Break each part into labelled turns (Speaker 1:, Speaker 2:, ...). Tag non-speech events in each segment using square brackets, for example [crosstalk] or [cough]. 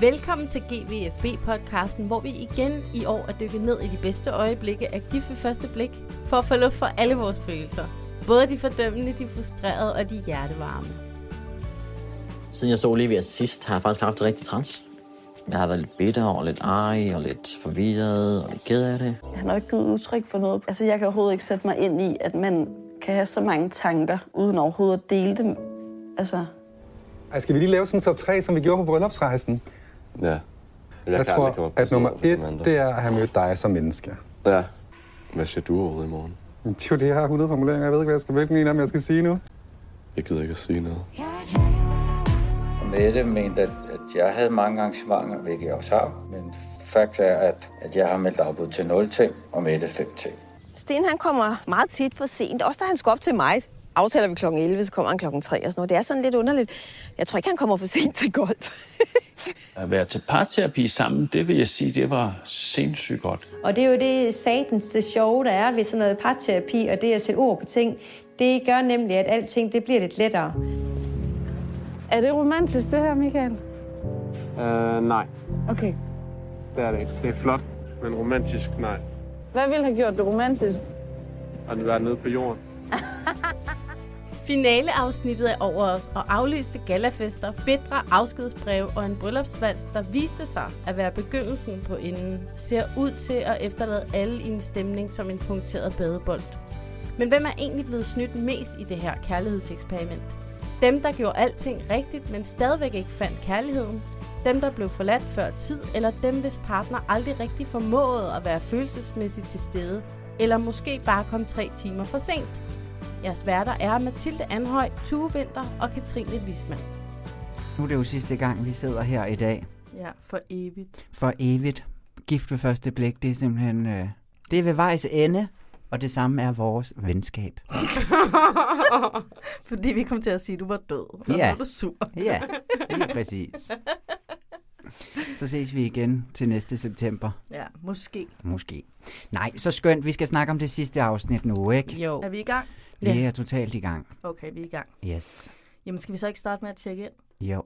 Speaker 1: Velkommen til GVFB-podcasten, hvor vi igen i år er dykket ned i de bedste øjeblikke af gift ved første blik, for at få luft for alle vores følelser. Både de fordømmende, de frustrerede og de hjertevarme.
Speaker 2: Siden jeg så Olivia sidst, har jeg faktisk haft det rigtig træls. Jeg har været lidt bitter og lidt arg og lidt forvirret og lidt ked af det.
Speaker 3: Han har jo ikke givet udtryk for noget. Altså, jeg kan overhovedet ikke sætte mig ind i, at man kan have så mange tanker, uden overhovedet at dele dem. Altså,
Speaker 4: Ej, skal vi lige lave sådan en top 3, som vi gjorde på bryllupsrejsen?
Speaker 5: Ja. Jeg,
Speaker 4: Jeg,
Speaker 5: kan
Speaker 4: jeg
Speaker 5: aldrig komme
Speaker 4: tror,
Speaker 5: op på
Speaker 4: at nummer
Speaker 5: scenen for
Speaker 4: et,
Speaker 5: Amanda.
Speaker 4: det er at have mødt dig som menneske.
Speaker 5: Ja. Hvad ser du overhovedet i morgen?
Speaker 4: Men det er jo det, jeg har 100 formuleringer. Jeg ved ikke, hvad jeg skal, hvilken en af dem, jeg skal sige nu.
Speaker 5: Jeg gider ikke at sige noget.
Speaker 6: Og Mette mente, at, at jeg havde mange arrangementer, hvilket jeg også har. Men fakta er, at, at jeg har meldt afbud til 0 ting, og Mette 5 ting.
Speaker 7: Sten han kommer meget tit for sent. Også da han skal op til mig, aftaler vi kl. 11, så kommer han kl. 3 og sådan noget. Det er sådan lidt underligt. Jeg tror ikke, han kommer for sent til golf.
Speaker 8: At være til parterapi sammen, det vil jeg sige, det var sindssygt godt.
Speaker 9: Og det er jo det satans det sjove, der er ved sådan noget parterapi, og det at sætte ord på ting, det gør nemlig, at alting det bliver lidt lettere.
Speaker 10: Er det romantisk, det her, Michael?
Speaker 11: Uh, nej,
Speaker 10: Okay.
Speaker 11: det er det ikke. Det er flot, men romantisk nej.
Speaker 10: Hvad ville have gjort det romantisk?
Speaker 11: At være nede på jorden.
Speaker 1: Finaleafsnittet er over os, og aflyste galafester, bedre afskedsbreve og en bryllupsvals, der viste sig at være begyndelsen på enden, ser ud til at efterlade alle i en stemning som en punkteret badebold. Men hvem er egentlig blevet snydt mest i det her kærlighedseksperiment? Dem, der gjorde alting rigtigt, men stadigvæk ikke fandt kærligheden? Dem, der blev forladt før tid, eller dem, hvis partner aldrig rigtig formåede at være følelsesmæssigt til stede, eller måske bare kom tre timer for sent? Jeres værter er Mathilde Anhøj, Tue Vinter og Katrine Wisman.
Speaker 12: Nu er det jo sidste gang, vi sidder her i dag.
Speaker 1: Ja, for evigt.
Speaker 12: For evigt. Gift ved første blik, det er simpelthen... Øh, det er ved vejs ende, og det samme er vores venskab.
Speaker 1: Fordi vi kom til at sige, at du var død, og
Speaker 12: Ja.
Speaker 1: nu er du sur.
Speaker 12: Ja, helt præcis. Så ses vi igen til næste september.
Speaker 1: ja, måske.
Speaker 12: Måske. Nej, så skønt. Vi skal snakke om det sidste afsnit nu, ikke?
Speaker 1: Jo. Er vi i gang?
Speaker 12: Vi er totalt i gang.
Speaker 1: Okay, vi er i gang.
Speaker 12: Yes.
Speaker 1: Jamen, skal vi så ikke starte med at tjekke ind?
Speaker 12: Jo.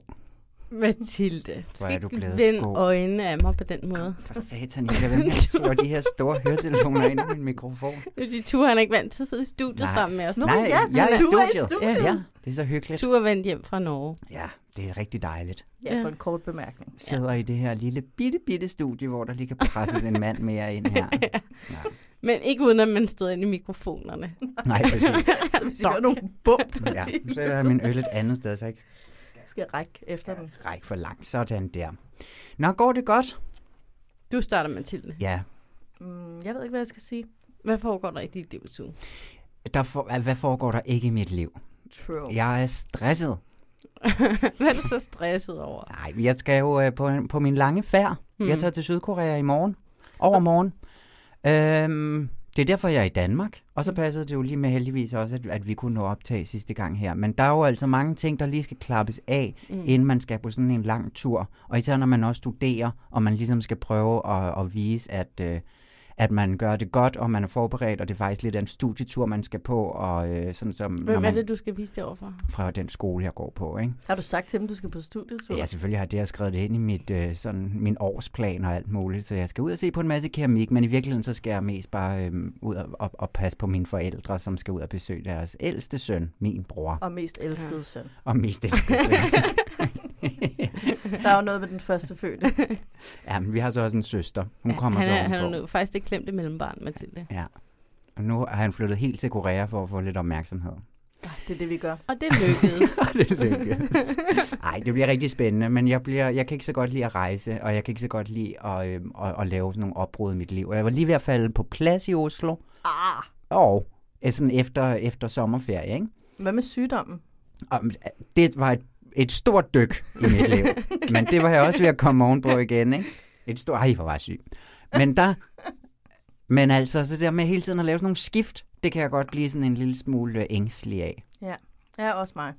Speaker 1: Mathilde, du
Speaker 12: Hvor er
Speaker 1: skal
Speaker 12: du
Speaker 1: ikke
Speaker 12: blevet
Speaker 1: vende
Speaker 12: god.
Speaker 1: øjnene af mig på den måde.
Speaker 12: For satan, jeg kan være med at slå de her store høretelefoner ind i min mikrofon.
Speaker 1: Fordi Tue, han er ikke vant til at sidde i studiet
Speaker 12: Nej.
Speaker 1: sammen med os.
Speaker 12: Nej, jeg er i studiet. Ja, ja. Det er så hyggeligt.
Speaker 1: Tue er vendt hjem fra Norge.
Speaker 12: Ja, det er rigtig dejligt.
Speaker 13: Ja, for en kort bemærkning.
Speaker 12: Sidder i det her lille bitte, bitte studie, hvor der lige kan presses en mand mere ind
Speaker 13: [laughs]
Speaker 12: her.
Speaker 1: Men ikke uden, at man stod ind i mikrofonerne.
Speaker 12: Nej, præcis.
Speaker 13: [laughs] Så hvis I hører nogle bump,
Speaker 12: [laughs] Ja, nu sætter jeg min øl et andet sted, så jeg ikke
Speaker 13: skal jeg række efter dem.
Speaker 12: rækker for langt. Sådan der. Nå, går det godt?
Speaker 1: Du starter, Mathilde.
Speaker 12: Ja.
Speaker 13: Mm, jeg ved ikke, hvad jeg skal sige.
Speaker 1: Hvad foregår der i dit liv, Tue?
Speaker 12: Der for, hvad foregår der ikke i mit liv?
Speaker 13: True.
Speaker 12: Jeg er stresset.
Speaker 1: Hvad er du så stresset over?
Speaker 12: Nej, jeg skal jo øh, på, på min lange færd. Mm.
Speaker 1: Hmm.
Speaker 12: Jeg tager til Sydkorea i morgen. Over morgen. Øhm, det er derfor, jeg er i Danmark.
Speaker 1: Hmm.
Speaker 12: Og så passede det jo lige med heldigvis også, at, at vi kunne nå optage sidste gang her. Men der er jo altså mange ting, der lige skal klappes af,
Speaker 1: Mm.
Speaker 12: mm. inden man skal på sådan en lang tur. Og især når man også studerer, og man ligesom skal prøve at, at vise, at, øh, at man gør det godt, og man er forberedt, og det er faktisk lidt af en studietur, man skal på. Og øh, sådan som, når
Speaker 1: Hvem er
Speaker 12: man,
Speaker 1: det, du skal vise det overfor?
Speaker 12: fra den skole, jeg går på, ikke?
Speaker 13: Har du sagt til dem, du skal på studietur?
Speaker 12: Ja, selvfølgelig har jeg det, jeg har skrevet det ind i mit, øh, sådan, min årsplan og alt muligt, så jeg skal ud og se på en masse keramik, men i virkeligheden så skal jeg mest bare øh, ud og, og, og passe på mine forældre, som skal ud og besøge deres ældste søn, min bror,
Speaker 13: Og mest elskede søn.
Speaker 12: og mest elskede søn.
Speaker 13: [laughs] Der er jo noget med den første fødte.
Speaker 12: [laughs] ja, men vi har så også en søster, hun
Speaker 1: Ja,
Speaker 12: kommer
Speaker 1: han
Speaker 12: så
Speaker 1: er, han er
Speaker 12: ovenpå.
Speaker 1: nu faktisk det klemte mellembarn, Mathilde.
Speaker 12: Ja. Og nu har han flyttet helt til Korea for at få lidt opmærksomhed.
Speaker 13: Det er det, vi gør.
Speaker 1: Og det
Speaker 12: [laughs]
Speaker 1: lykkedes.
Speaker 12: Og det lykkedes. Ej, det bliver rigtig spændende, men jeg, bliver, jeg kan ikke så godt lide at rejse, og jeg kan ikke så godt lide at, øh, at, at lave sådan nogle opbrud i mit liv. Og Jeg var lige ved at falde på plads i Oslo,
Speaker 13: Ah,
Speaker 12: og øh, sådan efter, efter sommerferie, ikke?
Speaker 13: hvad med sygdommen?
Speaker 12: Og øh, det var et, et stort dyk i mit
Speaker 13: [laughs]
Speaker 12: liv. Men det var jeg også ved at komme ovenpå igen, ikke? Et stort... Ej, hvor var jeg syg. Men der... Men altså, så det der med hele tiden at lave sådan nogle skift, det kan jeg godt blive sådan en lille smule øh, ængstelig af.
Speaker 13: Ja, også mig.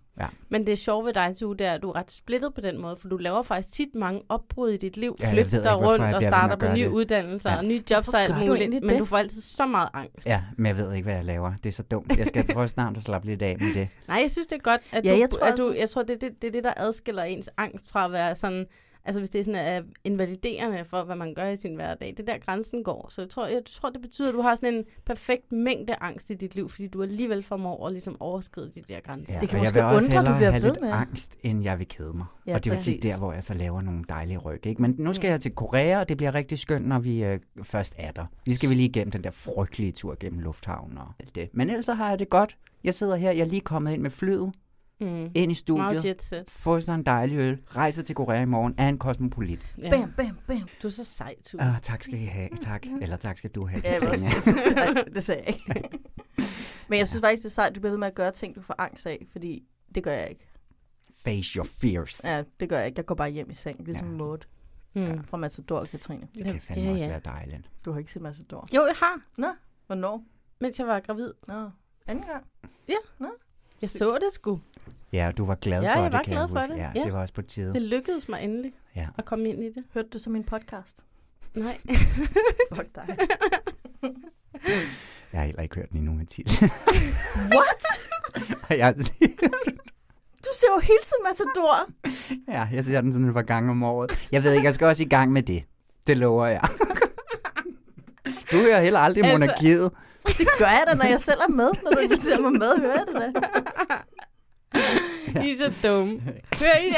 Speaker 1: Men det sjove ved dig, Tue, det er, at du er ret splittet på den måde, for du laver faktisk tit mange opbrud i dit liv,
Speaker 12: Ja, jeg ved
Speaker 1: flygter
Speaker 12: ikke, hvorfor jeg
Speaker 1: rundt og
Speaker 12: bliver ved med
Speaker 1: starter
Speaker 12: at
Speaker 1: på
Speaker 12: gøre
Speaker 1: nye
Speaker 12: det.
Speaker 1: uddannelser
Speaker 12: Ja.
Speaker 1: og nye jobs og
Speaker 13: Hvorfor
Speaker 1: alt
Speaker 13: gør du
Speaker 1: muligt,
Speaker 13: egentlig
Speaker 1: men
Speaker 13: det?
Speaker 1: du får altid så meget angst.
Speaker 12: Ja, men jeg ved ikke, hvad jeg laver. Det er så dumt. Jeg
Speaker 13: [laughs]
Speaker 12: skal prøve snart at slappe lidt af med det.
Speaker 1: Nej, jeg synes, det er godt, at
Speaker 13: Ja,
Speaker 1: du,
Speaker 13: jeg tror
Speaker 1: at du,
Speaker 13: også-
Speaker 1: jeg tror det, det, det er det, der adskiller ens angst fra at være sådan Altså hvis det er sådan uh, invaliderende for, hvad man gør i sin hverdag. Det er der grænsen går. Så jeg tror, jeg tror, det betyder, at du har sådan en perfekt mængde angst i dit liv, fordi du alligevel formår at ligesom overskride de der grænser.
Speaker 12: Ja, og jeg vil også hellere have lidt angst, end jeg vil kede mig. Ja, og det er jo tit
Speaker 1: præcis.
Speaker 12: der, hvor jeg så laver nogle dejlige ryg. Ikke? Men nu skal jeg til Korea, og det bliver rigtig skønt, når vi øh, først er der. Vi skal vi lige igennem den der frygtelige tur gennem lufthavnen og alt det. Men ellers så har jeg det godt. Jeg sidder her, jeg er lige kommet ind med flyet,
Speaker 1: Mm.
Speaker 12: ind i
Speaker 1: Meget
Speaker 12: studiet,
Speaker 1: jet set.
Speaker 12: får sådan en dejlig øl, rejser til Korea i morgen, er en kosmopolit.
Speaker 1: Ja.
Speaker 13: Bam, bam, bam.
Speaker 1: Du er så sej, du.
Speaker 13: [laughs]
Speaker 12: Ah, tak skal I have, tak. Eller tak skal du have,
Speaker 13: Ja, jeg
Speaker 12: Katrine.
Speaker 13: ved- Nej, det sagde jeg ikke. Men jeg synes faktisk, det er sejt, at du bliver ved med at gøre ting, du får angst af, fordi det gør jeg ikke.
Speaker 12: Face your fears.
Speaker 13: Ja, det gør jeg ikke. Jeg går bare hjem i seng, ligesom ja. Maud
Speaker 1: mm.
Speaker 13: fra Matador og Katrine.
Speaker 12: Det kan fandme også være dejligt.
Speaker 13: Du har ikke set Matador.
Speaker 1: Jo, jeg har.
Speaker 13: Nå, hvornår?
Speaker 1: Mens jeg var gravid.
Speaker 13: Nå, anden gang.
Speaker 1: Ja.
Speaker 13: Nå.
Speaker 1: Jeg så det sgu.
Speaker 12: Ja, og du var glad
Speaker 1: Ja,
Speaker 12: for
Speaker 1: jeg
Speaker 12: det,
Speaker 1: var
Speaker 12: kan
Speaker 1: glad
Speaker 12: jeg
Speaker 1: for
Speaker 12: huske.
Speaker 1: det.
Speaker 12: Ja,
Speaker 1: Ja.
Speaker 12: det var også på tide.
Speaker 1: Det lykkedes mig endelig
Speaker 12: Ja.
Speaker 1: at komme ind i det.
Speaker 13: Hørte du så min podcast?
Speaker 12: [laughs]
Speaker 1: Nej.
Speaker 13: Fuck dig.
Speaker 12: Jeg har heller ikke hørt den endnu, Mathilde.
Speaker 13: [laughs]
Speaker 12: [laughs]
Speaker 13: What?
Speaker 12: jeg,
Speaker 13: Du ser jo hele tiden Matador.
Speaker 12: ja, jeg ser den sådan et par gange om året. Jeg ved ikke, jeg skal også i gang med det. Det lover
Speaker 13: [laughs]
Speaker 12: jeg. Du hører heller aldrig altså...
Speaker 13: Altså-
Speaker 12: monarkiet.
Speaker 13: Det [laughs] gør jeg da, når jeg selv er med. Når du inviterer mig med, hører jeg det [laughs] da.
Speaker 1: [laughs] I er så dumme. Hør I,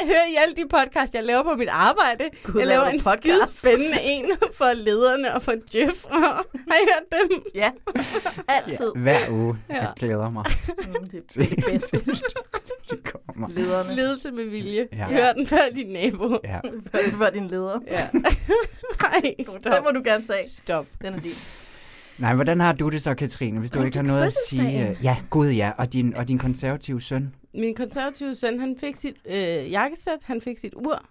Speaker 1: [laughs] hør I alle de podcasts, jeg laver på mit arbejde?
Speaker 13: Gud,
Speaker 1: jeg
Speaker 13: laver
Speaker 1: laver
Speaker 13: du
Speaker 1: en skide
Speaker 13: podcast?
Speaker 1: spændende en [laughs] for lederne og for Jeff. [laughs] Har I hørt dem?
Speaker 13: Ja, altid.
Speaker 12: Ja, hver uge.
Speaker 1: Ja.
Speaker 12: Ja. Jeg glæder mig.
Speaker 13: Mm, det er det bedste.
Speaker 12: [laughs] det kommer.
Speaker 13: Lederne.
Speaker 1: Ledelse med vilje.
Speaker 12: Ja.
Speaker 1: Ja. Hør den før din nabo.
Speaker 12: Ja.
Speaker 1: [laughs]
Speaker 13: Det var din leder.
Speaker 1: ja. [laughs] Ej, stop.
Speaker 13: Den må du gerne tage.
Speaker 1: Stop.
Speaker 13: Den er din.
Speaker 12: Nej, hvordan har du det så, Katrine, hvis du
Speaker 13: Om
Speaker 12: ikke har
Speaker 13: dit
Speaker 12: noget at sige?
Speaker 13: fødselsdag.
Speaker 12: øh, Ja, gud ja, og din, og din konservative søn.
Speaker 1: Min konservative søn, han fik sit øh, jakkesæt, han fik sit ur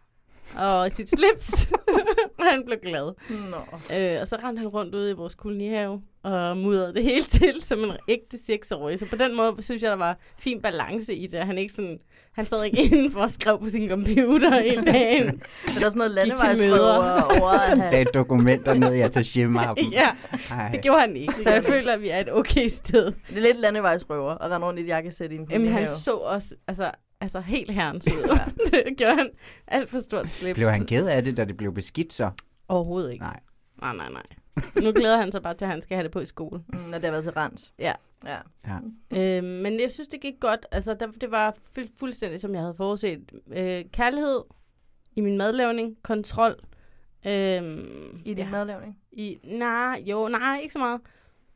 Speaker 1: og sit slips. [laughs] og han blev glad.
Speaker 13: Nå.
Speaker 1: Øh, og så rendte han rundt ude i vores kolonihave og mudrede det hele til som en ægte seksårig. Så på den måde synes jeg, der var fin balance i det. Han, ikke sådan, han sad ikke [laughs] indenfor og skrev på sin computer hele dagen.
Speaker 13: Så der er sådan noget
Speaker 1: Gik til
Speaker 13: landevejsrøver
Speaker 1: møder.
Speaker 13: over at [laughs] have
Speaker 12: Lagde dokumenter ned i attachemappen.
Speaker 1: [laughs] ja,
Speaker 12: Ej.
Speaker 1: det gjorde han ikke. Så jeg føler, at vi er et okay sted.
Speaker 13: Det er lidt landevejsrøver at rende rundt i et jakkesæt i en
Speaker 1: Jamen, han
Speaker 13: kolonihave.
Speaker 1: så også altså, altså helt herrens ud. [laughs] det gjorde han alt for stort slips.
Speaker 12: Blev han ked af det, da det blev beskidt så?
Speaker 1: Overhovedet ikke.
Speaker 12: Nej.
Speaker 1: Nej, nej, nej. Nu glæder han sig bare til, at han skal have det på i [laughs] skole.
Speaker 13: Mm, Når det har været til rens.
Speaker 1: Ja.
Speaker 13: Ja.
Speaker 12: Ja.
Speaker 1: Øh, men jeg synes, det gik godt. Altså, der, det var fu- fuldstændig, som jeg havde forudset. Øh, kærlighed i min madlavning, kontrol. Øh,
Speaker 13: I din
Speaker 1: ja,
Speaker 13: madlavning.
Speaker 1: I, nej, jo, nej, ikke så meget.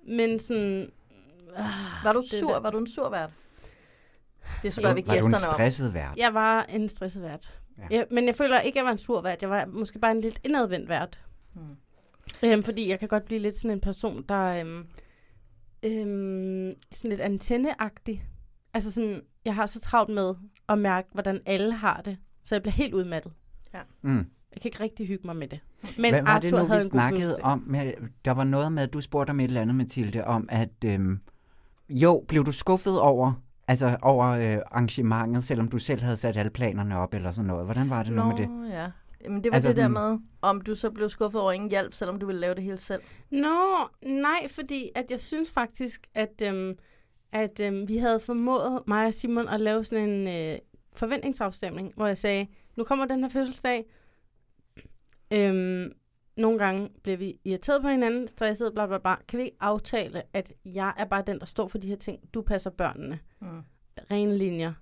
Speaker 1: Men sådan... Ah,
Speaker 13: Var du
Speaker 1: det
Speaker 13: sur?
Speaker 1: der-
Speaker 13: Var du en sur vært? Det spørger vi
Speaker 12: Var du en
Speaker 13: gæsterne om.
Speaker 12: stresset vært?
Speaker 1: Jeg var en stresset vært.
Speaker 12: Ja.
Speaker 1: Ja. Ja, men jeg føler ikke, at jeg var en sur vært. Jeg var måske bare en lidt indadvendt vært.
Speaker 12: Hmm.
Speaker 13: Mm.
Speaker 1: Øhm, fordi jeg kan godt blive lidt sådan en person, der øhm, øhm, sådan lidt antenneagtig. Altså sådan, jeg har så travlt med at mærke, hvordan alle har det. Så jeg bliver helt udmattet.
Speaker 12: Mm.
Speaker 1: Jeg kan ikke rigtig hygge mig med det. Men
Speaker 12: Hvad var
Speaker 1: Arthur
Speaker 12: det nu,
Speaker 1: havde
Speaker 12: vi
Speaker 1: en god
Speaker 12: snakkede
Speaker 1: fødselsdag.
Speaker 12: om? Med, der var noget med, at du spurgte om et eller andet, Mathilde, om at... Øhm, jo, blev du skuffet over, altså over øh, arrangementet, selvom du selv havde sat alle planerne op eller sådan noget? Hvordan var det nu med det?
Speaker 13: ja. Men det var altså
Speaker 12: Altså
Speaker 13: det der
Speaker 12: sådan-
Speaker 13: med, om du så blev skuffet over ingen hjælp, selvom du ville lave det hele selv.
Speaker 1: Nå, nej, fordi at jeg synes faktisk, at, øhm, at øhm, vi havde formået mig og Simon at lave sådan en øh, forventningsafstemning, hvor jeg sagde, nu kommer den her fødselsdag. Øhm, nogle gange bliver vi irriteret på hinanden, stresset, bla bla bla. Kan vi ikke aftale, at jeg er bare den, der står for de her ting? Du passer børnene.
Speaker 13: Mm.
Speaker 1: Rene linjer.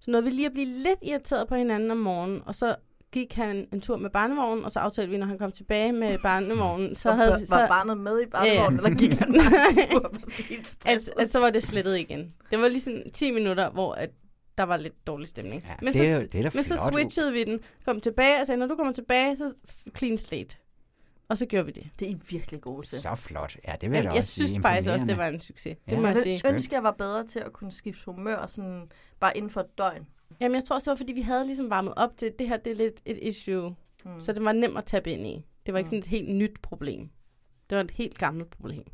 Speaker 1: Så nåede vi lige at blive lidt irriteret på hinanden om morgenen, og så gik han en tur med barnevognen, og så aftalte vi, når han kom tilbage med barnevognen, så
Speaker 13: Og
Speaker 1: havde
Speaker 13: var-
Speaker 1: vi... Så,
Speaker 13: var barnet med i barnevognen, eller gik han bare en tur på sin helt
Speaker 1: at,
Speaker 13: stresset?
Speaker 1: Altså, at, så var det slettet igen. Det var lige sådan 10 minutter, hvor at der var lidt dårlig stemning. Ja,
Speaker 12: det er jo- det er da
Speaker 1: men så
Speaker 12: flot,
Speaker 1: switchede vi den, kom tilbage og sagde, når du kommer tilbage, så s- clean slate. Og så gjorde vi det.
Speaker 13: Det er I virkelig gode til.
Speaker 12: Så flot. Ja, det
Speaker 1: Jamen,
Speaker 12: vil jeg da
Speaker 1: jeg
Speaker 12: også
Speaker 1: synes
Speaker 12: sige.
Speaker 1: faktisk også, det
Speaker 12: Imponerende.
Speaker 1: var en succes.
Speaker 12: Ja.
Speaker 1: Det må jeg
Speaker 13: Jeg
Speaker 1: sige.
Speaker 13: ville ønske, jeg var bedre til at kunne skifte humør sådan, bare inden for et døgn.
Speaker 1: Jamen, jeg tror også, det var, fordi vi havde ligesom varmet op til, at det her det er lidt et issue.
Speaker 13: Mm.
Speaker 1: Mm. Så det var nemt at tabe ind i. Det var
Speaker 12: Mm.
Speaker 1: ikke sådan et helt nyt problem. Det var et helt gammelt problem.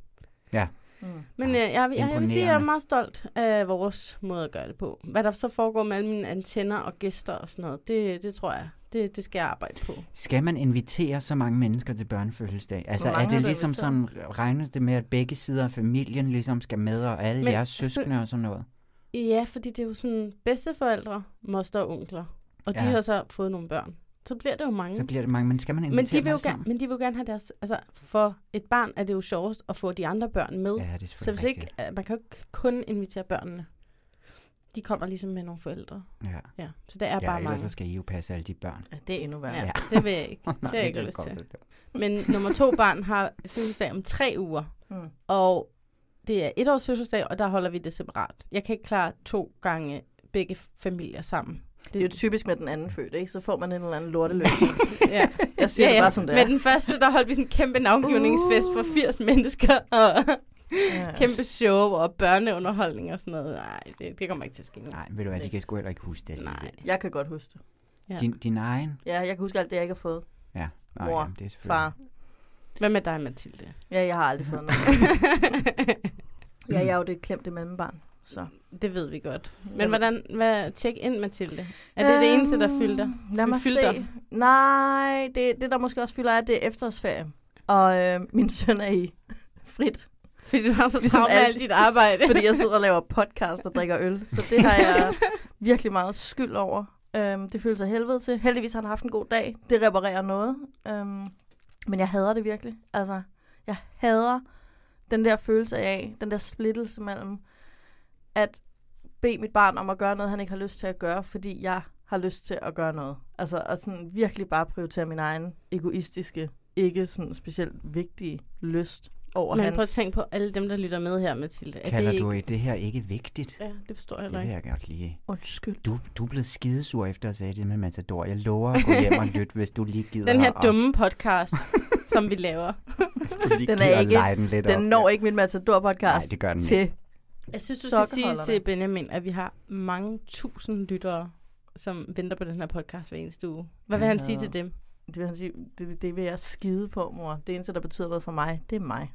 Speaker 12: Ja.
Speaker 13: Mm.
Speaker 1: Men ja, jeg, jeg, jeg, jeg vil sige, at jeg er
Speaker 12: imponerende.
Speaker 1: meget stolt af vores måde at gøre det på. Hvad der så foregår med alle mine antenner og gæster og sådan noget, det, det tror jeg, det, det skal jeg arbejde på.
Speaker 12: Skal man invitere så mange mennesker til børnefødselsdag? Altså
Speaker 1: mange
Speaker 12: er
Speaker 1: har
Speaker 12: det
Speaker 1: du
Speaker 12: ligesom sådan,
Speaker 1: inviteret?
Speaker 12: regnes det med, at begge sider af familien ligesom skal med, og alle
Speaker 1: Men
Speaker 12: jeres
Speaker 1: så-
Speaker 12: søskende og sådan noget?
Speaker 1: Ja, fordi det er jo sådan bedsteforældre, moster og onkler. Og ja. de
Speaker 12: Ja.
Speaker 1: har så fået nogle børn. Så bliver det jo mange.
Speaker 12: Så bliver det mange, men skal man
Speaker 1: Mm. men de,
Speaker 12: invitere
Speaker 1: vil jo
Speaker 12: dem alle
Speaker 1: gerne, men de vil jo gerne have deres... Altså, for et barn er det jo sjovest at få de andre børn med.
Speaker 12: Ja, det
Speaker 1: Så
Speaker 12: er selvfølgelig
Speaker 1: hvis ikke, øh, man kan jo ikke kun invitere børnene. De kommer ligesom med nogle forældre.
Speaker 12: Ja.
Speaker 1: ja så der er
Speaker 12: ja,
Speaker 1: bare
Speaker 12: ellers
Speaker 1: mange.
Speaker 12: så skal I jo passe alle de børn.
Speaker 13: Ja, det er endnu værre.
Speaker 1: Ja,
Speaker 13: Ja.
Speaker 1: det vil jeg ikke.
Speaker 12: [laughs] Nej,
Speaker 1: Det har jeg ikke
Speaker 12: det
Speaker 1: lyst
Speaker 12: kan jeg
Speaker 1: til.
Speaker 12: godt
Speaker 1: Men nummer to barn har fødselsdag om tre uger.
Speaker 13: Mm.
Speaker 1: Og det er et års fødselsdag, og der holder vi det separat. Jeg kan ikke klare to gange begge familier sammen.
Speaker 13: Det er jo typisk med den anden fødte, ikke? Så får man en eller anden [laughs] lorteløsning.
Speaker 1: [laughs] ja.
Speaker 13: Jeg siger det bare, som det
Speaker 1: Med
Speaker 13: er. Uh.
Speaker 1: den første, der holdt vi sådan en kæmpe navngivningsfest for 80 mennesker, og kæmpe show og børneunderholdning og sådan noget. Nej, det, det kommer ikke til at ske nu.
Speaker 12: Nej, Ved du hvad, de kan sgu heller ikke huske det. Nej.
Speaker 13: Jeg kan godt huske det.
Speaker 12: Din, din egen?
Speaker 13: Ja, jeg kan huske alt det, jeg ikke har fået.
Speaker 12: Ja. Nå,
Speaker 13: Mor,
Speaker 12: jamen, det er selvfølgelig-
Speaker 13: far.
Speaker 1: Hvad med dig,
Speaker 13: [laughs]
Speaker 1: Mathilde?
Speaker 13: Ja, jeg har aldrig fået noget. ja, jeg er jo det klemte mellembarn. Så.
Speaker 1: Det ved vi godt. Men
Speaker 13: Jamen.
Speaker 1: hvordan, hvad, tjek ind, Mathilde. Er det det
Speaker 13: Øhm,
Speaker 1: eneste, der fylder?
Speaker 13: Lad mig
Speaker 1: fylder?
Speaker 13: se. Nej, det, det der måske også fylder, er, at det er efterårsferie. Og øh, min søn er i [laughs] frit.
Speaker 1: Fordi du har så travlt med alt dit arbejde.
Speaker 13: fordi jeg sidder og laver podcast og drikker øl. Så det har
Speaker 1: [laughs]
Speaker 13: jeg virkelig meget skyld over. Øhm, det føles af helvede til. Heldigvis har han haft en god dag. Det reparerer noget. Øhm, men jeg hader det virkelig. Altså, jeg hader den der følelse af, den der splittelse mellem at bede mit barn om at gøre noget, han ikke har lyst til at gøre, fordi jeg har lyst til at gøre noget. Altså at sådan virkelig bare prioritere min egen egoistiske, ikke sådan specielt vigtige lyst over
Speaker 1: Men
Speaker 13: hans.
Speaker 1: prøv at tænke på alle dem, der lytter med her, Mathilde. Er
Speaker 12: Kalder
Speaker 1: det
Speaker 12: du
Speaker 1: ikke...
Speaker 12: det her ikke vigtigt?
Speaker 1: Ja, det forstår jeg
Speaker 12: Det
Speaker 1: heller
Speaker 12: vil
Speaker 1: ikke.
Speaker 12: jeg godt lige.
Speaker 13: Undskyld.
Speaker 12: Du, du er blevet skidesur efter at sige det med Matador. Jeg lover at gå hjem og
Speaker 1: [laughs]
Speaker 12: lytte, hvis du lige gider.
Speaker 1: Den her
Speaker 12: at-
Speaker 1: dumme
Speaker 12: [laughs]
Speaker 1: podcast, som vi laver.
Speaker 12: du lige gider at lege den lidt op.
Speaker 13: den når ikke min Matador-podcast
Speaker 12: Nej, det gør den
Speaker 13: til
Speaker 12: ikke.
Speaker 1: Jeg synes, du skal sige
Speaker 13: sokkerholderne.
Speaker 1: til Benjamin, at vi har mange tusind lyttere, som venter på den her podcast hver eneste uge. Hvad vil han sige til dem?
Speaker 13: Det vil han sige, det, det vil jeg skide på, mor. Det eneste, der betyder noget for mig, det er mig.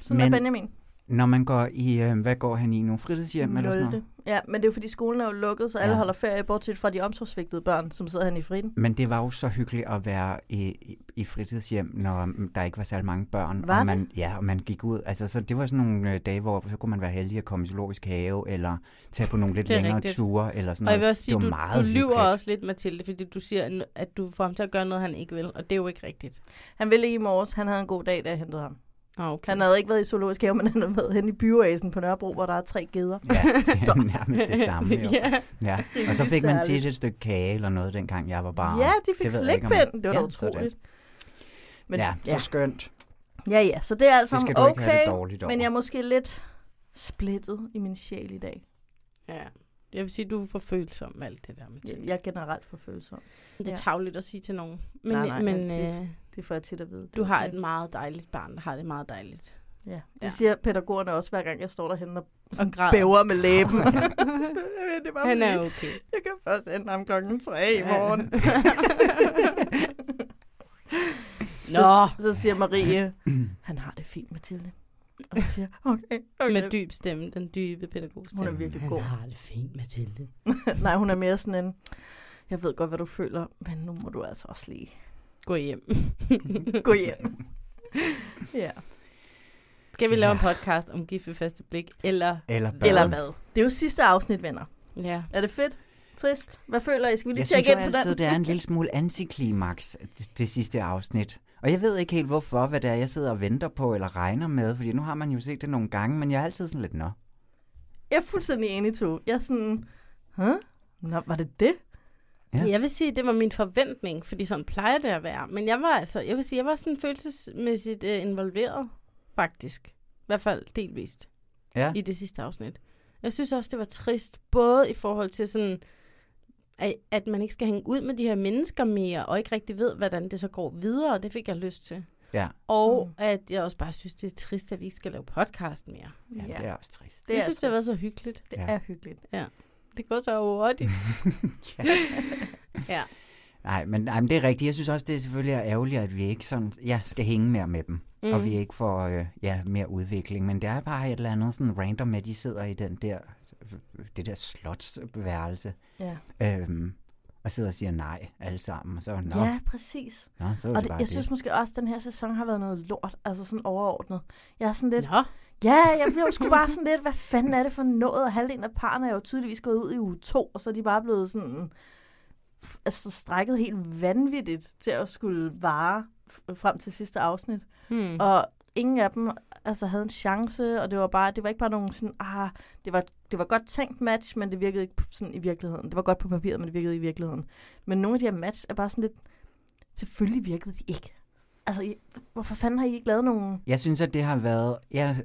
Speaker 13: Sådan men,
Speaker 12: Men-
Speaker 13: er Benjamin.
Speaker 12: Når man går i, øh, hvad går han i nu? Fritidshjem eller sådan noget?
Speaker 13: Nulte. Ja, men det er jo fordi, skolen er jo lukket, så alle
Speaker 12: Ja.
Speaker 13: holder ferie, bortset fra de omsorgsvigtede børn, som sidder han i friden.
Speaker 12: Men det var jo så hyggeligt at være i, i, i fritidshjem, når mm, der ikke var særlig mange børn.
Speaker 13: Var
Speaker 12: og man, Ja, og man gik ud. Altså, så det var sådan nogle øh, dage, hvor så kunne man være heldig at komme i zoologisk have, eller tage
Speaker 13: [laughs]
Speaker 12: på nogle lidt
Speaker 1: Det er
Speaker 12: længere
Speaker 1: rigtigt.
Speaker 12: ture, eller sådan
Speaker 1: Og
Speaker 12: noget.
Speaker 1: jeg vil også sige,
Speaker 12: det var
Speaker 1: du,
Speaker 12: meget
Speaker 1: du lyver
Speaker 12: hyggeligt.
Speaker 1: også lidt, Mathilde, fordi du siger, at du får ham til at gøre noget, han ikke vil, og det er jo ikke rigtigt.
Speaker 13: Han ville ikke i morges, han havde en god dag, da jeg hentede ham.
Speaker 1: Ah, Okay.
Speaker 13: Han havde ikke været i zoologisk have, men han havde været henne i byvæsen på Nørrebro, hvor der er tre geder.
Speaker 12: Ja,
Speaker 1: [laughs]
Speaker 12: det er nærmest det samme. Jo.
Speaker 13: Ja.
Speaker 12: ja.
Speaker 13: [laughs] Det er
Speaker 12: Og så
Speaker 13: lige
Speaker 12: fik man
Speaker 13: særligt.
Speaker 12: tit et stykke kage eller noget, dengang jeg var barn.
Speaker 13: Ja, de fik
Speaker 12: Det ved jeg ikke, om-
Speaker 13: slikpind. Det var da
Speaker 12: Ja, sådan.
Speaker 13: utroligt.
Speaker 12: Men, ja, så
Speaker 13: ja.
Speaker 12: skønt.
Speaker 13: Ja, ja, så det er
Speaker 12: Det
Speaker 13: altså
Speaker 12: skal du ikke
Speaker 13: okay,
Speaker 12: have det dårligt over.
Speaker 13: men jeg er måske lidt splittet i min sjæl i dag.
Speaker 1: Ja. Jeg vil sige, at du er for følsom med alt det der, Mathilde.
Speaker 13: Jeg er generelt for følsom.
Speaker 1: Det er
Speaker 13: Ja.
Speaker 1: tavligt at sige til nogen. Men,
Speaker 13: Nej, nej,
Speaker 1: men
Speaker 13: det-
Speaker 1: øh,
Speaker 13: det får jeg tit at vide. Det
Speaker 1: Du
Speaker 13: er
Speaker 1: har
Speaker 13: okay.
Speaker 1: et meget dejligt barn, der har det meget dejligt.
Speaker 13: Ja, det ja. siger pædagogerne også, hver gang jeg står derhenne og, sådan
Speaker 1: græder.
Speaker 13: bæver med
Speaker 1: [laughs]
Speaker 13: læben.
Speaker 1: Ja.
Speaker 13: det er bare
Speaker 1: Han er
Speaker 13: fordi,
Speaker 1: okay.
Speaker 13: Jeg kan først hente ham klokken 3 i
Speaker 1: Ja. [laughs]
Speaker 13: morgen.
Speaker 1: Nå.
Speaker 13: Så, så siger Marie, [clears throat] han har det fint, Mathilde. Og så siger jeg, [laughs] okay, okay.
Speaker 1: Med dyb stemme, den dybe pædagogstemme.
Speaker 13: Hun er virkelig god.
Speaker 1: Han har det fint, Mathilde.
Speaker 13: [laughs] Nej, hun er mere sådan en, jeg ved godt, hvad du føler, men nu må du altså også lige
Speaker 1: Gå hjem.
Speaker 13: [laughs] gå hjem. [laughs] ja.
Speaker 1: Skal vi lave en podcast om gift ved første blik, eller,
Speaker 12: Eller bad.
Speaker 13: Eller hvad? Det er jo sidste afsnit, venner.
Speaker 1: Ja.
Speaker 13: Er det fedt? Trist? Hvad føler I? Skal vi lige
Speaker 12: Jeg
Speaker 13: tjekke
Speaker 12: synes
Speaker 13: ind
Speaker 12: jo
Speaker 13: på den?
Speaker 12: altid, det er en lille smule antiklimaks, det, det sidste afsnit. Og jeg ved ikke helt, hvorfor, hvad det er, jeg sidder og venter på eller regner med, fordi nu har man jo set det nogle gange, men jeg er altid sådan lidt, nå.
Speaker 13: Jeg er fuldstændig enig, to. Jeg er sådan, huh? Nå, var det det?
Speaker 1: Ja. Jeg vil sige, det var min forventning, fordi sådan plejer det at være. Men jeg var altså, jeg vil sige, jeg var sådan følelsesmæssigt øh, involveret, faktisk. I hvert fald delvist.
Speaker 12: Ja.
Speaker 1: I det sidste afsnit. Jeg synes også, det var trist, både i forhold til sådan, at, at man ikke skal hænge ud med de her mennesker mere, og ikke rigtig ved, hvordan det så går videre. Det fik jeg lyst til.
Speaker 12: Ja.
Speaker 1: Og mm. at jeg også bare synes, det er trist, at vi ikke skal lave podcast mere.
Speaker 12: Ja, det er også trist.
Speaker 1: Det
Speaker 13: Det
Speaker 1: jeg
Speaker 13: er
Speaker 1: synes, det har været
Speaker 13: trist.
Speaker 1: så hyggeligt.
Speaker 13: Det Ja. er hyggeligt.
Speaker 1: Ja. Det går så hurtigt.
Speaker 12: [laughs] ja.
Speaker 1: ja.
Speaker 12: Nej, men, nej, men det er rigtigt. Jeg synes også, det er selvfølgelig er ærgerligt, at vi ikke sådan, ja, skal hænge mere med dem. Mm.
Speaker 1: Mhm.
Speaker 12: Og vi ikke får øh, ja, mere udvikling. Men det er bare et eller andet sådan random med, at de sidder i den der, det der slotsværelse.
Speaker 13: Ja.
Speaker 12: Øhm, og sidder og siger nej alle sammen. Og så, nå,
Speaker 13: Ja, præcis.
Speaker 12: Nå, så var
Speaker 13: og
Speaker 12: det bare
Speaker 13: jeg
Speaker 12: det.
Speaker 13: synes måske også, at den her sæson har været noget lort, altså sådan overordnet. Jeg er sådan
Speaker 1: [laughs]
Speaker 13: lidt...
Speaker 1: Nå.
Speaker 13: Ja, jeg bliver jo sgu bare sådan lidt, hvad fanden er det for noget? Og halvdelen af parerne er jo tydeligvis gået ud i uge to, og så er de bare blevet sådan f- altså, strækket helt vanvittigt til at skulle vare f- frem til sidste afsnit.
Speaker 1: Hmm.
Speaker 13: Og ingen af dem altså, havde en chance, og det var, bare, det var ikke bare nogen sådan, ah, det var, det var godt tænkt match, men det virkede ikke sådan i virkeligheden. Det var godt på papiret, men det virkede i virkeligheden. Men nogle af de her match er bare sådan lidt, selvfølgelig virkede de ikke. Altså, I, hvorfor fanden har I ikke lavet nogen?
Speaker 12: Jeg synes, at det har været ja,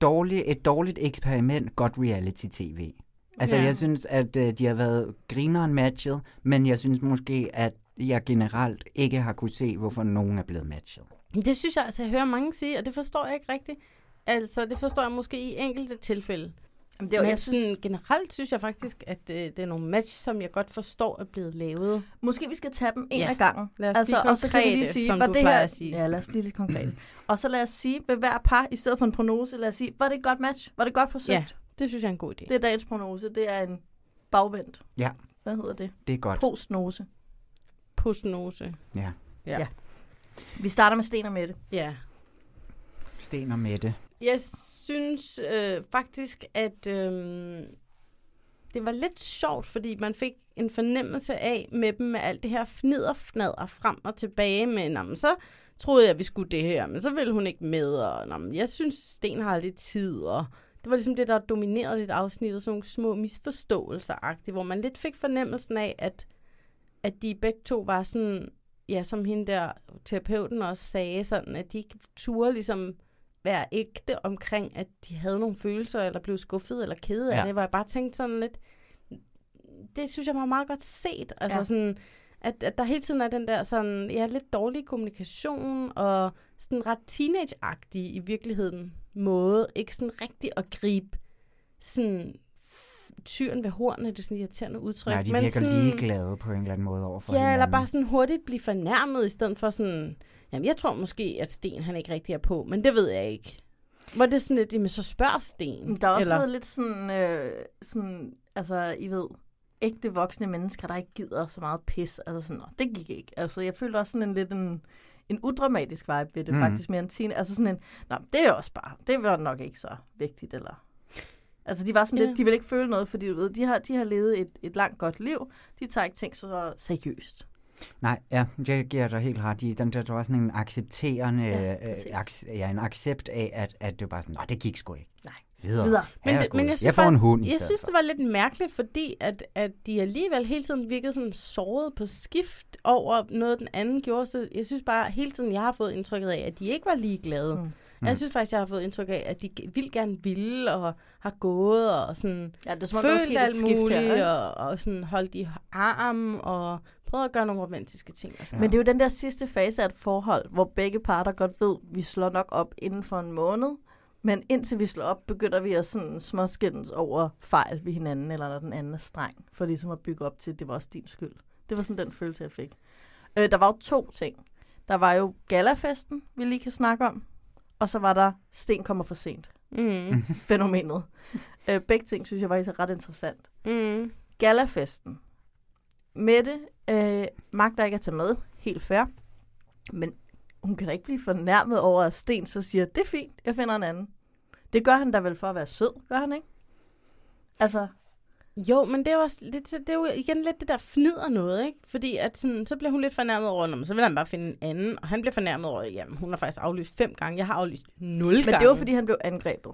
Speaker 12: dårlig, et dårligt eksperiment, godt reality-tv. Altså,
Speaker 13: Ja.
Speaker 12: ja. jeg synes, at øh, de har været grineren matchet, men jeg synes måske, at jeg generelt ikke har kunne se, hvorfor nogen er blevet matchet.
Speaker 1: Det synes jeg altså, jeg hører mange sige, og det forstår jeg ikke rigtigt. Altså, det forstår jeg måske i enkelte tilfælde.
Speaker 13: Jamen,
Speaker 1: det er, Men
Speaker 13: jeg
Speaker 1: jeg
Speaker 13: synes-
Speaker 1: synes... sådan, generelt synes jeg faktisk, at øh, det er nogle match, som jeg godt forstår er blevet lavet.
Speaker 13: Måske vi skal tage dem en
Speaker 1: Ja.
Speaker 13: af gangen. Altså,
Speaker 1: Lad os blive konkrete, som du plejer at sige. Mm.
Speaker 13: Ja, lad os blive lidt konkrete. og så lad os sige, ved hver par, i stedet for en prognose, lad os sige, var det et godt match? Var det godt forsøgt?
Speaker 1: Ja, det synes jeg er en god idé.
Speaker 13: Det er dagens prognose. Det er en bagvendt.
Speaker 12: Ja.
Speaker 13: Hvad hedder det?
Speaker 12: Det er godt.
Speaker 13: Postnose.
Speaker 1: Postnose.
Speaker 12: Ja.
Speaker 1: Ja. ja.
Speaker 13: Vi starter med Sten og Mette.
Speaker 1: Ja.
Speaker 12: Sten og Mette.
Speaker 1: Jeg synes øh, faktisk, at øh, det var lidt sjovt, fordi man fik en fornemmelse af med dem med alt det her fnidderfnader frem og tilbage med, "Nå, men så troede jeg, at vi skulle det her, men så ville hun ikke med, og "Nå, men jeg synes, Sten har lidt tid, og det var ligesom det, der dominerede lidt afsnittet, sådan nogle små misforståelser hvor man lidt fik fornemmelsen af, at, at de begge to var sådan, ja, som hende der terapeuten også sagde, sådan, at de ikke turde ligesom være ægte omkring, at de havde nogle følelser, eller blev skuffet, eller kede af ja.
Speaker 13: Ja.
Speaker 1: det, hvor jeg bare tænkte sådan lidt, det synes jeg var meget godt set, altså
Speaker 13: Ja.
Speaker 1: ja. sådan, at, at der hele tiden er den der sådan, ja, lidt dårlig kommunikation, og sådan ret teenage-agtig i virkeligheden måde, ikke sådan rigtig at gribe sådan tyren ved hornene, det er sådan et irriterende udtryk.
Speaker 12: Nej, de
Speaker 1: men
Speaker 12: virker
Speaker 1: sådan,
Speaker 12: ligeglade på en eller anden måde overfor
Speaker 1: Ja,
Speaker 12: hinanden.
Speaker 1: eller bare sådan hurtigt blive fornærmet, i stedet for sådan, jamen jeg tror måske, at Sten han ikke rigtig er på, men det ved jeg ikke. Hvor det er sådan lidt, jamen så spørg Sten.
Speaker 13: Der er også Eller... noget lidt sådan, øh, sådan, altså, I ved, ægte voksne mennesker, der ikke gider så meget pis. Altså sådan, Nå, det gik ikke. Altså, jeg følte også sådan en lidt en, en udramatisk vibe ved det, mm.
Speaker 1: Mhm.
Speaker 13: faktisk mere en teen. Altså sådan en, Nå, det er også bare, det var nok ikke så vigtigt, eller... Altså, de var sådan
Speaker 1: Ja.
Speaker 13: yeah. lidt, de ville ikke føle noget, fordi du ved, de har, de har levet et, et langt godt liv. De tager ikke ting så seriøst.
Speaker 12: Nej, ja, jeg giver dig helt ret i. Den der, der var sådan en accepterende,
Speaker 13: Ja,
Speaker 12: ja,
Speaker 13: præcis.
Speaker 12: øh, ac- ja en accept af, at, at det var sådan, nej, det gik sgu ikke.
Speaker 13: Nej.
Speaker 12: Videre.
Speaker 1: Videre. Men, det,
Speaker 12: Herregud.
Speaker 1: men jeg, synes,
Speaker 12: jeg får
Speaker 1: bare-
Speaker 12: en hund i
Speaker 1: Jeg
Speaker 12: stedet
Speaker 1: synes,
Speaker 12: for.
Speaker 1: det var lidt mærkeligt, fordi at, at de alligevel hele tiden virkede sådan såret på skift over noget, den anden gjorde. Så jeg synes bare hele tiden, jeg har fået indtrykket af, at de ikke var ligeglade. Mm. Jeg
Speaker 13: Mm.
Speaker 1: synes faktisk, jeg har fået indtryk af, at de g- vildt gerne ville og har gået og sådan
Speaker 13: Ja, det er som om, der er sket
Speaker 1: følt
Speaker 13: et
Speaker 1: alt
Speaker 13: skift her,
Speaker 1: muligt
Speaker 13: ikke?
Speaker 1: og, og sådan holdt i arm og prøvet at gøre nogle romantiske ting. Og sådan.
Speaker 13: Ja. Men det er jo den der sidste fase af et forhold, hvor begge parter godt ved, vi slår nok op inden for en måned. Men indtil vi slår op, begynder vi at sådan småskændes over fejl ved hinanden, eller når den anden er streng, for ligesom at bygge op til, at det var også din skyld. Det var sådan den følelse, jeg fik. Øh, der var jo to ting. Der var jo galafesten, vi lige kan snakke om, og så var der Sten kommer for sent.
Speaker 1: Mm.
Speaker 13: Fænomenet. øh, begge ting synes jeg var ret interessant.
Speaker 1: Mm.
Speaker 13: Galafesten. Mette øh, magter ikke at tage med, helt fair. Men hun kan da ikke blive fornærmet over, at Sten så siger, det er fint, jeg finder en anden. Det gør han da vel for at være sød, gør han ikke? Altså,
Speaker 1: Jo, men det er jo, også lidt, det er jo igen lidt det der fnider noget, ikke? Fordi at sådan, så bliver hun lidt fornærmet over, "Nå, men så vil han bare finde en anden, og han bliver fornærmet over, jamen hun har faktisk aflyst fem gange, jeg har aflyst nul gange.
Speaker 13: Men det var, fordi han blev angrebet.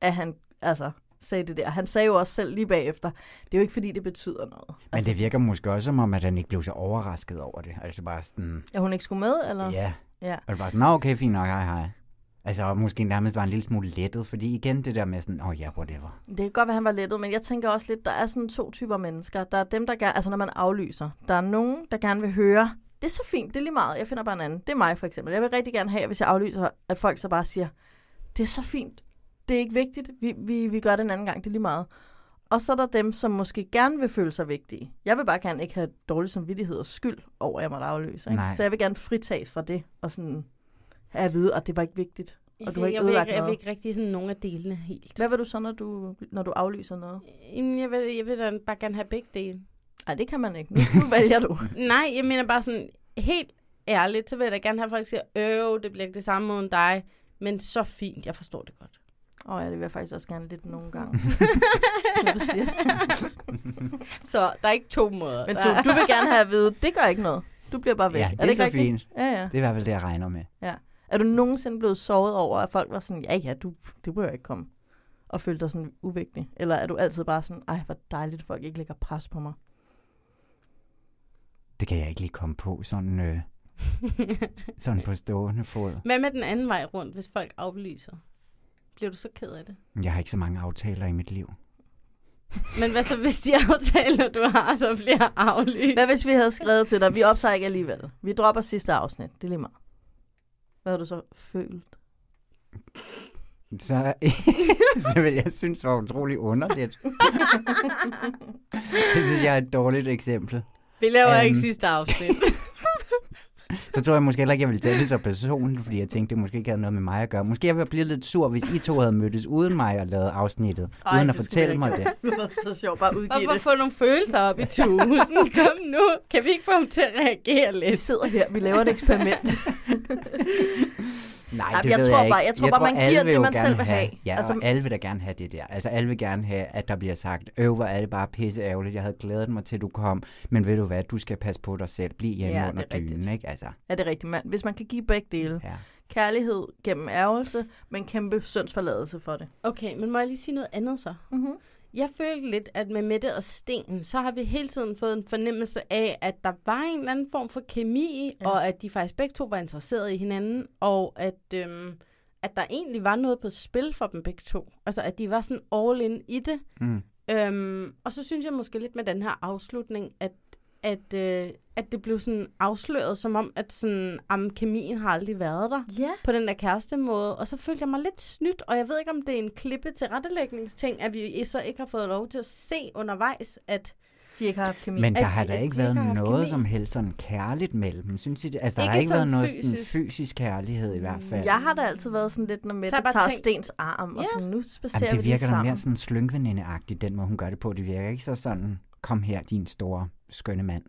Speaker 13: At han, altså, sagde det der. Han sagde jo også selv lige bagefter, det er jo ikke, fordi det betyder noget. Altså,
Speaker 12: Men det virker måske også som om, at han ikke blev så overrasket over det. Altså bare sådan,
Speaker 13: At hun ikke skulle med, eller?
Speaker 12: ja.
Speaker 13: Ja.
Speaker 12: Og det var sådan, nå okay, fint nok, hej hej. Altså og måske nærmest var en lille smule lettet, fordi igen det der med sådan, åh oh, ja, yeah, whatever.
Speaker 13: Det kan godt være, han var lettet, men jeg tænker også lidt, der er sådan to typer mennesker. Der er dem, der gerne, altså når man aflyser, der er nogen, der gerne vil høre, det er så fint, det er lige meget, jeg finder bare en anden. Det er mig for eksempel. Jeg vil rigtig gerne have, hvis jeg aflyser, at folk så bare siger, det er så fint, det er ikke vigtigt, vi, vi, vi gør det en anden gang, det er lige meget. Og så er der dem, som måske gerne vil føle sig vigtige. Jeg vil bare gerne ikke have dårlig samvittighed og skyld over, at jeg måtte afløse. Ikke?
Speaker 1: Nej.
Speaker 13: Så jeg vil gerne fritages fra det, og sådan have at vide, at det var ikke vigtigt. Og du har ikke
Speaker 1: jeg, vil
Speaker 13: ødelagt
Speaker 1: ikke, jeg vil
Speaker 13: noget.
Speaker 1: ikke rigtig sådan nogen af delene helt.
Speaker 13: Hvad vil du så, når du, når du aflyser noget?
Speaker 1: Jamen, jeg vil, jeg vil da bare gerne have begge dele.
Speaker 13: Nej, det kan man ikke. Nu,
Speaker 12: [laughs]
Speaker 13: nu vælger du.
Speaker 1: [laughs] Nej, jeg mener bare sådan, helt ærligt, [laughs] så vil jeg da gerne have folk siger, øh, det bliver ikke det samme uden dig, men så fint, jeg forstår det godt.
Speaker 13: Og ja, det vil jeg faktisk også gerne lidt nogle gange. når du siger det.
Speaker 1: [laughs] Så der er ikke to måder.
Speaker 13: Men
Speaker 1: Der
Speaker 13: to,
Speaker 1: er-
Speaker 13: du vil gerne have at vide, det gør ikke noget. Du bliver bare væk.
Speaker 12: Ja,
Speaker 13: er
Speaker 12: det
Speaker 13: det,
Speaker 12: er, det er
Speaker 13: ikke
Speaker 12: så
Speaker 13: rigtigt?
Speaker 12: fint.
Speaker 13: Ja, ja.
Speaker 12: Det er i hvert fald det, jeg regner med.
Speaker 13: ja. Er du nogensinde blevet såret over, at folk var sådan, ja, ja, du, det behøver ikke komme, og følte dig sådan uvigtig? Eller er du altid bare sådan, ej, hvor dejligt, at folk ikke lægger pres på mig?
Speaker 12: Det kan jeg ikke lige komme på sådan, øh,
Speaker 1: [laughs]
Speaker 12: sådan på stående fod.
Speaker 1: Hvad med den anden vej rundt, hvis folk aflyser? Bliver du så ked af det?
Speaker 12: Jeg har ikke så mange aftaler i mit liv.
Speaker 1: Men hvad så, hvis de [laughs] aftaler, du har, så bliver aflyst?
Speaker 13: Hvad hvis vi havde skrevet til dig, vi optager ikke alligevel. Vi dropper sidste afsnit, det er lige meget. Hvad har du så følt?
Speaker 12: Så, [laughs] så vil jeg synes, det var utrolig underligt. [laughs] Det synes jeg er et dårligt eksempel.
Speaker 1: Vi laver
Speaker 12: Øhm,
Speaker 1: ikke sidste
Speaker 13: [laughs]
Speaker 1: afsnit.
Speaker 12: Så tror jeg måske heller ikke, jeg ville tage det så personligt, fordi jeg tænkte, det måske ikke havde noget med mig at gøre. Måske jeg ville blive lidt sur, hvis I to havde mødtes uden mig og lavet afsnittet, Ej, uden at fortælle mig det.
Speaker 13: Det var så sjovt, bare udgive
Speaker 1: Hvorfor
Speaker 13: det.
Speaker 1: få nogle følelser op i
Speaker 13: [laughs]
Speaker 1: tusen? Kom nu. Kan vi ikke få dem til at reagere lidt? Vi
Speaker 13: sidder her, vi laver et eksperiment.
Speaker 12: Nej,
Speaker 13: Ej,
Speaker 12: det
Speaker 13: jeg
Speaker 12: ved
Speaker 13: tror
Speaker 12: jeg ikke.
Speaker 13: bare- jeg tror bare, man
Speaker 12: alle
Speaker 13: giver det,
Speaker 12: jo
Speaker 13: man
Speaker 12: gerne
Speaker 13: selv vil have.
Speaker 12: Ja,
Speaker 13: Altså-
Speaker 12: altså, og alle vil da gerne have det der. Altså, alle vil gerne have, at der bliver sagt, øv, hvor er det bare pisse ærgerligt. Jeg havde glædet mig til, du kom. Men ved du hvad, du skal passe på dig selv. Bliv hjemme
Speaker 13: Ja, det
Speaker 12: ja,
Speaker 13: er
Speaker 12: under dynen, ikke? Altså,
Speaker 13: Ja, det er rigtigt, mand. Hvis man kan give begge dele.
Speaker 12: Ja.
Speaker 13: Kærlighed gennem ærgelse, men kæmpe syndsforladelse for det.
Speaker 1: Okay, men må jeg lige sige noget andet så?
Speaker 13: Mm-hmm.
Speaker 1: Jeg følte lidt, at med Mette og Sten, så har vi hele tiden fået en fornemmelse af, at der var en eller anden form for kemi, ja. og at de faktisk begge to var interesserede i hinanden, og at, øhm, at der egentlig var noget på spil for dem begge to. Altså, at de var sådan all in i det.
Speaker 12: Mm.
Speaker 1: Øhm, og så synes jeg måske lidt med den her afslutning, at, at, øh, at det blev sådan afsløret, som om, at sådan, am, kemien har aldrig været der
Speaker 13: ja.
Speaker 1: på den der kæreste måde. Og så følte jeg mig lidt snydt, og jeg ved ikke, om det er en klippe til rettelægningsting, at vi så ikke har fået lov til at se undervejs, at
Speaker 13: de ikke har haft kemi.
Speaker 12: men der har da ikke været
Speaker 1: haft
Speaker 12: noget
Speaker 1: kemi.
Speaker 12: som helst sådan kærligt mellem dem, synes I det? Altså, der
Speaker 1: Ikke
Speaker 12: har ikke været
Speaker 1: sådan
Speaker 12: noget sådan
Speaker 1: fysisk.
Speaker 12: fysisk kærlighed i hvert fald.
Speaker 13: Jeg har da altid været sådan lidt, når Mette
Speaker 1: har jeg bare
Speaker 13: tager
Speaker 1: tænkt-
Speaker 13: Stens arm, og
Speaker 1: Ja.
Speaker 13: sådan, nu spacerer
Speaker 12: Jamen, det
Speaker 13: vi lige
Speaker 12: virker da mere
Speaker 13: sammen.
Speaker 12: sådan slyngveninde-agtigt, den måde, hun gør det på. Det virker ikke så sådan, kom her, din store, skønne mand.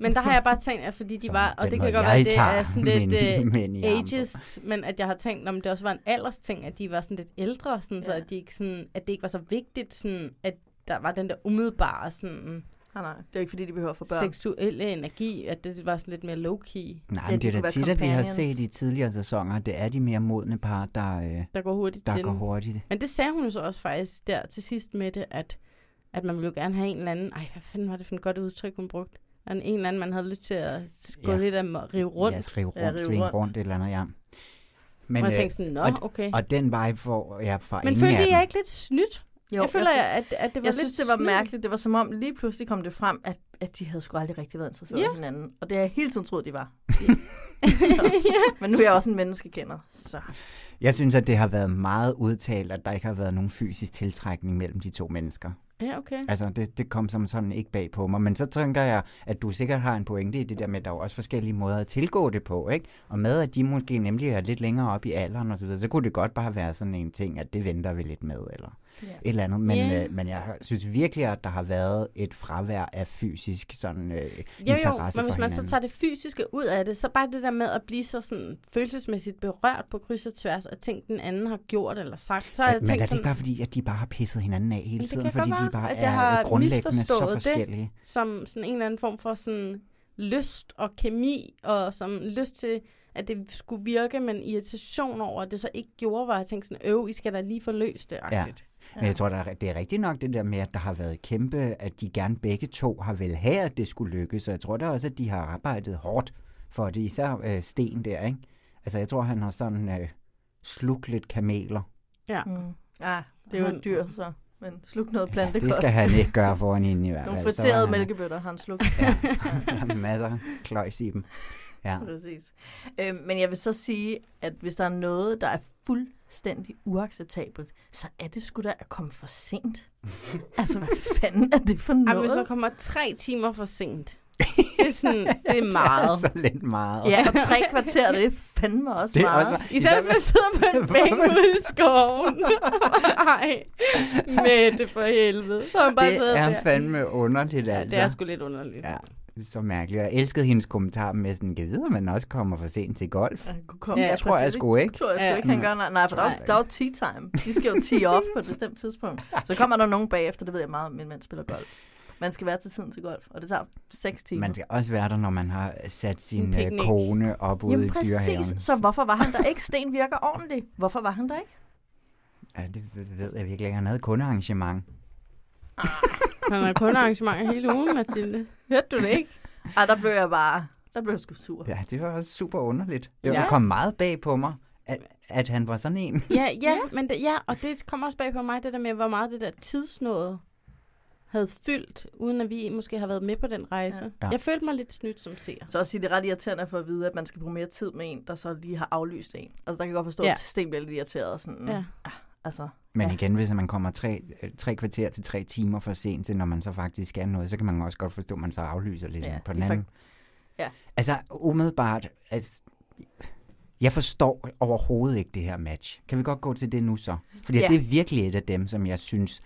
Speaker 1: Men der har jeg bare tænkt, at fordi
Speaker 12: [laughs]
Speaker 1: de var, og
Speaker 12: den
Speaker 1: det
Speaker 12: måde,
Speaker 1: kan godt
Speaker 12: jeg
Speaker 1: være, det
Speaker 12: tager
Speaker 1: er
Speaker 12: [laughs]
Speaker 1: sådan lidt
Speaker 12: mine mænd i
Speaker 1: øh,
Speaker 12: armen på.
Speaker 1: ageist, men at jeg har tænkt, om det også var en alders ting, at de var sådan lidt ældre, sådan, så at, de ikke sådan, at det ikke var så vigtigt, sådan, at der var den der umiddelbare sådan,
Speaker 13: Nej, nej, det er ikke fordi, de behøver at få børn.
Speaker 1: seksuelle energi, at det var sådan lidt mere low-key.
Speaker 12: Nej, men det er da tit, at vi har set i tidligere sæsoner, det er de mere modne par, der, øh,
Speaker 1: Der går hurtigt
Speaker 12: der
Speaker 1: til
Speaker 12: går
Speaker 1: den.
Speaker 12: hurtigt.
Speaker 1: Men det sagde hun jo så også faktisk der til sidst med det, at, at man ville jo gerne have en eller anden... Ej, hvad fanden var det for et godt udtryk, hun brugte? En, en eller anden, man havde lyst til at s- gå
Speaker 12: Ja.
Speaker 1: ja. lidt af rive rundt.
Speaker 12: Ja, rive rundt, ja, svinge rundt. rundt, et eller andet, ja. Men, øh,
Speaker 1: Og jeg tænkte sådan, "Nå,
Speaker 12: og,
Speaker 1: okay."
Speaker 12: Og den vibe får jeg fra
Speaker 1: Men
Speaker 12: ingen af
Speaker 1: følte
Speaker 12: dem.
Speaker 1: jeg ikke lidt snydt?
Speaker 13: Jo,
Speaker 1: jeg føler,
Speaker 13: jeg
Speaker 1: jeg at, at det var
Speaker 13: jeg
Speaker 1: lidt
Speaker 13: synes, det var
Speaker 1: snydt. [laughs]
Speaker 13: mærkeligt. Det var som om, lige pludselig kom det frem, at, at de havde sgu aldrig rigtig været interesseret
Speaker 1: Ja.
Speaker 13: i hinanden. Og det har jeg hele tiden troet, de var. så. Men nu er jeg også en menneskekender, så...
Speaker 12: Jeg synes, at det har været meget udtalt, at der ikke har været nogen fysisk tiltrækning mellem de to mennesker.
Speaker 1: Ja, okay.
Speaker 12: Altså, det, det kom som sådan ikke bag på mig. Men så tænker jeg, at du sikkert har en pointe i det der med, at der er jo også forskellige måder at tilgå det på, ikke? Og med, at de måske nemlig er lidt længere op i alderen og så videre, så kunne det godt bare være sådan en ting, at det venter vi lidt med, eller
Speaker 13: Ja.
Speaker 12: et eller andet. Men,
Speaker 1: Ja.
Speaker 12: øh, men jeg synes virkelig, at der har været et fravær af fysisk sådan øh,
Speaker 1: Jo,
Speaker 12: interesse
Speaker 1: jo, men
Speaker 12: for
Speaker 1: hvis man så
Speaker 12: hinanden.
Speaker 1: tager det fysiske ud af det, så bare det der med at blive så sådan følelsesmæssigt berørt på kryds og tværs af ting, den anden har gjort eller sagt, så har jeg
Speaker 12: men er
Speaker 1: tænkt
Speaker 12: det ikke
Speaker 1: sådan,
Speaker 12: bare fordi, at de bare har pisset hinanden af hele
Speaker 1: det
Speaker 12: tiden,
Speaker 1: kan
Speaker 12: fordi
Speaker 1: godt
Speaker 12: de
Speaker 1: være,
Speaker 12: bare
Speaker 1: at
Speaker 12: er
Speaker 1: jeg har
Speaker 12: grundlæggende så
Speaker 1: misforstået det.
Speaker 12: forskellige?
Speaker 1: som sådan en eller anden form for sådan lyst og kemi, og som lyst til, at det skulle virke, men irritation over, at det så ikke gjorde, var jeg tænkte sådan, øv, I skal da lige få løst det.
Speaker 12: Ja.
Speaker 1: agtigt.
Speaker 12: Men jeg tror, der er, det er rigtigt nok det der med, at der har været kæmpe, at de gerne begge to har vel have, at det skulle lykkes. Og jeg tror da også, at de har arbejdet hårdt for det, især øh, Sten der, ikke? Altså jeg tror, han har sådan øh, slugt lidt kameler.
Speaker 1: Ja.
Speaker 13: Mm. Ah, det er jo et dyr, så. Men sluk noget plantekost.
Speaker 12: Det skal han ikke gøre foran hende i hvert fald.
Speaker 13: [laughs] Nogle
Speaker 12: Så er
Speaker 13: friterede
Speaker 12: han-
Speaker 13: mælkebøtter har han slugt.
Speaker 12: Ja, der er masser af kløjs i dem.
Speaker 13: [laughs]
Speaker 12: Ja.
Speaker 13: Præcis. Øhm, men jeg vil så sige, at hvis der er noget, der er fuldstændig uacceptabelt, så er det sgu da at komme for sent. altså, hvad
Speaker 12: [laughs]
Speaker 13: fanden er det for
Speaker 1: Ej, men hvis man
Speaker 13: noget?
Speaker 1: kommer tre timer for
Speaker 12: [laughs]
Speaker 1: sent, det er, sådan, det er meget.
Speaker 12: Det er altså lidt meget.
Speaker 13: Ja, og tre kvarter, det er fandme også
Speaker 12: Det er
Speaker 13: meget.
Speaker 12: også meget.
Speaker 1: Især hvis man sidder på
Speaker 12: [laughs]
Speaker 1: en bænk ude i skoven. Ej, Mette for helvede. Så har man bare
Speaker 12: det
Speaker 1: siddet
Speaker 12: er
Speaker 1: der.
Speaker 12: fandme underligt, altså.
Speaker 1: Ja, det er sgu lidt underligt.
Speaker 12: Ja. så mærkeligt. Jeg elskede hendes kommentar med sådan, kan vide, om man også kommer for sent til golf.
Speaker 13: kunne komme.
Speaker 12: jeg tror jeg sgu ikke.
Speaker 13: Det tror jeg sgu ikke, han gør. Nej, nej for der er, jo- der er jo tea time. De skal jo tea off på et bestemt tidspunkt. Så
Speaker 12: [laughs]
Speaker 13: kommer der nogen bagefter, det ved jeg meget om, min mand spiller golf. Man skal være til tiden til golf, og det tager 6 timer.
Speaker 12: Man skal også være der, når man har sat sin øh,
Speaker 13: picnic.
Speaker 12: kone op ude i
Speaker 13: Jamen præcis,
Speaker 12: dyrehaven.
Speaker 13: så hvorfor var han der ikke? Sten virker ordentligt. Hvorfor var han der ikke?
Speaker 12: Ja, det ved- ved jeg virkelig ikke. Han havde kundearrangement. [laughs]
Speaker 1: Han har kun arrangementer hele ugen, Mathilde. Hørte du det ikke?
Speaker 13: Ej, der blev jeg bare... Der blev jeg sgu sur.
Speaker 12: Ja, det var også super underligt.
Speaker 1: Ja.
Speaker 12: Ja. Det kom meget bag på mig, at, at han var sådan en.
Speaker 1: Ja, ja, men det, ja, og det kommer også bag på mig, det der med, hvor meget det der tidsnåde havde fyldt, uden at vi måske har været med på den rejse. Ja.
Speaker 13: Ja.
Speaker 1: Jeg følte mig lidt snydt som seer.
Speaker 13: Så også sige, det er ret irriterende at få at vide, at man skal bruge mere tid med en, der så lige har aflyst en. Altså, der kan jeg godt forstå,
Speaker 1: Ja.
Speaker 13: ja. at Sten bliver lidt irriteret. Og sådan,
Speaker 1: Ja.
Speaker 13: ja. Altså,
Speaker 12: Men igen, hvis man kommer tre, øh, tre kvarter til tre timer for sent til, når man så faktisk skal noget, så kan man også godt forstå, at man så aflyser lidt
Speaker 13: Ja,
Speaker 12: ja, på
Speaker 13: det
Speaker 12: den
Speaker 13: er
Speaker 12: anden.
Speaker 13: ja.
Speaker 12: Altså umiddelbart, altså, jeg forstår overhovedet ikke det her match. Kan vi godt gå til det nu så? Fordi
Speaker 14: Ja.
Speaker 12: ja. det er virkelig et af dem, som jeg synes,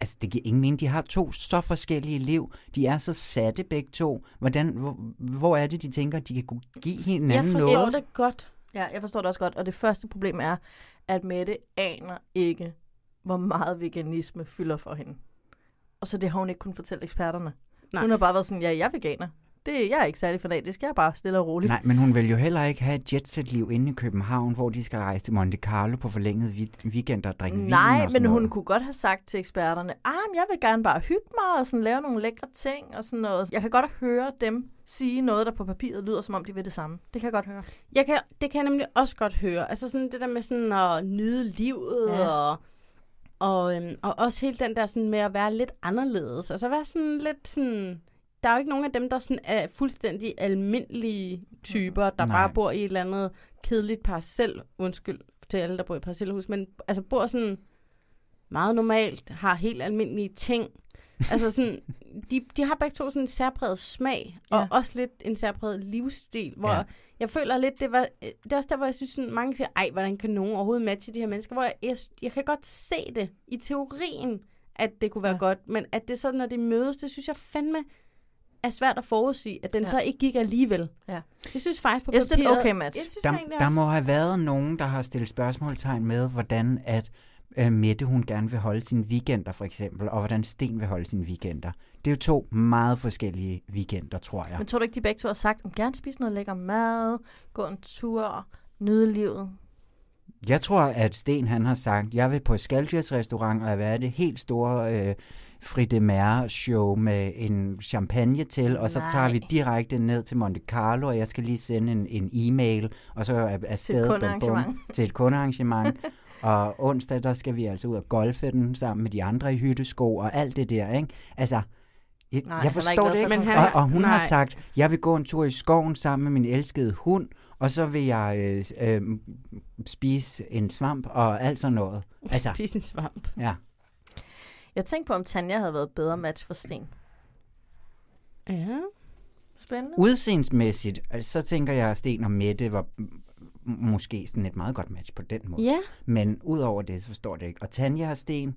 Speaker 12: altså det giver ingen mening. De har to så forskellige liv. De er så satte begge to. Hvordan, hvor, hvor er det, de tænker, de kan kunne give hinanden noget?
Speaker 1: det godt.
Speaker 13: Ja, jeg forstår det også godt. Og det første problem er, at Mette aner ikke, hvor meget veganisme fylder for hende. Og så det har hun ikke kunnet fortælle eksperterne.
Speaker 1: Nej.
Speaker 13: Nej. Hun har bare været sådan, ja, jeg er veganer. Det, jeg er ikke særlig fanatisk, jeg er bare stille og rolig.
Speaker 12: Nej, men hun vil jo heller ikke have et jetset-liv inde i København, hvor de skal rejse til Monte Carlo på forlænget vi- weekend og drikke vin og
Speaker 13: Nej,
Speaker 12: sådan
Speaker 13: men
Speaker 12: noget.
Speaker 13: hun kunne godt have sagt til eksperterne, ah, men jeg vil gerne bare hygge mig og sådan lave nogle lækre ting og sådan noget. Jeg kan godt høre dem sige noget, der på papiret lyder, som om de vil det samme. Det kan jeg godt høre.
Speaker 1: Jeg kan, det kan jeg nemlig også godt høre. Altså sådan det der med sådan at nyde livet ja.
Speaker 13: Ja.
Speaker 1: og... Og, øhm, og også hele den der sådan med at være lidt anderledes. Altså være sådan lidt sådan... Der er jo ikke nogen af dem, der sådan er fuldstændig almindelige typer, der Nej.
Speaker 13: Nej.
Speaker 1: bare bor i et eller andet kedeligt parcel. Undskyld til alle, der bor i parcelhus. Men altså bor sådan meget normalt, har helt almindelige ting. Altså sådan, de, de har begge to sådan en særpræget smag, og ja. også lidt en særpræget livsstil, hvor ja.
Speaker 13: Ja.
Speaker 1: jeg føler lidt, det var, øh, det er også der, hvor jeg synes, sådan, mange siger, ej, hvordan kan nogen overhovedet matche de her mennesker, hvor jeg, jeg, jeg kan godt se det i teorien, at det kunne være ja. godt, men at det så, når de mødes, det synes jeg fandme er svært at forudsige, at den ja.
Speaker 13: Ja.
Speaker 1: så ikke gik alligevel.
Speaker 13: Ja.
Speaker 1: Jeg synes faktisk på
Speaker 13: Jeg synes, det er et
Speaker 1: papiret-
Speaker 13: okay match.
Speaker 1: Jeg synes,
Speaker 12: Der,
Speaker 1: egentlig
Speaker 12: der
Speaker 1: også-
Speaker 12: må have været nogen, der har stillet spørgsmålstegn med, hvordan at øh, Mette hun gerne vil holde sine weekender for eksempel, og hvordan Sten vil holde sine weekender. Det er jo to meget forskellige weekender, tror jeg.
Speaker 13: Men tror du ikke, de begge to har sagt, at gerne spise noget lækker mad, gå en tur, nyde livet?
Speaker 12: Jeg tror, at Sten han har sagt, jeg vil på Skaldyrs restaurant, og jeg vil have det helt store øh, Fridemare show med en champagne til, og så
Speaker 13: Nej.
Speaker 12: tager vi direkte ned til Monte Carlo, og jeg skal lige sende en, en e-mail, og så er afsted bum, bum,
Speaker 13: kundearrangement.
Speaker 12: til et
Speaker 13: [laughs]
Speaker 12: kundearrangement. og onsdag, der skal vi altså ud og golfe den sammen med de andre i hyttesko og alt det der, ikke? Altså, jeg,
Speaker 13: Nej, han har
Speaker 12: nej, jeg
Speaker 13: ikke
Speaker 12: forstår
Speaker 13: været
Speaker 12: det
Speaker 13: så
Speaker 12: ikke.
Speaker 13: konkret.
Speaker 12: Og, og hun nej. har
Speaker 13: Nej.
Speaker 12: sagt, jeg vil gå en tur i skoven sammen med min elskede hund, og så vil jeg øh, øh, spise en svamp og alt sådan noget. Altså,
Speaker 1: Spise en svamp.
Speaker 12: Ja.
Speaker 13: Jeg tænkte på, om Tanja havde været et bedre match for Sten.
Speaker 1: Ja.
Speaker 13: Spændende.
Speaker 12: Udseendsmæssigt, øh, så tænker jeg, at Sten og Mette var m- måske sådan et meget godt match på den måde.
Speaker 1: Ja.
Speaker 12: Men udover det, så forstår jeg det ikke. Og Tanja og Sten,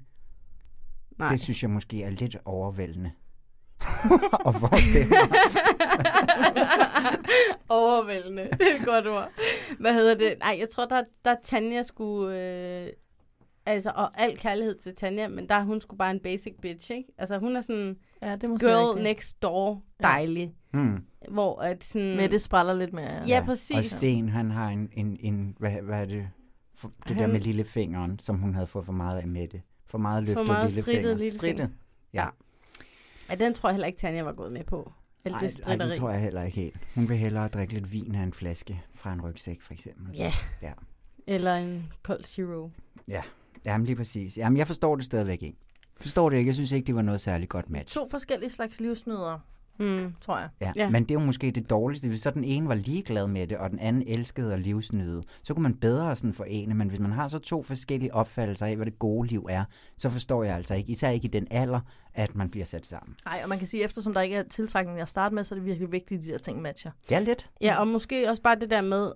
Speaker 1: Nej.
Speaker 12: det synes jeg måske er lidt overvældende. [laughs] og hvor det
Speaker 1: [laughs] Overvældende. Det er et godt ord. Hvad hedder det? Nej, jeg tror, der, der Tanja skulle... Øh, altså, og al kærlighed til Tanja, men der er hun skulle bare en basic bitch, ikke? Altså, hun er sådan...
Speaker 13: Ja, det er måske
Speaker 1: girl
Speaker 13: rigtigt.
Speaker 1: next door dejlig.
Speaker 12: Ja. Mm.
Speaker 1: Hvor at sådan...
Speaker 13: Mette spræller lidt mere.
Speaker 1: Ja,
Speaker 13: Mm. Ja,
Speaker 1: ja præcis.
Speaker 12: Og Sten, han har en, en, en hvad, hvad er det, for, det der
Speaker 1: Han-
Speaker 12: med lillefingeren, som hun havde fået for meget af Mette. For meget løftet
Speaker 1: For meget
Speaker 12: lillefinger.
Speaker 1: strittet lille
Speaker 12: Strittet. Ja.
Speaker 1: Ja, den tror jeg heller ikke, Tanja var gået med på. Eller det
Speaker 12: Ej,
Speaker 1: stritteri.
Speaker 12: det tror jeg heller ikke helt. Hun vil hellere drikke lidt vin af en flaske fra en rygsæk, for eksempel.
Speaker 1: Ja.
Speaker 12: Ja.
Speaker 1: Eller en cold zero.
Speaker 12: Ja, Jamen, lige præcis. Jamen, jeg forstår det stadigvæk ikke. Forstår det ikke. Jeg synes ikke, det var noget særligt godt match.
Speaker 13: To forskellige slags livsnydere,
Speaker 1: mm.
Speaker 13: tror jeg.
Speaker 12: Ja. ja, men det er jo måske det dårligste. Hvis så den ene var ligeglad med det, og den anden elskede og livsnyde, så kunne man bedre sådan forene. Men hvis man har så to forskellige opfattelser af, hvad det gode liv er, så forstår jeg altså ikke, især ikke i den alder, at man bliver sat sammen.
Speaker 13: Nej, og man kan sige, at eftersom der ikke er tiltrækning at starte med, så er det virkelig vigtigt, at de der ting matcher.
Speaker 12: Det er lidt.
Speaker 1: Ja, og måske også bare det der med,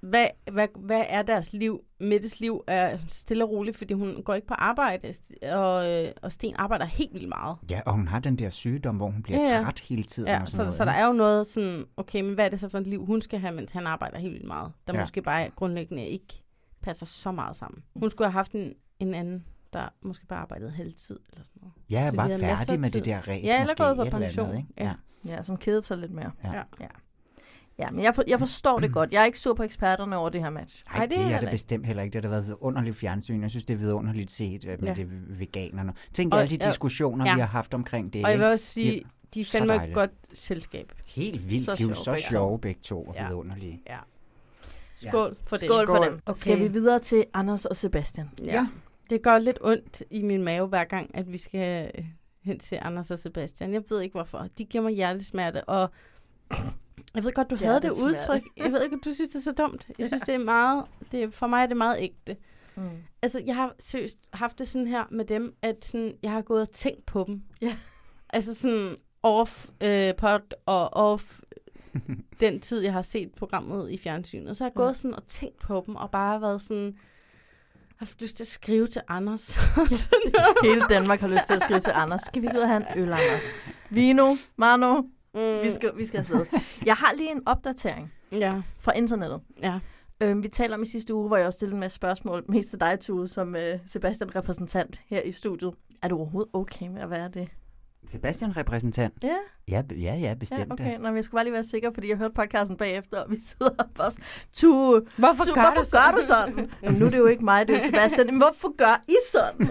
Speaker 1: hvad, hvad, hvad er deres liv? Mettes liv er stille og roligt, fordi hun går ikke på arbejde, og, øh, og Sten arbejder helt vildt meget.
Speaker 12: Ja, og hun har den der sygdom, hvor hun bliver træt hele tiden.
Speaker 1: Ja,
Speaker 12: og sådan
Speaker 1: så,
Speaker 12: noget,
Speaker 1: så der
Speaker 12: ikke?
Speaker 1: er jo noget sådan, okay, men hvad er det så for et liv, hun skal have, mens han arbejder helt vildt meget? Der
Speaker 12: Ja.
Speaker 1: ja. måske bare grundlæggende ikke passer så meget sammen. Hun skulle have haft en, en anden, der måske bare arbejdede halv tid eller sådan noget.
Speaker 12: Ja,
Speaker 1: Fordi
Speaker 12: var
Speaker 1: de havde masser
Speaker 12: færdig
Speaker 1: af
Speaker 12: med
Speaker 1: tid.
Speaker 12: det der ræs
Speaker 1: Ja, eller
Speaker 12: måske,
Speaker 1: gået på
Speaker 12: et eller andet,
Speaker 1: pension.
Speaker 12: ikke?
Speaker 1: Ja.
Speaker 13: Ja, som keder sig lidt mere.
Speaker 12: Ja.
Speaker 13: ja. ja men jeg, for, jeg forstår det godt. Jeg er ikke sur på eksperterne over det her match.
Speaker 12: Nej, det, det
Speaker 13: jeg
Speaker 12: er
Speaker 13: da
Speaker 12: det bestemt heller ikke. Det har da været vidunderligt fjernsyn. Jeg synes, det er vidunderligt set øh, med ja.
Speaker 1: Ja.
Speaker 12: det veganerne. Tænk
Speaker 1: Og-
Speaker 12: alle de
Speaker 1: ja.
Speaker 12: diskussioner, ja. vi har haft omkring det.
Speaker 1: Og jeg vil
Speaker 12: ikke?
Speaker 1: også sige, de er
Speaker 12: så
Speaker 1: fandme et
Speaker 12: dejlige.
Speaker 1: godt selskab.
Speaker 12: Helt vildt.
Speaker 1: Så
Speaker 12: de er
Speaker 1: sjove
Speaker 12: jo så
Speaker 1: begge to.
Speaker 12: sjove begge to og
Speaker 1: Ja.
Speaker 12: vidunderlige.
Speaker 1: Ja. Skål for det.
Speaker 13: Skål for dem.
Speaker 1: Okay.
Speaker 13: Skal vi videre til Anders og Sebastian?
Speaker 1: Ja. ja. Det gør lidt ondt i min mave hver gang, at vi skal øh, hen til Anders og Sebastian. Jeg ved ikke hvorfor. De giver mig hjertesmerte, og jeg ved godt, du havde det
Speaker 13: Hjertesmerte.
Speaker 1: udtryk. Jeg ved ikke, du synes, det er så dumt. Jeg synes, det er meget, det er, for mig er det meget ægte.
Speaker 13: Mm.
Speaker 1: Altså, jeg har seriøst haft det sådan her med dem, at sådan, jeg har gået og tænkt på dem.
Speaker 13: Ja.
Speaker 1: Altså sådan off øh, pot og
Speaker 13: [laughs]
Speaker 1: off den tid, jeg har set programmet i fjernsynet. Så har jeg gået sådan og tænkt på dem, og bare været sådan, haft lyst til at skrive til Anders.
Speaker 13: [laughs]
Speaker 1: [laughs]
Speaker 13: Hele Danmark har lyst til at skrive til Anders. Skal vi ikke ud og have en øl, Anders? Vino, Mano, mm. vi, skal, vi skal afsted. Jeg har lige en opdatering
Speaker 1: ja.
Speaker 13: fra internettet.
Speaker 1: Ja.
Speaker 13: Øhm, vi taler om i sidste uge, hvor jeg også stillede en masse spørgsmål, mest til dig, Tue, som øh, Sebastian repræsentant her i studiet. Er du overhovedet okay med at være det?
Speaker 12: Sebastian repræsentant.
Speaker 13: Ja.
Speaker 12: Ja, be- ja, ja bestemt.
Speaker 13: ja,
Speaker 12: da.
Speaker 13: okay. Nå, men jeg skulle bare lige være sikker, fordi jeg hørte podcasten bagefter, og vi sidder og bare Tue,
Speaker 1: hvorfor,
Speaker 13: Tue,
Speaker 1: gør
Speaker 13: hvorfor
Speaker 1: du
Speaker 13: gør du
Speaker 1: sådan?"
Speaker 13: sådan? Jamen, nu er det jo ikke mig,
Speaker 1: [laughs]
Speaker 13: det er jo Sebastian. Men hvorfor gør I sådan?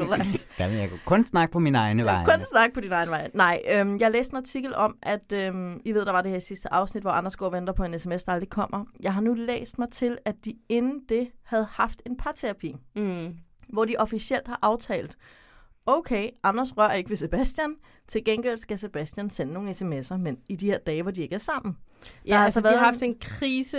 Speaker 13: Relax.
Speaker 12: Altså, Der vil jeg kunne kun snakke på mine egne veje.
Speaker 13: Kun snakke på din egen vej. Nej, øhm, jeg læste en artikel om, at øhm, I ved, der var det her i sidste afsnit, hvor Anders går og venter på en sms, der aldrig kommer. Jeg har nu læst mig til, at de inden det havde haft en parterapi,
Speaker 1: mm.
Speaker 13: hvor de officielt har aftalt, okay, Anders rører ikke ved Sebastian, til gengæld skal Sebastian sende nogle sms'er, men i de her dage, hvor de ikke er sammen.
Speaker 1: Ja, altså, de har haft en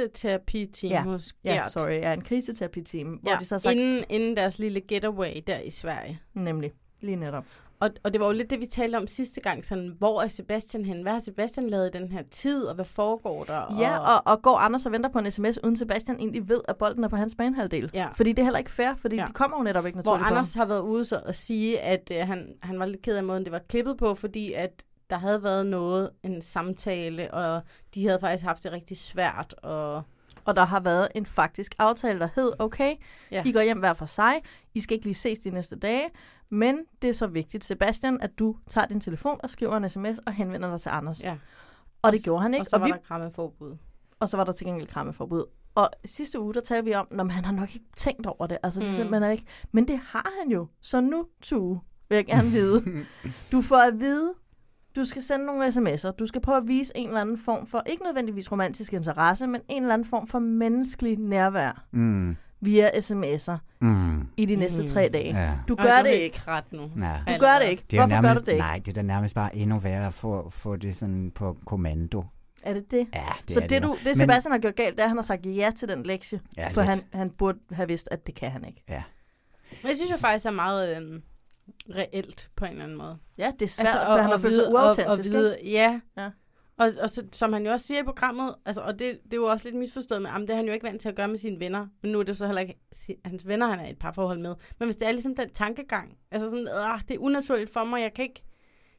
Speaker 1: kriseterapi-team
Speaker 13: ja,
Speaker 1: hos
Speaker 13: ja,
Speaker 1: Gert.
Speaker 13: sorry, ja, en kriseterapi-team, hvor
Speaker 1: ja,
Speaker 13: de så har sagt,
Speaker 1: inden, inden deres lille getaway der i Sverige.
Speaker 13: Nemlig, lige netop.
Speaker 1: Og, og det var jo lidt det, vi talte om sidste gang, sådan, hvor er Sebastian hen? Hvad har Sebastian lavet i den her tid, og hvad foregår der?
Speaker 13: Ja, og, og går Anders og venter på en sms, uden Sebastian egentlig ved, at bolden er på hans banehalvdel.
Speaker 1: Ja.
Speaker 13: Fordi det er heller ikke fair, fordi
Speaker 1: Ja.
Speaker 13: ja. de kommer jo netop ikke
Speaker 1: hvor
Speaker 13: naturligt
Speaker 1: Anders
Speaker 13: på.
Speaker 1: har været ude så og sige, at øh, han, han var lidt ked af måden, det var klippet på, fordi at der havde været noget, en samtale, og de havde faktisk haft det rigtig svært. Og,
Speaker 13: Og der har været en faktisk aftale, der hed, okay,
Speaker 1: Ja.
Speaker 13: ja. I går hjem hver for sig, I skal ikke lige ses de næste dage, men det er så vigtigt, Sebastian, at du tager din telefon og skriver en sms og henvender dig til Anders.
Speaker 1: Ja.
Speaker 13: Og det gjorde han ikke.
Speaker 1: og så var
Speaker 13: vi,
Speaker 1: der krammeforbud.
Speaker 13: og så var der til gengæld krammeforbud. Og sidste uge, der talte vi om, at han har nok ikke tænkt over det. Altså, det
Speaker 1: Mm.
Speaker 13: mm. simpelthen er ikke. Men det har han jo. Så nu, Tue, vil jeg gerne vide. Du får at vide, du skal sende nogle sms'er. Du skal prøve at vise en eller anden form for, ikke nødvendigvis romantisk interesse, men en eller anden form for menneskelig nærvær
Speaker 12: Mm.
Speaker 13: via sms'er
Speaker 12: Mm.
Speaker 13: i de næste
Speaker 1: Mm.
Speaker 13: tre dage.
Speaker 12: Ja.
Speaker 13: Du
Speaker 1: Ej,
Speaker 13: gør
Speaker 1: er
Speaker 13: det
Speaker 1: helt
Speaker 13: ikke.
Speaker 1: Træt nu.
Speaker 12: Ja.
Speaker 13: Du gør det ikke.
Speaker 12: Det er jo
Speaker 13: Hvorfor
Speaker 12: nærmest,
Speaker 13: gør du det ikke?
Speaker 12: Nej, det er da nærmest bare endnu værre at få, få det sådan på kommando.
Speaker 13: Er det det?
Speaker 12: Ja, det
Speaker 13: så
Speaker 12: er
Speaker 13: det,
Speaker 12: det
Speaker 13: du,
Speaker 12: jo.
Speaker 13: det Sebastian har gjort galt, det er, at han har sagt ja til den lektie.
Speaker 12: Ja,
Speaker 13: for
Speaker 12: lidt.
Speaker 13: han, han burde have vidst, at det kan han ikke.
Speaker 12: Ja.
Speaker 1: Men jeg synes jo faktisk er meget øh, reelt på en eller anden måde.
Speaker 13: Ja, det er svært, altså, for han har følt sig uautentisk.
Speaker 1: Og, og vide,
Speaker 13: ikke?
Speaker 1: ja.
Speaker 13: Ja.
Speaker 1: Og, og så, som han jo også siger i programmet, altså, og det, det er jo også lidt misforstået med, jamen, det er han jo ikke vant til at gøre med sine venner, men nu er det jo så heller ikke si- hans venner, han er i et parforhold med. Men hvis det er ligesom den tankegang, altså sådan, ah, det er unaturligt for mig, jeg kan ikke,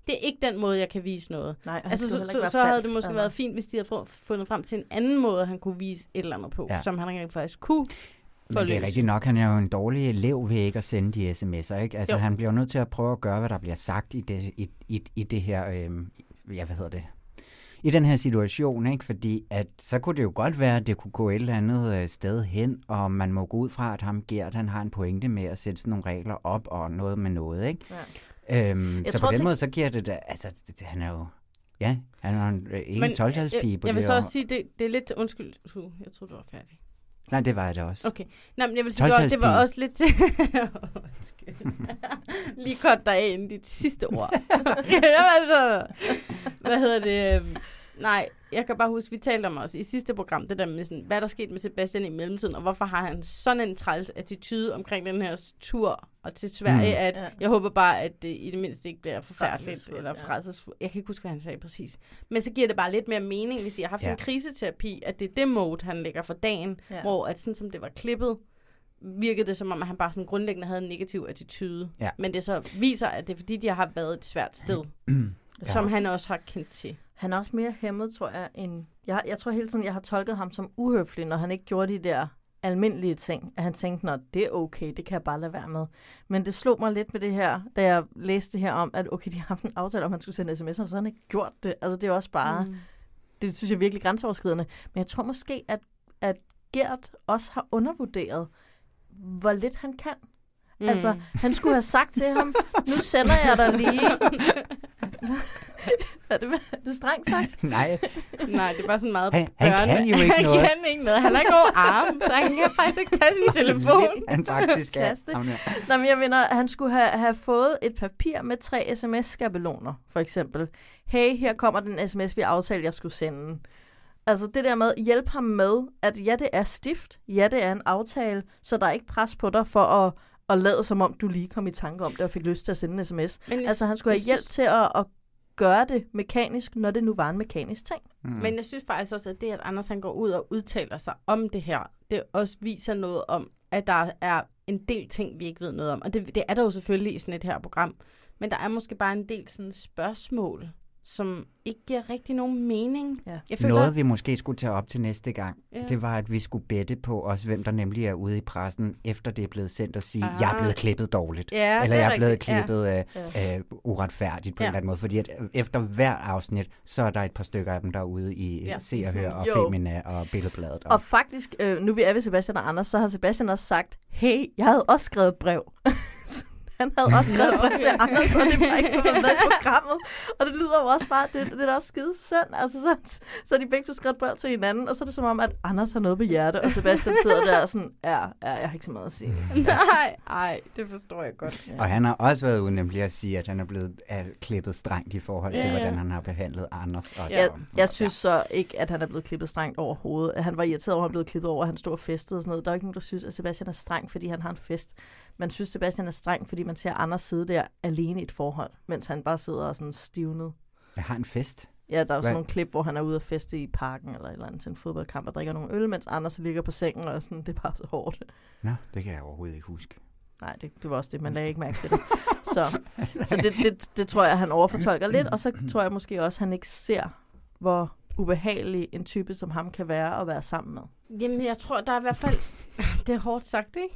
Speaker 1: det er ikke den måde, jeg kan vise noget.
Speaker 13: Nej, og han
Speaker 1: altså,
Speaker 13: skulle
Speaker 1: så,
Speaker 13: heller
Speaker 1: så,
Speaker 13: ikke være
Speaker 1: så havde
Speaker 13: falsk,
Speaker 1: det måske
Speaker 13: eller-
Speaker 1: været fint, hvis de havde få- fundet frem til en anden måde, han kunne vise et eller andet på,
Speaker 12: Ja.
Speaker 1: ja. som han rent faktisk kunne
Speaker 12: Men det er
Speaker 1: forløse.
Speaker 12: rigtigt nok, han er jo en dårlig elev ved ikke at sende de sms'er, ikke? Altså, jo.
Speaker 1: Jo.
Speaker 12: han bliver jo nødt til at prøve at gøre, hvad der bliver sagt i det, i, i, i det her, øhm, ja, hvad hedder det? I den her situation, ikke? Fordi at, så kunne det jo godt være, at det kunne gå et eller andet øh, sted hen, og man må gå ud fra, at ham Gert, han har en pointe med at sætte sådan nogle regler op, og noget med noget, ikke? Ja. Øhm,
Speaker 13: Jeg
Speaker 12: så
Speaker 13: tror,
Speaker 12: på den
Speaker 13: tænk-
Speaker 12: måde, så giver det da, altså, det, det, han er jo, ja, han er jo en, øh, ikke en 12 på
Speaker 1: jeg, jeg,
Speaker 12: det
Speaker 1: jeg vil så
Speaker 12: og-
Speaker 1: også sige, det, det er lidt, undskyld, Sue, jeg tror du var færdig.
Speaker 12: Nej, det var jeg da også.
Speaker 1: Okay. Nå, men jeg vil sige, det var,
Speaker 12: 12-talspige.
Speaker 1: det var også lidt til... [laughs] Undskyld. Lige kort dig ind dit sidste ord. Hvad hedder det? øhm, Nej, jeg kan bare huske, vi talte om også i sidste program, det der med sådan, hvad der skete med Sebastian i mellemtiden, og hvorfor har han sådan en træls attitude omkring den her tur og til Sverige,
Speaker 13: Mm.
Speaker 1: mm. at
Speaker 13: Ja.
Speaker 1: ja. jeg håber bare, at det i det mindste ikke bliver forfærdeligt
Speaker 13: Rædselsfuldt,
Speaker 1: eller
Speaker 13: ja.
Speaker 1: frædselsfuldt. Jeg kan ikke huske, hvad han sagde præcis. Men så giver det bare lidt mere mening, hvis jeg har haft
Speaker 13: Ja.
Speaker 1: ja. en kriseterapi, at det er det mode, han lægger for dagen,
Speaker 13: Ja.
Speaker 1: ja. hvor at sådan som det var klippet, virkede det som om, at han bare sådan grundlæggende havde en negativ attitude.
Speaker 13: Ja.
Speaker 1: Men det så viser, at det er fordi, de har været et svært sted,
Speaker 13: Ja.
Speaker 1: som han også har kendt til.
Speaker 13: Han er også mere hæmmet, tror jeg, end... Jeg, jeg tror hele tiden, jeg har tolket ham som uhøflig, når han ikke gjorde de der almindelige ting. At han tænkte, at det er okay, det kan jeg bare lade være med. Men det slog mig lidt med det her, da jeg læste her om, at okay, de har haft en aftale om, at han skulle sende sms'er, og så har han ikke gjort det. Altså det er også bare... Mm.
Speaker 1: Mm.
Speaker 13: Det synes jeg er virkelig grænseoverskridende. Men jeg tror måske, at, at Gert også har undervurderet, hvor lidt han kan. Mm.
Speaker 1: Mm.
Speaker 13: Altså, han skulle have sagt
Speaker 1: [laughs]
Speaker 13: til ham, nu sender jeg dig lige... [laughs] er, det, er det strengt sagt?
Speaker 12: Nej,
Speaker 1: Nej, det var sådan meget
Speaker 12: Han- han
Speaker 1: børne-
Speaker 12: kan jo ikke
Speaker 1: han
Speaker 12: noget.
Speaker 1: Han kan ikke noget. Han har ikke nogen arme, så han kan faktisk ikke tage
Speaker 12: [laughs]
Speaker 1: sin telefon.
Speaker 12: han faktisk er.
Speaker 13: Fantastisk.
Speaker 12: Ham der.
Speaker 13: Nå, men jeg mener, at han skulle have, have fået et papir med tre sms-skabeloner, for eksempel. Hey, her kommer den sms, vi aftalte, jeg skulle sende. Altså det der med, hjælp ham med, at ja, det er stift, ja, det er en aftale, så der er ikke pres på dig for at, at lade som om, du lige kom i tanke om det og fik lyst til at sende en sms.
Speaker 1: Men jeg-
Speaker 13: altså han skulle have
Speaker 1: jeg
Speaker 13: hjælp
Speaker 1: synes-
Speaker 13: til at, at gøre det mekanisk, når det nu var en mekanisk ting.
Speaker 1: Mm. Men jeg synes faktisk også, at det, at Anders han går ud og udtaler sig om det her, det også viser noget om, at der er en del ting, vi ikke ved noget om. Og det, det er der jo selvfølgelig i sådan et her program. Men der er måske bare en del sådan spørgsmål, som ikke giver rigtig nogen mening.
Speaker 13: Ja.
Speaker 1: Jeg
Speaker 12: Noget, vi måske skulle tage op til næste gang,
Speaker 1: Ja.
Speaker 12: ja. det var, at vi skulle bette på også, hvem der nemlig er ude i pressen, efter det er blevet sendt og sige,
Speaker 1: Ah.
Speaker 12: ah. jeg er blevet klippet dårligt.
Speaker 1: Ja, det er
Speaker 12: eller jeg er blevet
Speaker 1: rigtigt, ja.
Speaker 12: klippet øh,
Speaker 1: Ja.
Speaker 12: øh, uretfærdigt på
Speaker 1: Ja.
Speaker 12: ja. en eller anden måde. Fordi at øh, efter hver afsnit, så er der et par stykker af dem, der er ude i
Speaker 13: Ja,
Speaker 12: ja. Se og
Speaker 13: sådan,
Speaker 12: Hør og
Speaker 13: jo.
Speaker 12: Femina og Billedbladet. Og,
Speaker 13: Og faktisk, øh, nu vi er ved Sebastian og Anders, så har Sebastian også sagt, hey, jeg havde også skrevet et brev. [laughs] Så han havde også skrevet et brev til Anders, og det var ikke kommet med i programmet. Og det lyder jo også bare, det, det er da også skide synd. Altså, så, så har de begge to skrevet et brev til hinanden, og så er det som om, at Anders har noget på hjerte, og Sebastian sidder der og sådan, ja, ja, jeg har ikke så meget at sige.
Speaker 1: Nej, nej, det forstår jeg godt.
Speaker 12: og han har også været ude nemlig at sige, at han er blevet er klippet strengt i forhold til,
Speaker 13: Ja,
Speaker 12: ja,
Speaker 13: ja.
Speaker 12: ja. hvordan han har behandlet Anders. Også.
Speaker 13: Jeg, jeg synes så ikke, at han er blevet klippet strengt overhovedet. At Han var irriteret over, at han blev klippet over, at han stod og festede og sådan noget. Der er ikke nogen, der synes, at Sebastian er streng, fordi han har en fest. Man synes, Sebastian er streng, fordi man ser Anders sidde der alene i et forhold, mens han bare sidder og sådan stivnet.
Speaker 12: Jeg har en fest.
Speaker 13: Ja, der er jo sådan
Speaker 12: Hvad-
Speaker 13: nogle klip, hvor han er ude og feste i parken eller et eller andet til en fodboldkamp og drikker nogle øl, mens Anders ligger på sengen og sådan, det er bare så hårdt.
Speaker 12: Nå, det kan jeg overhovedet ikke huske.
Speaker 13: Nej, det, det var også det. Man lagde ikke mærke til det.
Speaker 12: [laughs]
Speaker 13: Så, så det, det, det tror jeg, han overfortolker lidt, og så tror jeg måske også, at han ikke ser, hvor ubehagelig en type som ham kan være at være sammen med.
Speaker 1: Jamen, jeg tror, der er i hvert fald...
Speaker 12: [laughs]
Speaker 1: Det er hårdt sagt, ikke?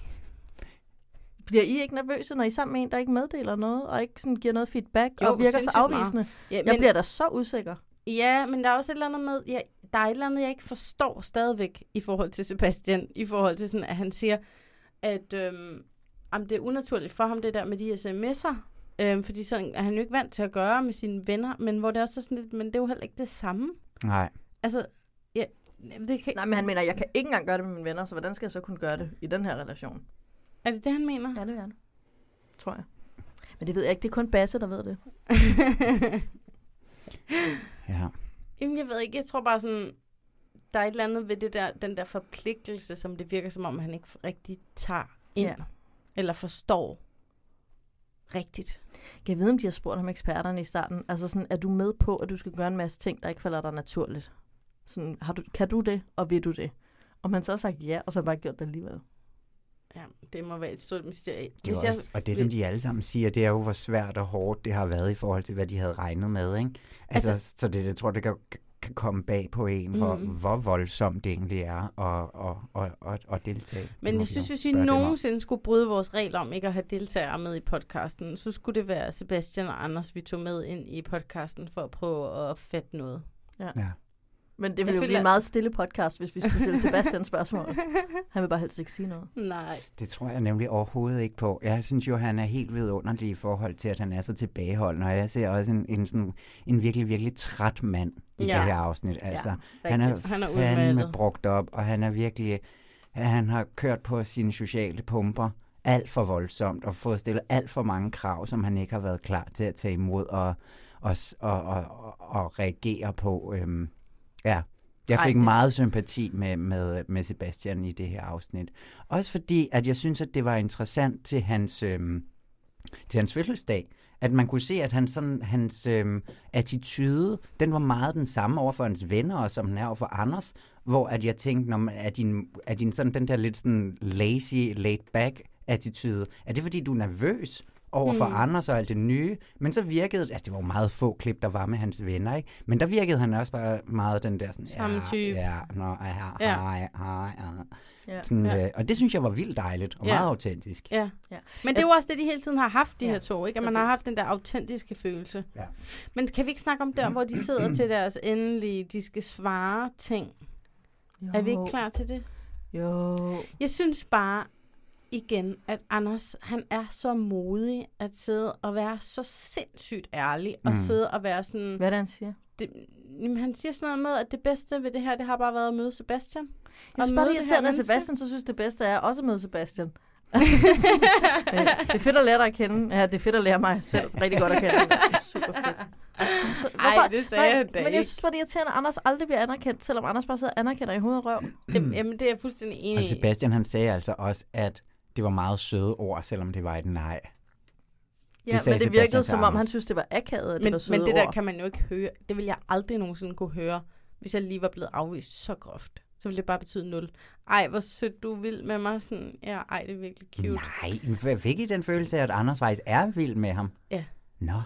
Speaker 13: Bliver I ikke nervøse, når I er sammen med en, der ikke meddeler noget, og ikke sådan giver noget feedback,
Speaker 1: Jo,
Speaker 13: og virker så
Speaker 1: sindssygt
Speaker 13: afvisende?
Speaker 1: meget.
Speaker 13: Ja,
Speaker 1: Ja,
Speaker 13: men... Jeg
Speaker 1: men-
Speaker 13: bliver da så usikker.
Speaker 1: Ja, men der er også et eller andet med, ja, der er et eller andet, jeg ikke forstår stadigvæk i forhold til Sebastian, i forhold til sådan, at han siger, at øhm, jamen, det er unaturligt for ham, det der med de sms'er, øhm, fordi sådan er han jo ikke vant til at gøre med sine venner, men hvor det også er sådan lidt, men det er jo heller ikke det samme.
Speaker 12: Nej.
Speaker 1: Altså, ja, det kan...
Speaker 13: Nej, men han mener, jeg kan ikke engang gøre det med mine venner, så hvordan skal jeg så kunne gøre det i den her relation?
Speaker 1: Er det det, han mener?
Speaker 13: Ja, det er det. Tror jeg. Men det ved jeg ikke, det er kun Basse, der ved det.
Speaker 1: [laughs]
Speaker 12: Ja.
Speaker 1: Jamen, jeg ved ikke, jeg tror bare sådan, der er et eller andet ved det der, den der forpligtelse, som det virker som om, han ikke rigtig tager ind,
Speaker 13: Ja.
Speaker 1: ja. eller forstår rigtigt.
Speaker 13: Kan jeg vide, om de har spurgt om eksperterne i starten? Altså sådan, er du med på, at du skal gøre en masse ting, der ikke falder dig naturligt? Sådan, har du, kan du det, og vil du det? Og man så har sagt ja, og så har bare gjort det alligevel.
Speaker 1: Ja, det må være et stort mysterie.
Speaker 12: Det er jo også, og det, som de alle sammen siger, det er jo, hvor svært og hårdt det har været i forhold til, hvad de havde regnet med. Ikke? Altså, altså, så det, jeg tror, det kan, kan komme bag på en, hvor,
Speaker 1: Mhm.
Speaker 12: mm. hvor voldsomt det egentlig er at, og, og, og, at deltage.
Speaker 1: Men jeg synes, hvis vi nogensinde skulle bryde vores regler om ikke at have deltagere med i podcasten, så skulle det være Sebastian og Anders, vi tog med ind i podcasten for at prøve at fatte noget.
Speaker 13: Ja.
Speaker 12: Ja.
Speaker 13: Men det
Speaker 1: Jeg
Speaker 13: ville jo
Speaker 1: føler-
Speaker 13: blive en meget stille podcast, hvis vi skulle stille Sebastian [laughs] spørgsmål. Han vil bare helst ikke sige noget.
Speaker 1: [laughs] Nej.
Speaker 12: Det tror jeg nemlig overhovedet ikke på. Jeg synes jo, han er helt vidunderlig i forhold til, at han er så tilbageholdende. Og jeg ser også en, en, sådan, en virkelig, virkelig træt mand i
Speaker 1: Ja.
Speaker 12: det her afsnit.
Speaker 1: Ja,
Speaker 12: Altså, han er,
Speaker 1: rigtigt. Han er udmattet.
Speaker 12: fandme brugt op, og han er virkelig... Han har kørt på sine sociale pumper alt for voldsomt, og fået stillet alt for mange krav, som han ikke har været klar til at tage imod, og, og, s- og, og, og, og reagere på. Øhm, ja, jeg
Speaker 14: Ej,
Speaker 12: fik Ej,
Speaker 14: det-
Speaker 12: meget sympati med, med, med Sebastian i det her afsnit. Også fordi, at jeg synes, at det var interessant til hans, øhm, til hans fødselsdag, at man kunne se, at han sådan, hans øhm, attitude, den var meget den samme over for hans venner, og som den er over for Anders, hvor at jeg tænkte, når man, er, din, er din sådan, den der lidt sådan lazy, laid back attitude, er det fordi, du er nervøs over for
Speaker 14: Mm.
Speaker 12: mm. Anders og alt det nye? Men så virkede, at det var jo meget få klip, der var med hans venner, ikke? Men der virkede han også bare meget den der sådan,
Speaker 1: Samme
Speaker 12: ja,
Speaker 1: type."
Speaker 12: ja, nå, ja,
Speaker 1: Ja.
Speaker 12: ja, ja, ja,
Speaker 1: Ja.
Speaker 12: ja. Sådan,
Speaker 1: Ja.
Speaker 12: ja. Øh, og det synes jeg var vildt dejligt og
Speaker 1: Ja.
Speaker 12: ja. meget autentisk.
Speaker 1: Ja. ja. Men det er jo også det, de hele tiden har haft, de ja, her to, ikke? At man har
Speaker 13: præcis.
Speaker 1: haft den der autentiske følelse.
Speaker 12: Ja.
Speaker 1: Men kan vi ikke snakke om der, hvor de
Speaker 12: [clears throat]
Speaker 1: sidder til deres endelige, de skal svare ting? Jo. Er vi ikke
Speaker 13: Jo.
Speaker 1: klar til det?
Speaker 13: Jo.
Speaker 1: Jeg synes bare igen, at Anders, han er så modig at sidde og være så sindssygt ærlig, og
Speaker 13: Mm.
Speaker 1: sidde og være sådan...
Speaker 13: Hvad er det, han siger?
Speaker 1: Det, jamen, han siger sådan noget med, at det bedste ved det her, det har bare været at møde Sebastian.
Speaker 13: Jeg
Speaker 1: Og
Speaker 13: synes bare, det
Speaker 1: møde
Speaker 13: er
Speaker 1: her
Speaker 13: irriterende, at
Speaker 1: menneske. [laughs]
Speaker 13: Sebastian så synes, det bedste er også at møde [laughs] Sebastian. det er fedt at lære dig at kende. Ja, det er fedt at lære mig selv rigtig godt at kende. [laughs] Super fedt. Altså,
Speaker 1: Ej, det sagde han da
Speaker 13: Men
Speaker 1: ikke.
Speaker 13: jeg synes bare, det er irriterende, at Anders aldrig bliver anerkendt, selvom Anders bare sidder og anerkender i hovedet og røv.
Speaker 1: Det, jamen, det er jeg fuldstændig enig
Speaker 12: Og
Speaker 1: i.
Speaker 12: Sebastian han sagde altså også, at det var meget søde ord, selvom det var et
Speaker 13: Ja,
Speaker 12: nej. sagde
Speaker 13: men det
Speaker 12: Sebastian
Speaker 13: virkede,
Speaker 12: til
Speaker 13: som om
Speaker 12: Anders.
Speaker 13: han synes, det var akavet, at det
Speaker 1: men,
Speaker 13: var søde
Speaker 1: men det der
Speaker 13: ord.
Speaker 1: kan man jo ikke høre. Det ville jeg aldrig nogensinde kunne høre, hvis jeg lige var blevet afvist så groft. Så ville det bare betyde nul. Ej, hvor sødt du er vild med mig. Sådan, ja, ej, det er virkelig cute.
Speaker 12: Nej, men fik I den følelse af, at Anders faktisk er vild med ham?
Speaker 1: Ja.
Speaker 12: Nå,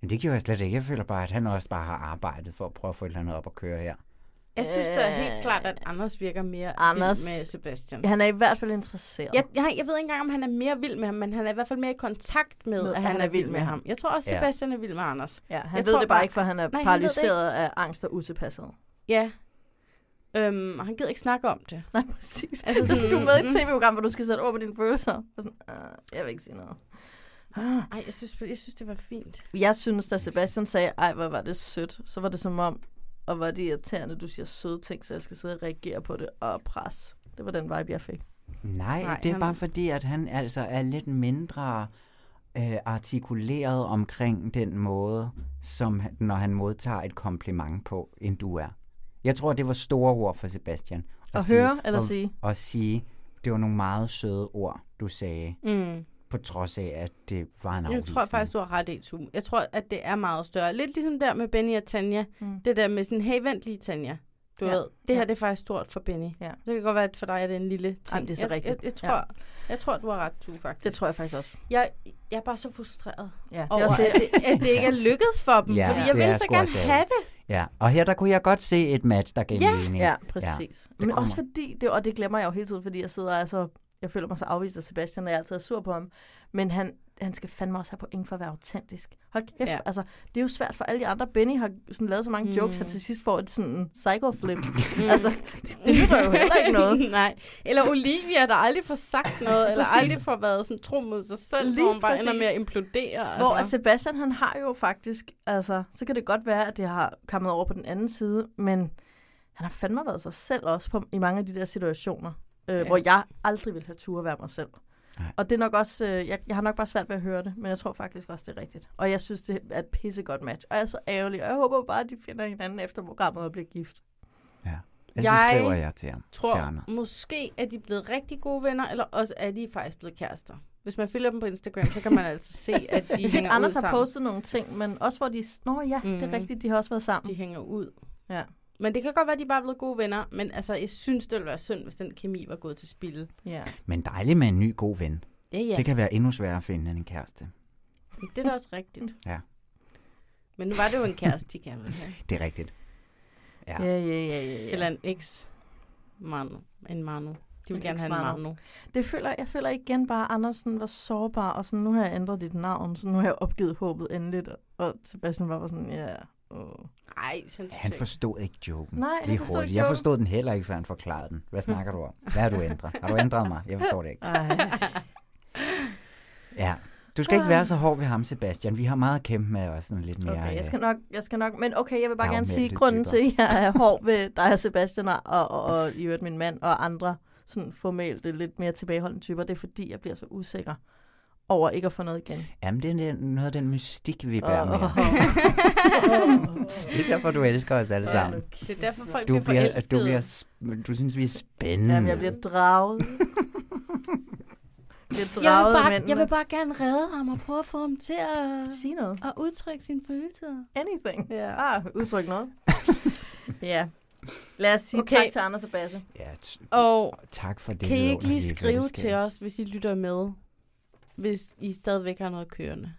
Speaker 12: men det gjorde jeg slet ikke. Jeg føler bare, at han også bare har arbejdet for at prøve at få et eller andet op at køre her.
Speaker 1: Jeg synes da helt klart, at Anders virker mere
Speaker 13: Anders,
Speaker 1: vild med Sebastian.
Speaker 13: han er i hvert fald interesseret.
Speaker 1: Jeg, jeg, jeg ved ikke engang, om han er mere vild med ham, men han er i hvert fald mere i kontakt med, at han, er vild med ham. Jeg tror også,
Speaker 13: Ja.
Speaker 1: Sebastian er vild med Anders.
Speaker 13: Ja, han
Speaker 1: Jeg
Speaker 13: jeg ved
Speaker 1: tror
Speaker 13: det bare ikke, for han er
Speaker 1: Nej,
Speaker 13: Nej,
Speaker 1: han ved det ikke.
Speaker 13: paralyseret af angst og utilpasset.
Speaker 1: Ja. Øhm, og han gider ikke snakke om det.
Speaker 13: [laughs] Nej, præcis. Altså, så skal du med i et tv-program, hvor du skal sætte ord på dine følelser. Og sådan, "Ah, jeg vil ikke sige noget.
Speaker 1: Nej, jeg synes, jeg synes, det var fint.
Speaker 13: Jeg synes, da Sebastian sagde, ej, hvor var det sødt, så var det som om, og hvor er det irriterende, du siger søde ting, så jeg skal sidde og reagere på det og pres. Det var den vibe, jeg fik.
Speaker 12: Nej,
Speaker 13: Nej,
Speaker 12: Nej det
Speaker 13: han-
Speaker 12: er han... bare fordi, at han altså er lidt mindre øh, artikuleret omkring den måde, som han- når han modtager et kompliment på, end du er. Jeg tror, det var store ord for Sebastian.
Speaker 13: At høre eller
Speaker 12: at,
Speaker 13: sige?
Speaker 12: At sige, det var nogle meget søde ord, du sagde,
Speaker 1: Mm.
Speaker 12: på trods af, at det var en
Speaker 1: Jeg
Speaker 12: afvisning.
Speaker 1: tror faktisk, du har ret i, Tue. Jeg tror, at det er meget større. Lidt ligesom der med Benny og Tanja.
Speaker 13: Mm.
Speaker 1: Det der med sådan, hey, vent lige, Tanja. Du
Speaker 13: Ja.
Speaker 1: ja. ved, det her
Speaker 13: Ja.
Speaker 1: det er faktisk stort for Benny.
Speaker 13: Ja.
Speaker 1: Det kan godt være, at for dig er det en lille ting.
Speaker 13: Ej, men det er så
Speaker 1: jeg,
Speaker 13: rigtigt.
Speaker 1: Jeg, jeg, tror,
Speaker 13: Ja.
Speaker 1: jeg tror, du har ret, Tue, faktisk.
Speaker 13: Det tror jeg faktisk også.
Speaker 1: Jeg, jeg er bare så frustreret
Speaker 13: Ja, det er
Speaker 1: over,
Speaker 13: også det.
Speaker 1: at, det, at det ikke er lykkedes for dem.
Speaker 12: Ja,
Speaker 1: fordi
Speaker 12: det
Speaker 1: jeg ville
Speaker 12: er
Speaker 1: så
Speaker 12: sgu også
Speaker 1: gerne
Speaker 12: ærgerligt.
Speaker 1: have det.
Speaker 12: Ja, og her der kunne jeg godt se et match, der gav
Speaker 13: Ja,
Speaker 12: mening.
Speaker 13: ja præcis.
Speaker 12: der
Speaker 13: Ja, Men
Speaker 12: kommer.
Speaker 13: også fordi, det, og det glemmer jeg jo hele tiden, fordi jeg sidder altså, jeg føler mig så afvist af Sebastian, og jeg er altid er sur på ham. Men han, han skal fandme også have point for at være autentisk. Hold kæft, ja.
Speaker 1: Ja.
Speaker 13: altså, det er jo svært for alle de andre. Benny har sådan lavet så mange mm. jokes, han til sidst får et sådan [laughs] psycho-flip. Mm. altså, det, det nytter jo heller ikke
Speaker 1: [laughs]
Speaker 13: noget.
Speaker 1: Nej. Eller Olivia, der aldrig får sagt
Speaker 13: [laughs]
Speaker 1: noget, eller
Speaker 13: Præcis.
Speaker 1: aldrig får været sådan tro mod sig selv,
Speaker 13: Lige
Speaker 1: hvor hun bare ender
Speaker 13: præcis.
Speaker 1: med at implodere.
Speaker 13: Hvor altså. Sebastian, han har jo faktisk, altså, så kan det godt være, at det har kommet over på den anden side, men han har fandme været sig selv også på, i mange af de der situationer, øh,
Speaker 1: Ja.
Speaker 13: hvor jeg aldrig ville have tur at være mig selv. Nej. Og det er nok også, øh, jeg, jeg har nok bare svært ved at høre det, men jeg tror faktisk også, det er rigtigt. Og jeg synes, det er et pissegodt match, og jeg er så ærgerlig, og jeg håber bare, at de finder hinanden efter programmet og bliver gift.
Speaker 12: Ellers så skriver jeg til ham,
Speaker 1: tror,
Speaker 12: til Anders.
Speaker 1: måske er de blevet rigtig gode venner, eller også er de faktisk blevet kærester. Hvis man følger dem på Instagram, så kan man altså se,
Speaker 13: [laughs]
Speaker 1: at de
Speaker 13: Jeg
Speaker 1: hænger
Speaker 13: synes, Anders
Speaker 1: ud
Speaker 13: har
Speaker 1: sammen.
Speaker 13: postet nogle ting, men også hvor de, nå ja, mm. det er
Speaker 1: Mhm.
Speaker 13: rigtigt, de har også været sammen.
Speaker 1: De hænger ud.
Speaker 13: Ja.
Speaker 1: Men det kan godt være, at de bare er blevet gode venner, men altså, jeg synes, det ville være synd, hvis den kemi var gået til spilde.
Speaker 13: Ja.
Speaker 12: Men dejligt med en ny god ven.
Speaker 1: Ja, ja.
Speaker 12: Det kan være endnu sværere at finde end en kæreste.
Speaker 1: Men Det er da også rigtigt.
Speaker 12: Ja,
Speaker 1: Men nu var det jo en kæreste, de gerne ville have.
Speaker 12: det er rigtigt. Ja.
Speaker 13: Ja, ja, ja, [laughs] ja, ja.
Speaker 1: Eller en eks Manu. En Manu. De vil
Speaker 13: En
Speaker 1: gerne have en
Speaker 13: eks-Manu.
Speaker 1: Manu.
Speaker 13: Det føler, jeg føler igen bare, at Andersen var sårbar, og sådan, nu har jeg ændret dit navn, så nu har jeg opgivet håbet endeligt. og- Og Sebastian bare var sådan, ja, åh.
Speaker 1: Nej, sindssygt.
Speaker 12: Han forstod ikke joken.
Speaker 13: Nej, han
Speaker 12: Lige
Speaker 13: forstod
Speaker 12: hurtigt.
Speaker 13: ikke
Speaker 12: Jeg
Speaker 13: joken.
Speaker 12: forstod den heller ikke, før han forklarede den. Hvad snakker du om? Hvad har du ændret? Har du ændret mig? Jeg forstår det ikke.
Speaker 13: [laughs]
Speaker 12: [laughs] Ja. Du skal ikke være så hård ved ham, Sebastian. Vi har meget at kæmpe med også sådan lidt mere.
Speaker 13: Okay, jeg
Speaker 12: øh,
Speaker 13: skal nok, jeg skal nok, men okay, jeg vil bare gerne
Speaker 12: Lavmælte
Speaker 13: sige, at grunden
Speaker 12: typer.
Speaker 13: til, at jeg er hård ved dig og Sebastian, og, og, og, og i øvrigt min mand og andre sådan formelt lidt mere tilbageholdende typer, det er fordi, jeg bliver så usikker over ikke at få noget igen.
Speaker 12: Jamen, det er den- noget af den mystik, vi bærer med
Speaker 13: Åh.
Speaker 12: os. det er derfor, du elsker os alle sammen.
Speaker 1: Det er derfor, folk
Speaker 12: Du,
Speaker 1: bliver
Speaker 12: bliver,
Speaker 1: forelskede.
Speaker 12: du, bliver, sp- du synes, vi er spændende.
Speaker 13: Jamen, jeg bliver
Speaker 12: [laughs]
Speaker 13: draget. bliver draget
Speaker 1: jeg, vil
Speaker 13: af
Speaker 1: bare,
Speaker 13: mændene.
Speaker 1: jeg vil bare gerne redde ham og prøve at få ham til at
Speaker 13: sige noget.
Speaker 1: Og udtrykke sine følelser.
Speaker 13: Anything.
Speaker 1: Ja.
Speaker 13: Ah, udtryk noget. [laughs] ja. Lad os sige okay.
Speaker 1: Okay.
Speaker 13: tak til Anders og Basse.
Speaker 12: Ja, t-
Speaker 1: Og
Speaker 12: tak for det.
Speaker 1: kan I ikke lige
Speaker 12: vidunderlige
Speaker 1: skrive
Speaker 12: fællesskab.
Speaker 1: til os, hvis I lytter med, hvis I stadigvæk har noget kørende?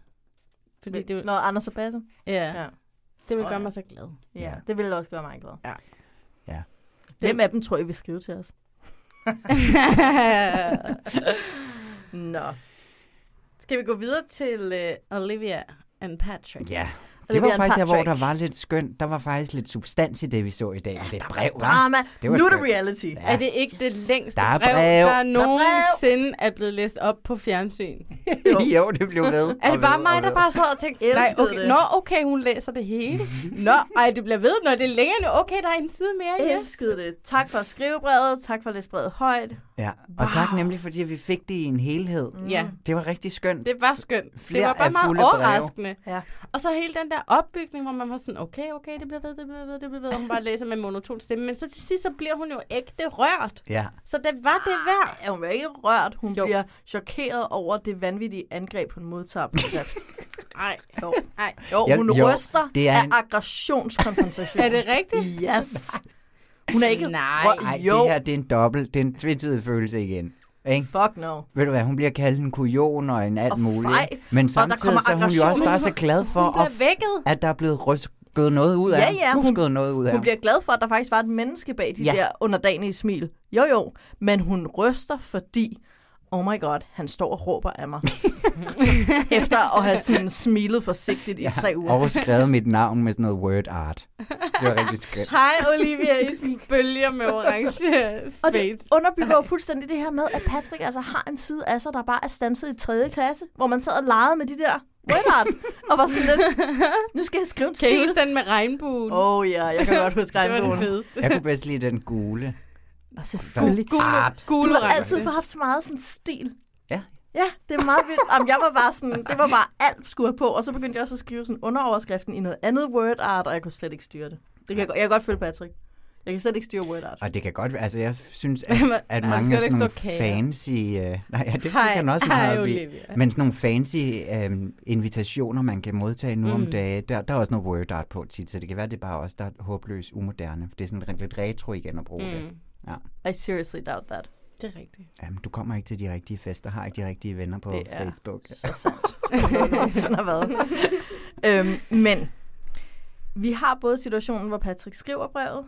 Speaker 1: Fordi det vil...
Speaker 13: Nå, Anders og Basse?
Speaker 1: Ja.
Speaker 13: ja.
Speaker 1: Det vil
Speaker 13: Åh,
Speaker 1: gøre
Speaker 13: ja.
Speaker 1: mig så [laughs] glad.
Speaker 13: Ja, det ville også gøre mig glad.
Speaker 1: Ja.
Speaker 12: Ja.
Speaker 13: Hvem af dem tror I vil skrive til [laughs] os? Nå.
Speaker 1: Skal vi gå videre til uh, Olivia and Patrick?
Speaker 12: Ja.
Speaker 1: Olivia
Speaker 12: Det var
Speaker 1: and
Speaker 12: faktisk her, hvor
Speaker 1: Patrick.
Speaker 12: der var lidt skønt. Der var faktisk lidt substans i det, vi så i dag. Ja, det brev, hva'?
Speaker 13: drama.
Speaker 12: Det var
Speaker 13: Nu er det
Speaker 12: skønt.
Speaker 13: reality.
Speaker 12: Ja.
Speaker 1: Er det ikke yes. det længste
Speaker 12: Der er
Speaker 1: brev,
Speaker 12: brev.
Speaker 1: der
Speaker 12: Der er
Speaker 1: nogensinde er blevet læst op på fjernsyn?
Speaker 12: [laughs] jo, det blev ved.
Speaker 1: Er
Speaker 12: og
Speaker 1: det bare
Speaker 12: ved
Speaker 1: mig,
Speaker 12: og
Speaker 1: der
Speaker 12: ved.
Speaker 1: bare sad og tænkte, nej,
Speaker 13: Elskede
Speaker 1: okay,
Speaker 13: det. Mhm.
Speaker 1: nå, okay, hun læser det hele. Nå, ej, det bliver ved, når det er længere nu. Okay, der er en side mere,
Speaker 13: Jeg
Speaker 1: yes.
Speaker 13: elskede det. Tak for at skrive brevet. Tak for at læse brevet højt.
Speaker 12: Ja, og tak nemlig, fordi vi fik det i en helhed.
Speaker 13: Mm.
Speaker 1: Ja.
Speaker 12: Det var rigtig skønt.
Speaker 1: Det var skønt. det
Speaker 12: Flere
Speaker 1: var bare
Speaker 12: af
Speaker 1: meget
Speaker 12: fulde breve.
Speaker 1: overraskende.
Speaker 13: Ja.
Speaker 1: Og så hele den der opbygning, hvor man var sådan, okay, okay, det bliver ved, det bliver ved, det bliver ved, og hun bare læser med monoton stemme. Men så til sidst, så bliver hun jo ægte rørt.
Speaker 12: Ja.
Speaker 1: Så det var det
Speaker 13: Ah,
Speaker 1: værd.
Speaker 13: Er hun var ikke rørt. Hun jo. bliver chokeret over det vanvittige angreb, hun modtager på skrift.
Speaker 1: Nej.
Speaker 13: Jo.
Speaker 1: Ej.
Speaker 13: jo,
Speaker 12: Jeg-
Speaker 13: hun
Speaker 12: jo,
Speaker 13: ryster
Speaker 12: det er
Speaker 13: af
Speaker 12: en-
Speaker 13: aggressionskompensation.
Speaker 1: Er det rigtigt?
Speaker 13: Yes. Hun er ikke
Speaker 1: Nej.
Speaker 13: rørt.
Speaker 12: Ej,
Speaker 13: Jo.
Speaker 12: det her det er en dobbelt, det er en tvetydig følelse igen. Ikke?
Speaker 13: Fuck no.
Speaker 12: Ved du hvad, hun bliver kaldt en kujon og en alt
Speaker 13: Og
Speaker 12: muligt.
Speaker 13: fej.
Speaker 12: ikke? Men
Speaker 13: Og der kommer
Speaker 12: samtidig så er hun jo
Speaker 13: aggression.
Speaker 12: også bare så glad for,
Speaker 1: Hun
Speaker 12: at,
Speaker 1: bliver vækket.
Speaker 12: at der er blevet rysket noget ud af
Speaker 13: Ja,
Speaker 12: ham.
Speaker 13: ja, hun-
Speaker 12: hun, hun noget ud af
Speaker 13: Hun
Speaker 12: ham.
Speaker 13: bliver glad for, at der faktisk var et menneske bag de ja.
Speaker 12: Ja.
Speaker 13: der underdanige smil. Jo, jo. Men hun ryster, fordi... Oh my god, han står og råber af
Speaker 1: [laughs]
Speaker 13: mig. Efter at have sådan smilet forsigtigt i ja. tre uger.
Speaker 12: Og skrevet mit navn med sådan noget word art. Det var rigtig
Speaker 13: [laughs]
Speaker 12: skønt.
Speaker 1: Hej, Olivia, [laughs] i sådan bølger med orange
Speaker 13: Og det
Speaker 1: face.
Speaker 13: underbygger jo fuldstændig det her med, at Patrick altså har en side af sig, der bare er stanset i 3. klasse, hvor man sad og legede med de der word og var sådan lidt, nu skal jeg skrive en
Speaker 1: Kan I
Speaker 13: stil.
Speaker 1: huske den med regnbuen?
Speaker 13: Åh oh, ja, jeg kan godt huske
Speaker 1: det var det
Speaker 13: regnbuen.
Speaker 1: fedeste.
Speaker 12: Jeg kunne bedst lide den gule.
Speaker 13: Altså,
Speaker 12: Selvfølgelig. Art.
Speaker 1: [laughs] Gule
Speaker 13: du har
Speaker 1: orange.
Speaker 13: altid haft så meget sådan stil.
Speaker 12: Ja.
Speaker 13: Ja, det er meget vildt. Jamen, jeg var bare sådan, det var bare alt skulle have på, og så begyndte jeg også at skrive sådan underoverskriften i noget andet word art, og jeg kunne slet ikke styre det. det kan jeg, godt- jeg kan godt følge Patrick. Jeg kan slet ikke styre word art.
Speaker 12: Og det kan godt være, altså jeg synes,
Speaker 13: [laughs]
Speaker 1: Hvem er-
Speaker 12: at, at
Speaker 1: Ej,
Speaker 12: mange
Speaker 1: skal der
Speaker 12: af sådan
Speaker 1: ikke
Speaker 12: nogle
Speaker 1: stå kager?
Speaker 12: fancy... Øh, nej, ja, det fik
Speaker 1: Hej,
Speaker 12: han også
Speaker 1: hej,
Speaker 12: meget op i.
Speaker 1: Olivia.
Speaker 12: Men sådan nogle fancy øh, invitationer, man kan modtage nu mm. om
Speaker 1: Mm.
Speaker 12: dage, der, der er også noget word art på tit, så det kan være, det er bare os, der er håbløst umoderne. Det er sådan lidt retro igen at bruge mm. det.
Speaker 1: Mm.
Speaker 12: Ja.
Speaker 13: I seriously doubt that.
Speaker 1: Det er rigtigt.
Speaker 12: Jamen, du kommer ikke til de rigtige fester, har ikke de rigtige venner på
Speaker 13: Det er
Speaker 12: Facebook.
Speaker 13: så sandt, som noget nogensinde har været. øhm, men vi har både situationen, hvor Patrick skriver brevet,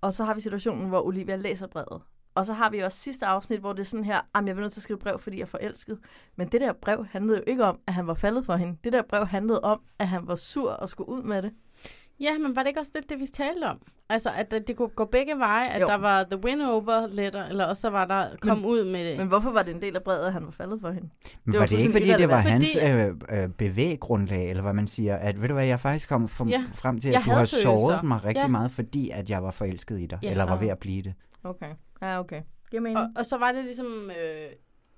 Speaker 13: og så har vi situationen, hvor Olivia læser brevet. Og så har vi også sidste afsnit, hvor det er sådan her, at jeg bliver nødt til at skrive brev, fordi jeg er forelsket. Men det der brev handlede jo ikke om, at han var faldet for hende. Det der brev handlede om, at han var sur og skulle ud med det.
Speaker 1: Ja, men var det ikke også lidt det, vi talte om? Altså, at det det kunne gå begge veje, at
Speaker 13: Jo.
Speaker 1: jo. der var the win over letter, eller også så var der kom
Speaker 13: Men-
Speaker 1: ud med det.
Speaker 13: Men hvorfor var det en del af brevet, at han var faldet for hende?
Speaker 12: Men
Speaker 13: jo
Speaker 12: var det ikke, fordi
Speaker 13: fuldstændig
Speaker 12: det var
Speaker 13: irrelevant.
Speaker 12: hans øh, øh, bevæggrundlag, eller hvad man siger, at ved du hvad, jeg er faktisk kom frem,
Speaker 1: Ja,
Speaker 12: ja. frem til, at
Speaker 1: jeg
Speaker 12: du
Speaker 1: havde
Speaker 12: har
Speaker 1: følelser.
Speaker 12: såret mig rigtig
Speaker 1: Ja.
Speaker 12: ja. meget, fordi at jeg var forelsket i dig,
Speaker 1: Ja,
Speaker 12: eller var
Speaker 1: og-
Speaker 12: ved at blive det. [laughs]
Speaker 13: Okay. Ja, okay. Giver mening.
Speaker 1: Og, og så var det ligesom... Øh,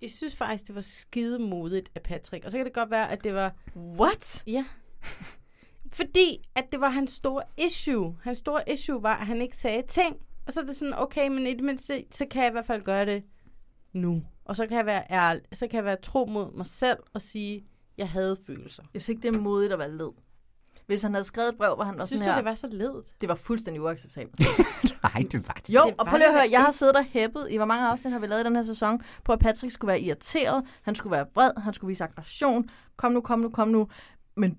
Speaker 1: jeg synes faktisk, det var skide modigt af Patrick. Og så kan det godt være, at det var...
Speaker 13: What?
Speaker 1: Ja. Fordi at det var hans store issue. Hans store issue var, at han ikke sagde ting. Og så er det sådan, okay, men i det mindste, så kan jeg i hvert fald gøre det nu. Og så kan jeg være ærlig, så kan jeg være tro mod mig selv og sige, jeg havde følelser.
Speaker 13: Jeg synes ikke, det er modigt at være led. Hvis han havde skrevet et brev, hvor han var
Speaker 1: Synes
Speaker 13: sådan
Speaker 1: du,
Speaker 13: her,
Speaker 1: det var så ledet?
Speaker 13: det var fuldstændig uacceptabelt.
Speaker 12: Nej, det var det.
Speaker 13: Jo,
Speaker 1: Det
Speaker 13: og
Speaker 1: var
Speaker 13: prøv lige at
Speaker 1: det
Speaker 13: høre,
Speaker 1: da
Speaker 13: jeg har
Speaker 1: ikke.
Speaker 13: siddet og hæppet i hvor mange afsnit har vi lavet i den her sæson, på at Patrick skulle være irriteret, han skulle være vred, han skulle vise aggression, kom nu, kom nu, kom nu. Men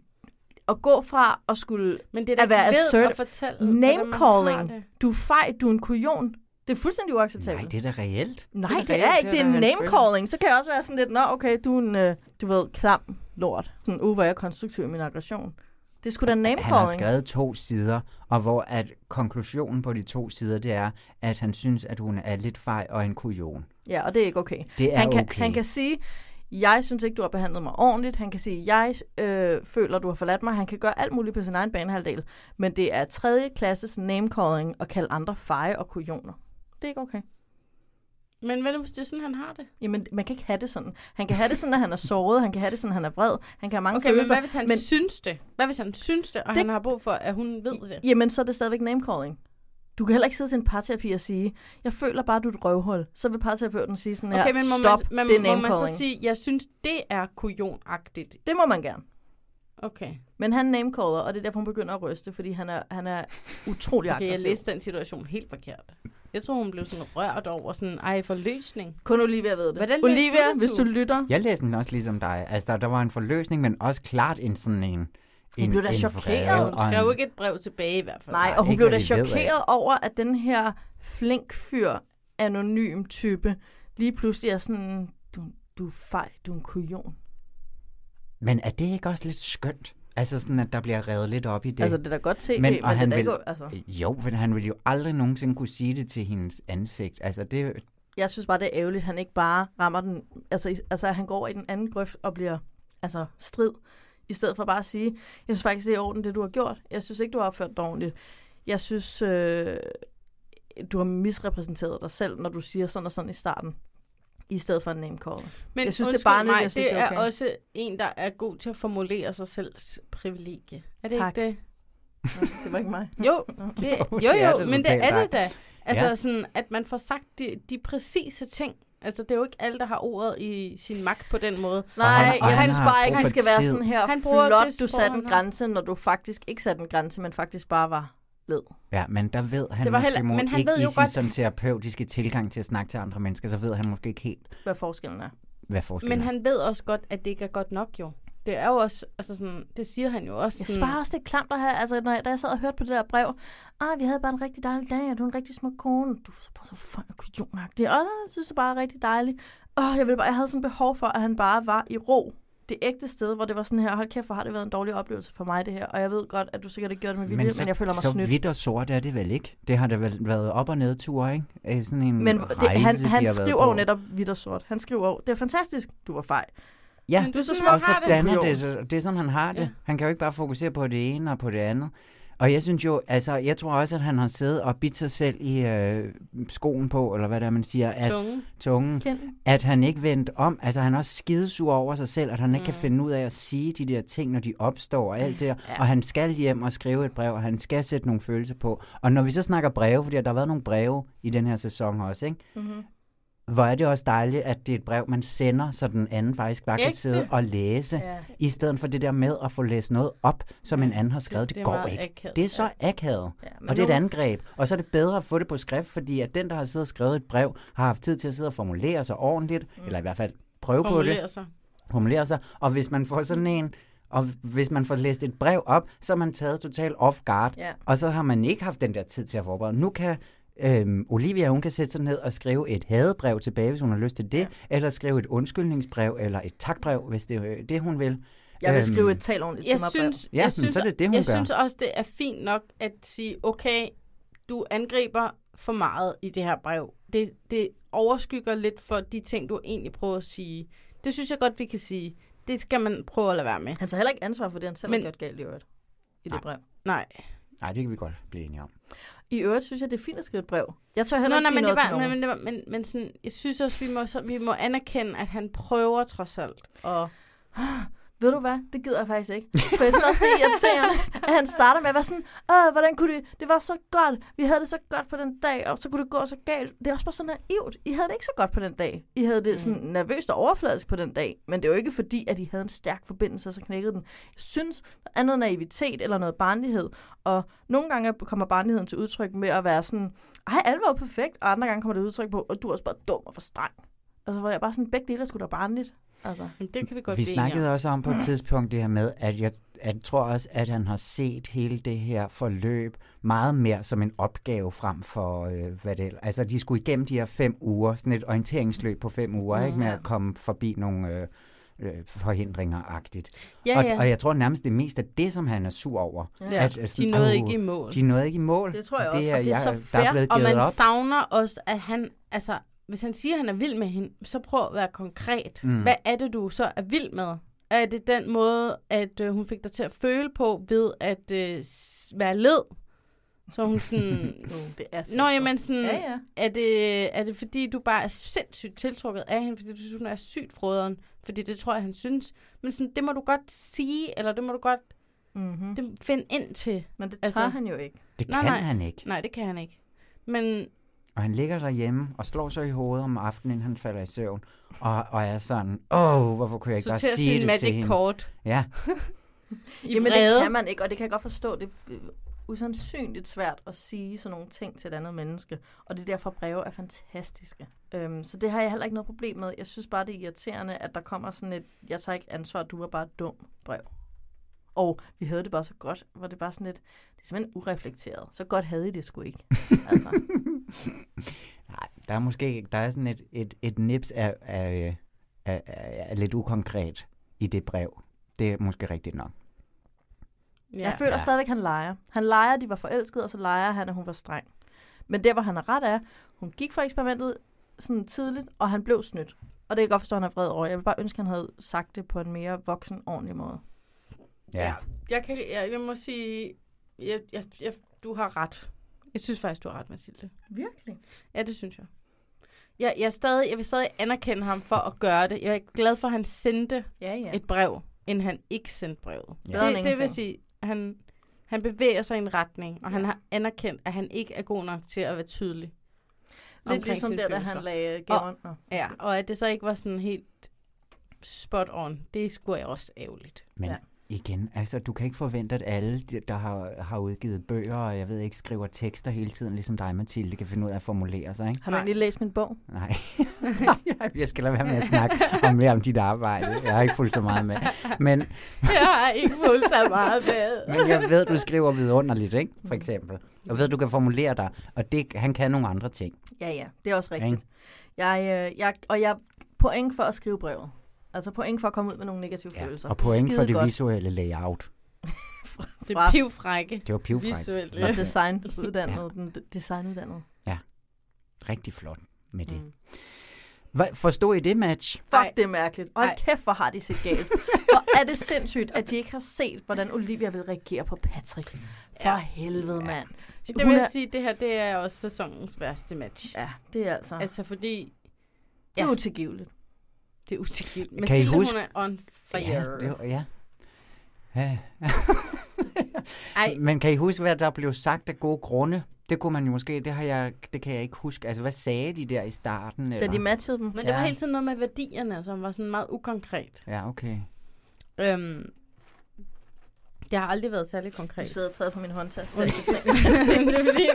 Speaker 13: at gå fra at skulle
Speaker 1: Men det er da
Speaker 13: At være
Speaker 1: ikke ledet
Speaker 13: assert-
Speaker 1: at fortælle, hvordan
Speaker 13: name
Speaker 1: man har det.
Speaker 13: calling, du er fej, du er en kujon, det er fuldstændig
Speaker 12: Nej,
Speaker 13: uacceptabelt.
Speaker 12: det er da reelt.
Speaker 13: Nej, det,
Speaker 12: reelt,
Speaker 13: er ikke. Det er
Speaker 12: da hans
Speaker 13: name
Speaker 12: følelse.
Speaker 13: calling. Så kan jeg også være sådan lidt, nå okay, du er en, øh, du ved, klam lort. Sådan, uh, hvor jeg er konstruktiv i min aggression. Det er sgu da name
Speaker 12: Han har
Speaker 13: calling.
Speaker 12: skrevet to sider, og hvor at konklusionen på de to sider, det er, at han synes, at hun er lidt fej og en kujon.
Speaker 13: Ja, og det er ikke okay.
Speaker 12: Det er
Speaker 13: han kan,
Speaker 12: okay.
Speaker 13: Han kan sige, jeg synes ikke, du har behandlet mig ordentligt. Han kan sige, jeg øh, føler, du har forladt mig. Han kan gøre alt muligt på sin egen banehalvdel. Men det er tredje klasses name calling at kalde andre feje og kujoner. Det er ikke okay.
Speaker 1: Men hvad er det, hvis det er sådan, han har det?
Speaker 13: Jamen, man kan ikke have det sådan. Han kan have det sådan, at han er såret, han kan have det sådan, at han er vred, han kan have mange
Speaker 1: Okay, men
Speaker 13: følelser.
Speaker 1: hvad hvis han synes det? Hvad hvis han synes det, og han har brug for, at hun ved det?
Speaker 13: Jamen, så er det stadigvæk namecalling. Du kan heller ikke sidde til en parterapi og sige, jeg føler bare, du er et røvhul. Så vil parterapeuten sige sådan her,
Speaker 1: Okay, men må,
Speaker 13: stop,
Speaker 1: man,
Speaker 13: det er
Speaker 1: men må man
Speaker 13: namecalling.
Speaker 1: så sige, jeg synes, det er kujonagtigt?
Speaker 13: Det må man gerne.
Speaker 1: Okay.
Speaker 13: Men han namecaller, og det er derfor, hun begynder at ryste, fordi han er, han er utrolig
Speaker 1: Okay, jeg
Speaker 13: aggressiv.
Speaker 1: læste den situation helt forkert. Jeg tror, hun blev sådan rørt over sådan, ej, forløsning.
Speaker 13: Kun Olivia ved det.
Speaker 1: Hvordan læste
Speaker 13: Olivia,
Speaker 1: det,
Speaker 13: hvis du lytter,
Speaker 12: Jeg læste den også ligesom dig. Altså, der, der var en forløsning, men også klart en sådan en... en
Speaker 13: blev da
Speaker 12: en vrede
Speaker 13: chokeret.
Speaker 12: og
Speaker 1: Hun skrev ikke et brev tilbage i hvert fald.
Speaker 13: Nej, og hun
Speaker 12: ikke,
Speaker 13: blev
Speaker 12: hvad
Speaker 13: da
Speaker 12: vi ved af.
Speaker 13: chokeret over, at den her flink fyr, anonym type, lige pludselig er sådan, du, du er fej, du er en kujon.
Speaker 12: Men er det ikke også lidt skønt? Altså sådan, at der bliver reddet lidt op i det.
Speaker 13: Altså, det er da godt tv, men
Speaker 12: og
Speaker 13: det er
Speaker 12: han
Speaker 13: da
Speaker 12: vil,
Speaker 13: ikke- altså.
Speaker 12: Jo, men han vil jo aldrig nogensinde kunne sige det til hendes ansigt. Altså, det,
Speaker 13: Jeg synes bare, det er ærgerligt, at han ikke bare rammer den, altså, i- altså at han går over i den anden grøft og bliver altså, strid, i stedet for bare at sige, jeg synes faktisk, det er i orden, det du har gjort. Jeg synes ikke, du har opført dig ordentligt. Jeg synes, øh, du har misrepræsenteret dig selv, når du siger sådan og sådan i starten, i stedet for en name call.
Speaker 1: Men
Speaker 13: jeg synes, det er
Speaker 1: undskyld
Speaker 13: barnligt,
Speaker 1: mig,
Speaker 13: jeg synes,
Speaker 1: det er,
Speaker 13: okay.
Speaker 1: også en, der er god til at formulere sig selvs privilegie. Er det
Speaker 13: Tak.
Speaker 1: ikke det?
Speaker 13: Det var ikke mig.
Speaker 12: [laughs]
Speaker 1: Jo, det,
Speaker 13: Jo,
Speaker 1: jo,
Speaker 13: det
Speaker 1: jo,
Speaker 13: er
Speaker 1: jo
Speaker 13: det
Speaker 1: men det
Speaker 13: totalt
Speaker 1: er det
Speaker 13: dig.
Speaker 1: da. Altså
Speaker 13: Ja.
Speaker 1: ja. sådan, at man får sagt de, de præcise ting. Altså, det er jo ikke alle, der har ordet i sin magt på den måde.
Speaker 13: Nej,
Speaker 1: han,
Speaker 13: jeg synes bare ikke, han skal være sådan her. Han
Speaker 1: Han
Speaker 13: bruger
Speaker 1: bruger
Speaker 13: flot,
Speaker 1: det
Speaker 13: du
Speaker 1: sprog,
Speaker 13: satte en
Speaker 1: han har.
Speaker 13: grænse, når du faktisk ikke satte en grænse, men faktisk bare var led.
Speaker 12: Ja, men der ved han
Speaker 13: Det
Speaker 12: det
Speaker 13: var
Speaker 12: var måske
Speaker 13: heller-
Speaker 12: må-
Speaker 13: men han
Speaker 12: ikke
Speaker 13: ved
Speaker 12: i
Speaker 13: jo
Speaker 12: sin
Speaker 13: godt-
Speaker 12: sådan terapeutiske tilgang til at snakke til andre mennesker, så ved han måske ikke helt,
Speaker 13: Hvad forskellen er.
Speaker 12: hvad forskellen
Speaker 1: Men
Speaker 12: er.
Speaker 1: han ved også godt, at det ikke er godt nok, jo. Det er jo også, altså sådan, det siger han jo også.
Speaker 13: Jeg
Speaker 1: sådan-
Speaker 12: Hmm.
Speaker 13: synes bare også, det er klamt at have, altså når jeg, da jeg sad og hørte på det der brev, ah, vi havde bare en rigtig dejlig dag, og du er en rigtig smuk kone, du er så bare så fucking kujonagtig, og jeg synes det bare er rigtig dejligt. Åh, jeg, ville bare, jeg havde sådan behov for, at han bare var i ro. Det ægte sted, hvor det var sådan her, hold kæft, hvor har det været en dårlig oplevelse for mig det her, og jeg ved godt, at du sikkert ikke gjorde det med vilje, men, men jeg føler mig
Speaker 12: så
Speaker 13: snydt.
Speaker 12: hvidt og sort er det vel ikke? Det har da vel været op- og nedture, ikke? Øh, Sådan en
Speaker 13: Men
Speaker 12: rejse,
Speaker 13: det, han,
Speaker 12: de
Speaker 13: han
Speaker 12: har været
Speaker 13: skriver jo
Speaker 12: på.
Speaker 13: netop hvidt og sort. Han skriver jo, det er fantastisk, du var fej.
Speaker 12: Ja,
Speaker 13: Men du er så
Speaker 12: og
Speaker 13: smuk,
Speaker 12: så
Speaker 13: har det.
Speaker 12: danner
Speaker 13: Jo.
Speaker 12: det, så det er sådan, han har det.
Speaker 13: Ja.
Speaker 12: Ja. Han kan jo ikke bare fokusere på det ene og på det andet. Og jeg synes jo, altså, jeg tror også, at han har siddet og bidt sig selv i øh, skoen på, eller hvad det er, man siger. At,
Speaker 1: Tungen.
Speaker 12: Tungen.
Speaker 1: Kinden.
Speaker 12: At han ikke vendt om. Altså, han er også skidesur over sig selv, at han ikke kan
Speaker 1: Mm.
Speaker 12: finde ud af at sige de der ting, når de opstår og alt det der.
Speaker 1: Ja.
Speaker 12: Og han skal hjem og skrive et brev, og han skal sætte nogle følelser på. Og når vi så snakker breve, fordi der har været nogle breve i den her sæson også, ikke?
Speaker 13: Mm-hmm.
Speaker 12: Hvor er det også dejligt, at det er et brev, man sender, så den anden faktisk bare kan
Speaker 1: Ægte.
Speaker 12: sidde og læse,
Speaker 1: Ja. Mm.
Speaker 12: ja. i stedet for det der med at få læst noget op, som en anden har skrevet. Det,
Speaker 1: det er
Speaker 12: det går
Speaker 1: meget
Speaker 12: ikke.
Speaker 1: akavet,
Speaker 12: Det er så akavet. Ja,
Speaker 1: men
Speaker 12: og det er et
Speaker 1: nogen-
Speaker 12: angreb. Og så er det bedre at få det på skrift, fordi at den, der har siddet og skrevet et brev, har haft tid til at sidde og formulere sig ordentligt, mm. eller i hvert fald prøve på
Speaker 1: Formulere
Speaker 12: det.
Speaker 1: sig.
Speaker 12: Formulere sig. Og hvis man får sådan en, og hvis man får læst et brev op, så er man taget totalt off guard,
Speaker 13: Ja.
Speaker 12: og så har man ikke haft den der tid til at forberede. Nu kan øhm, Olivia, hun kan sætte sig ned og skrive et hadebrev tilbage, hvis hun har lyst til det, ja. eller skrive et undskyldningsbrev, eller et takbrev, hvis det er øh, det, hun vil.
Speaker 13: Jeg vil
Speaker 12: Øhm,
Speaker 13: skrive et tal ordentligt
Speaker 1: jeg
Speaker 13: til mig
Speaker 1: synes,
Speaker 12: Ja, men
Speaker 1: jeg synes,
Speaker 12: så er det det, hun
Speaker 1: jeg
Speaker 12: gør.
Speaker 1: synes også, det er fint nok at sige, okay, du angriber for meget i det her brev. Det, det overskygger lidt for de ting, du egentlig prøver at sige. Det synes jeg godt, vi kan sige. Det skal man prøve at lade være med.
Speaker 13: Han tager heller ikke ansvar for det, han selv har
Speaker 1: Men-
Speaker 13: gjort galt i øvrigt. I det
Speaker 12: Nej.
Speaker 13: brev.
Speaker 1: Nej.
Speaker 12: Nej, det kan vi godt blive enige om.
Speaker 13: I øvrigt synes jeg, det er fint at skrive et brev. Jeg tør
Speaker 1: Nå,
Speaker 13: heller
Speaker 1: nej,
Speaker 13: ikke sige
Speaker 1: men,
Speaker 13: noget
Speaker 1: det
Speaker 13: til
Speaker 1: var,
Speaker 13: nogen.
Speaker 1: men, men, det var, men, men sådan, jeg synes også, vi må, så, vi må anerkende, at han prøver trods alt.
Speaker 13: Og ved du hvad, det gider jeg faktisk ikke. For jeg synes også, det er irriterende, at han starter med at være sådan, Åh, hvordan kunne det, det var så godt, vi havde det så godt på den dag, og så kunne det gå så galt. Det er også bare sådan naivt. I havde det ikke så godt på den dag. I havde det sådan nervøst og overfladisk på den dag, men det var jo ikke fordi, at I havde en stærk forbindelse, og så knækkede den. Jeg synes, der er noget naivitet eller noget barnlighed, og nogle gange kommer barnligheden til udtryk med at være sådan, ej, alt var jo perfekt, og andre gange kommer det udtryk på, og du er også bare dum og for streng. Altså, hvor jeg bare sådan, begge dele er sgu da barnligt. Altså.
Speaker 1: Jamen, det kan vi godt
Speaker 12: vi
Speaker 1: blive enige
Speaker 12: snakkede
Speaker 1: om.
Speaker 12: også om på et tidspunkt det her med, at jeg, at jeg tror også, at han har set hele det her forløb meget mere som en opgave frem for, øh, hvad det er. Altså, de skulle igennem de her fem uger, sådan et orienteringsløb på fem uger,
Speaker 1: Mm,
Speaker 12: ikke med
Speaker 1: ja.
Speaker 12: at komme forbi nogle øh, øh, forhindringer-agtigt.
Speaker 1: Ja,
Speaker 12: og,
Speaker 1: ja.
Speaker 12: og jeg tror nærmest det mest af det, som han er sur over.
Speaker 1: Ja. De nåede
Speaker 12: "Åh,
Speaker 1: ikke i mål."
Speaker 12: De nåede ikke i mål.
Speaker 1: Det tror jeg
Speaker 12: Så
Speaker 1: også,
Speaker 12: er
Speaker 1: og det er så
Speaker 12: Der
Speaker 1: fair,
Speaker 12: er blevet
Speaker 1: og
Speaker 12: givet
Speaker 1: man
Speaker 12: op.
Speaker 1: savner også, at han, altså, hvis han siger, at han er vild med hende, så prøv at være konkret. Mm.
Speaker 12: Mm.
Speaker 1: Hvad er det, du så er vild med? Er det den måde, at øh, hun fik dig til at føle på ved at øh, s- være led? Så er hun
Speaker 13: [laughs]
Speaker 1: sådan...
Speaker 13: det er
Speaker 1: Nå, jamen sådan,
Speaker 13: Ja, ja.
Speaker 1: Er, det, er det fordi, du bare er sindssygt tiltrukket af hende, fordi du synes, hun er sygt froderen? Fordi det tror jeg, han synes. Men sådan, det må du godt sige, eller det må du godt
Speaker 13: Mm-hmm.
Speaker 1: det altså, finde ind til.
Speaker 13: Men det tør han jo ikke.
Speaker 12: Det kan
Speaker 1: nej.
Speaker 12: han ikke.
Speaker 1: Nej, det kan han ikke. Men
Speaker 12: Og han ligger derhjemme og slår sig i hovedet om aftenen, inden han falder i søvn. Og, og er sådan, åh, hvorfor kunne jeg ikke bare
Speaker 1: Sorter
Speaker 12: sige
Speaker 1: sin
Speaker 12: det
Speaker 1: magic
Speaker 12: til hende?
Speaker 1: kort.
Speaker 12: Ja,
Speaker 1: I
Speaker 13: Jamen
Speaker 1: vrede.
Speaker 13: det kan man ikke, og det kan jeg godt forstå. Det er øh, usandsynligt svært at sige sådan nogle ting til et andet menneske, og det er derfor breve er fantastiske. Øhm, så det har jeg heller ikke noget problem med. Jeg synes bare, det er irriterende, at der kommer sådan et, jeg tager ikke ansvar, du var bare dum brev. Og vi havde det bare så godt, hvor det bare sådan lidt, det er simpelthen ureflekteret. Så godt havde I det sgu ikke. altså.
Speaker 12: der er måske ikke- der er sådan et, et, et nips af, af, af, af, af, lidt ukonkret i det brev. Det er måske rigtigt nok.
Speaker 13: Ja. Jeg føler ja. stadigvæk, at han leger. Han leger, at de var forelskede, og så leger han, at hun var streng. Men der, hvor han har ret af, hun gik fra eksperimentet sådan tidligt, og han blev snydt. Og det kan jeg godt forstå, at han er vred over. Jeg vil bare ønske, at han havde sagt det på en mere voksen, ordentlig måde.
Speaker 12: Ja.
Speaker 1: jeg, kan, jeg, jeg må sige, jeg, jeg, jeg, du har ret. Jeg synes faktisk, du har ret, Mathilde.
Speaker 13: Virkelig?
Speaker 1: Ja, det synes jeg. Jeg, jeg, er stadig, jeg vil stadig anerkende ham for at gøre det. Jeg er glad for, at han sendte
Speaker 13: Ja, ja.
Speaker 1: et brev, end han ikke sendte brevet.
Speaker 13: Ja. Bedre end
Speaker 1: Det, det vil
Speaker 13: ingenting.
Speaker 1: sige, han, han bevæger sig i en retning, og ja. han har anerkendt, at han ikke er god nok til at være tydelig.
Speaker 13: Lidt
Speaker 1: omkring
Speaker 13: ligesom
Speaker 1: sine
Speaker 13: der, da han
Speaker 1: følelser.
Speaker 13: lagde gaveren- Nå,
Speaker 1: Og, ja, og at det så ikke var sådan helt spot on, det skulle jeg også ærgerligt.
Speaker 12: Men ja. igen, altså, du kan ikke forvente, at alle, de- der har, har udgivet bøger, og jeg ved ikke, skriver tekster hele tiden, ligesom dig, Mathilde, kan finde ud af at formulere sig, ikke?
Speaker 13: Har du egentlig læst min [laughs] bog?
Speaker 12: Nej. [laughs] jeg skal lade være med at snakke om mere om dit arbejde. Jeg har ikke fulgt så meget med. Men,
Speaker 1: [laughs] Jeg har ikke fulgt så meget med.
Speaker 12: men jeg ved, du skriver vidunderligt, ikke? For eksempel. Jeg ved, du kan formulere dig, og det, han kan nogle andre ting.
Speaker 13: Ja, ja. Det er også rigtigt.
Speaker 12: Ikke?
Speaker 13: Jeg, øh, jeg, og jeg point for at skrive brevet. Altså point for at komme ud med nogle negative ja. følelser.
Speaker 12: Og point for
Speaker 13: Skide
Speaker 12: det
Speaker 13: godt.
Speaker 12: visuelle layout.
Speaker 1: Det er pivfrække.
Speaker 12: Det var pivfrække. visuelle.
Speaker 13: Og designuddannede. ja. Den designuddannede.
Speaker 12: Rigtig flot med det. Mm. Hvad, forstod I det match?
Speaker 13: Fuck, det er mærkeligt. Og kæft, hvor har de set galt. og er det sindssygt, at de ikke har set, hvordan Olivia vil reagere på Patrick. For ja. helvede, mand.
Speaker 1: Det vil
Speaker 13: Hun
Speaker 1: jeg
Speaker 13: er-
Speaker 1: sige, det her det er også sæsonens værste match.
Speaker 13: Ja, det er altså...
Speaker 1: Altså fordi...
Speaker 13: Det er utilgiveligt.
Speaker 1: Det er utilgiveligt.
Speaker 12: Kan I
Speaker 1: Mathilde, kan I huske?
Speaker 12: huske-
Speaker 1: hun er on fire.
Speaker 12: Ja, det var, ja. ja.
Speaker 1: Ej.
Speaker 12: Men kan I huske, hvad der blev sagt af gode grunde? Det kunne man jo måske, det, har jeg, det kan jeg ikke huske. Altså, hvad sagde de der i starten?
Speaker 1: Da
Speaker 12: eller?
Speaker 1: de
Speaker 13: matchede dem.
Speaker 1: Men det var
Speaker 12: Ja.
Speaker 1: hele tiden noget med værdierne, som var sådan meget ukonkret.
Speaker 12: Ja, okay.
Speaker 1: Øhm, det har aldrig været særlig konkret.
Speaker 13: Du sidder og træder på min
Speaker 1: [laughs]
Speaker 13: håndtaske.
Speaker 1: det er fordi,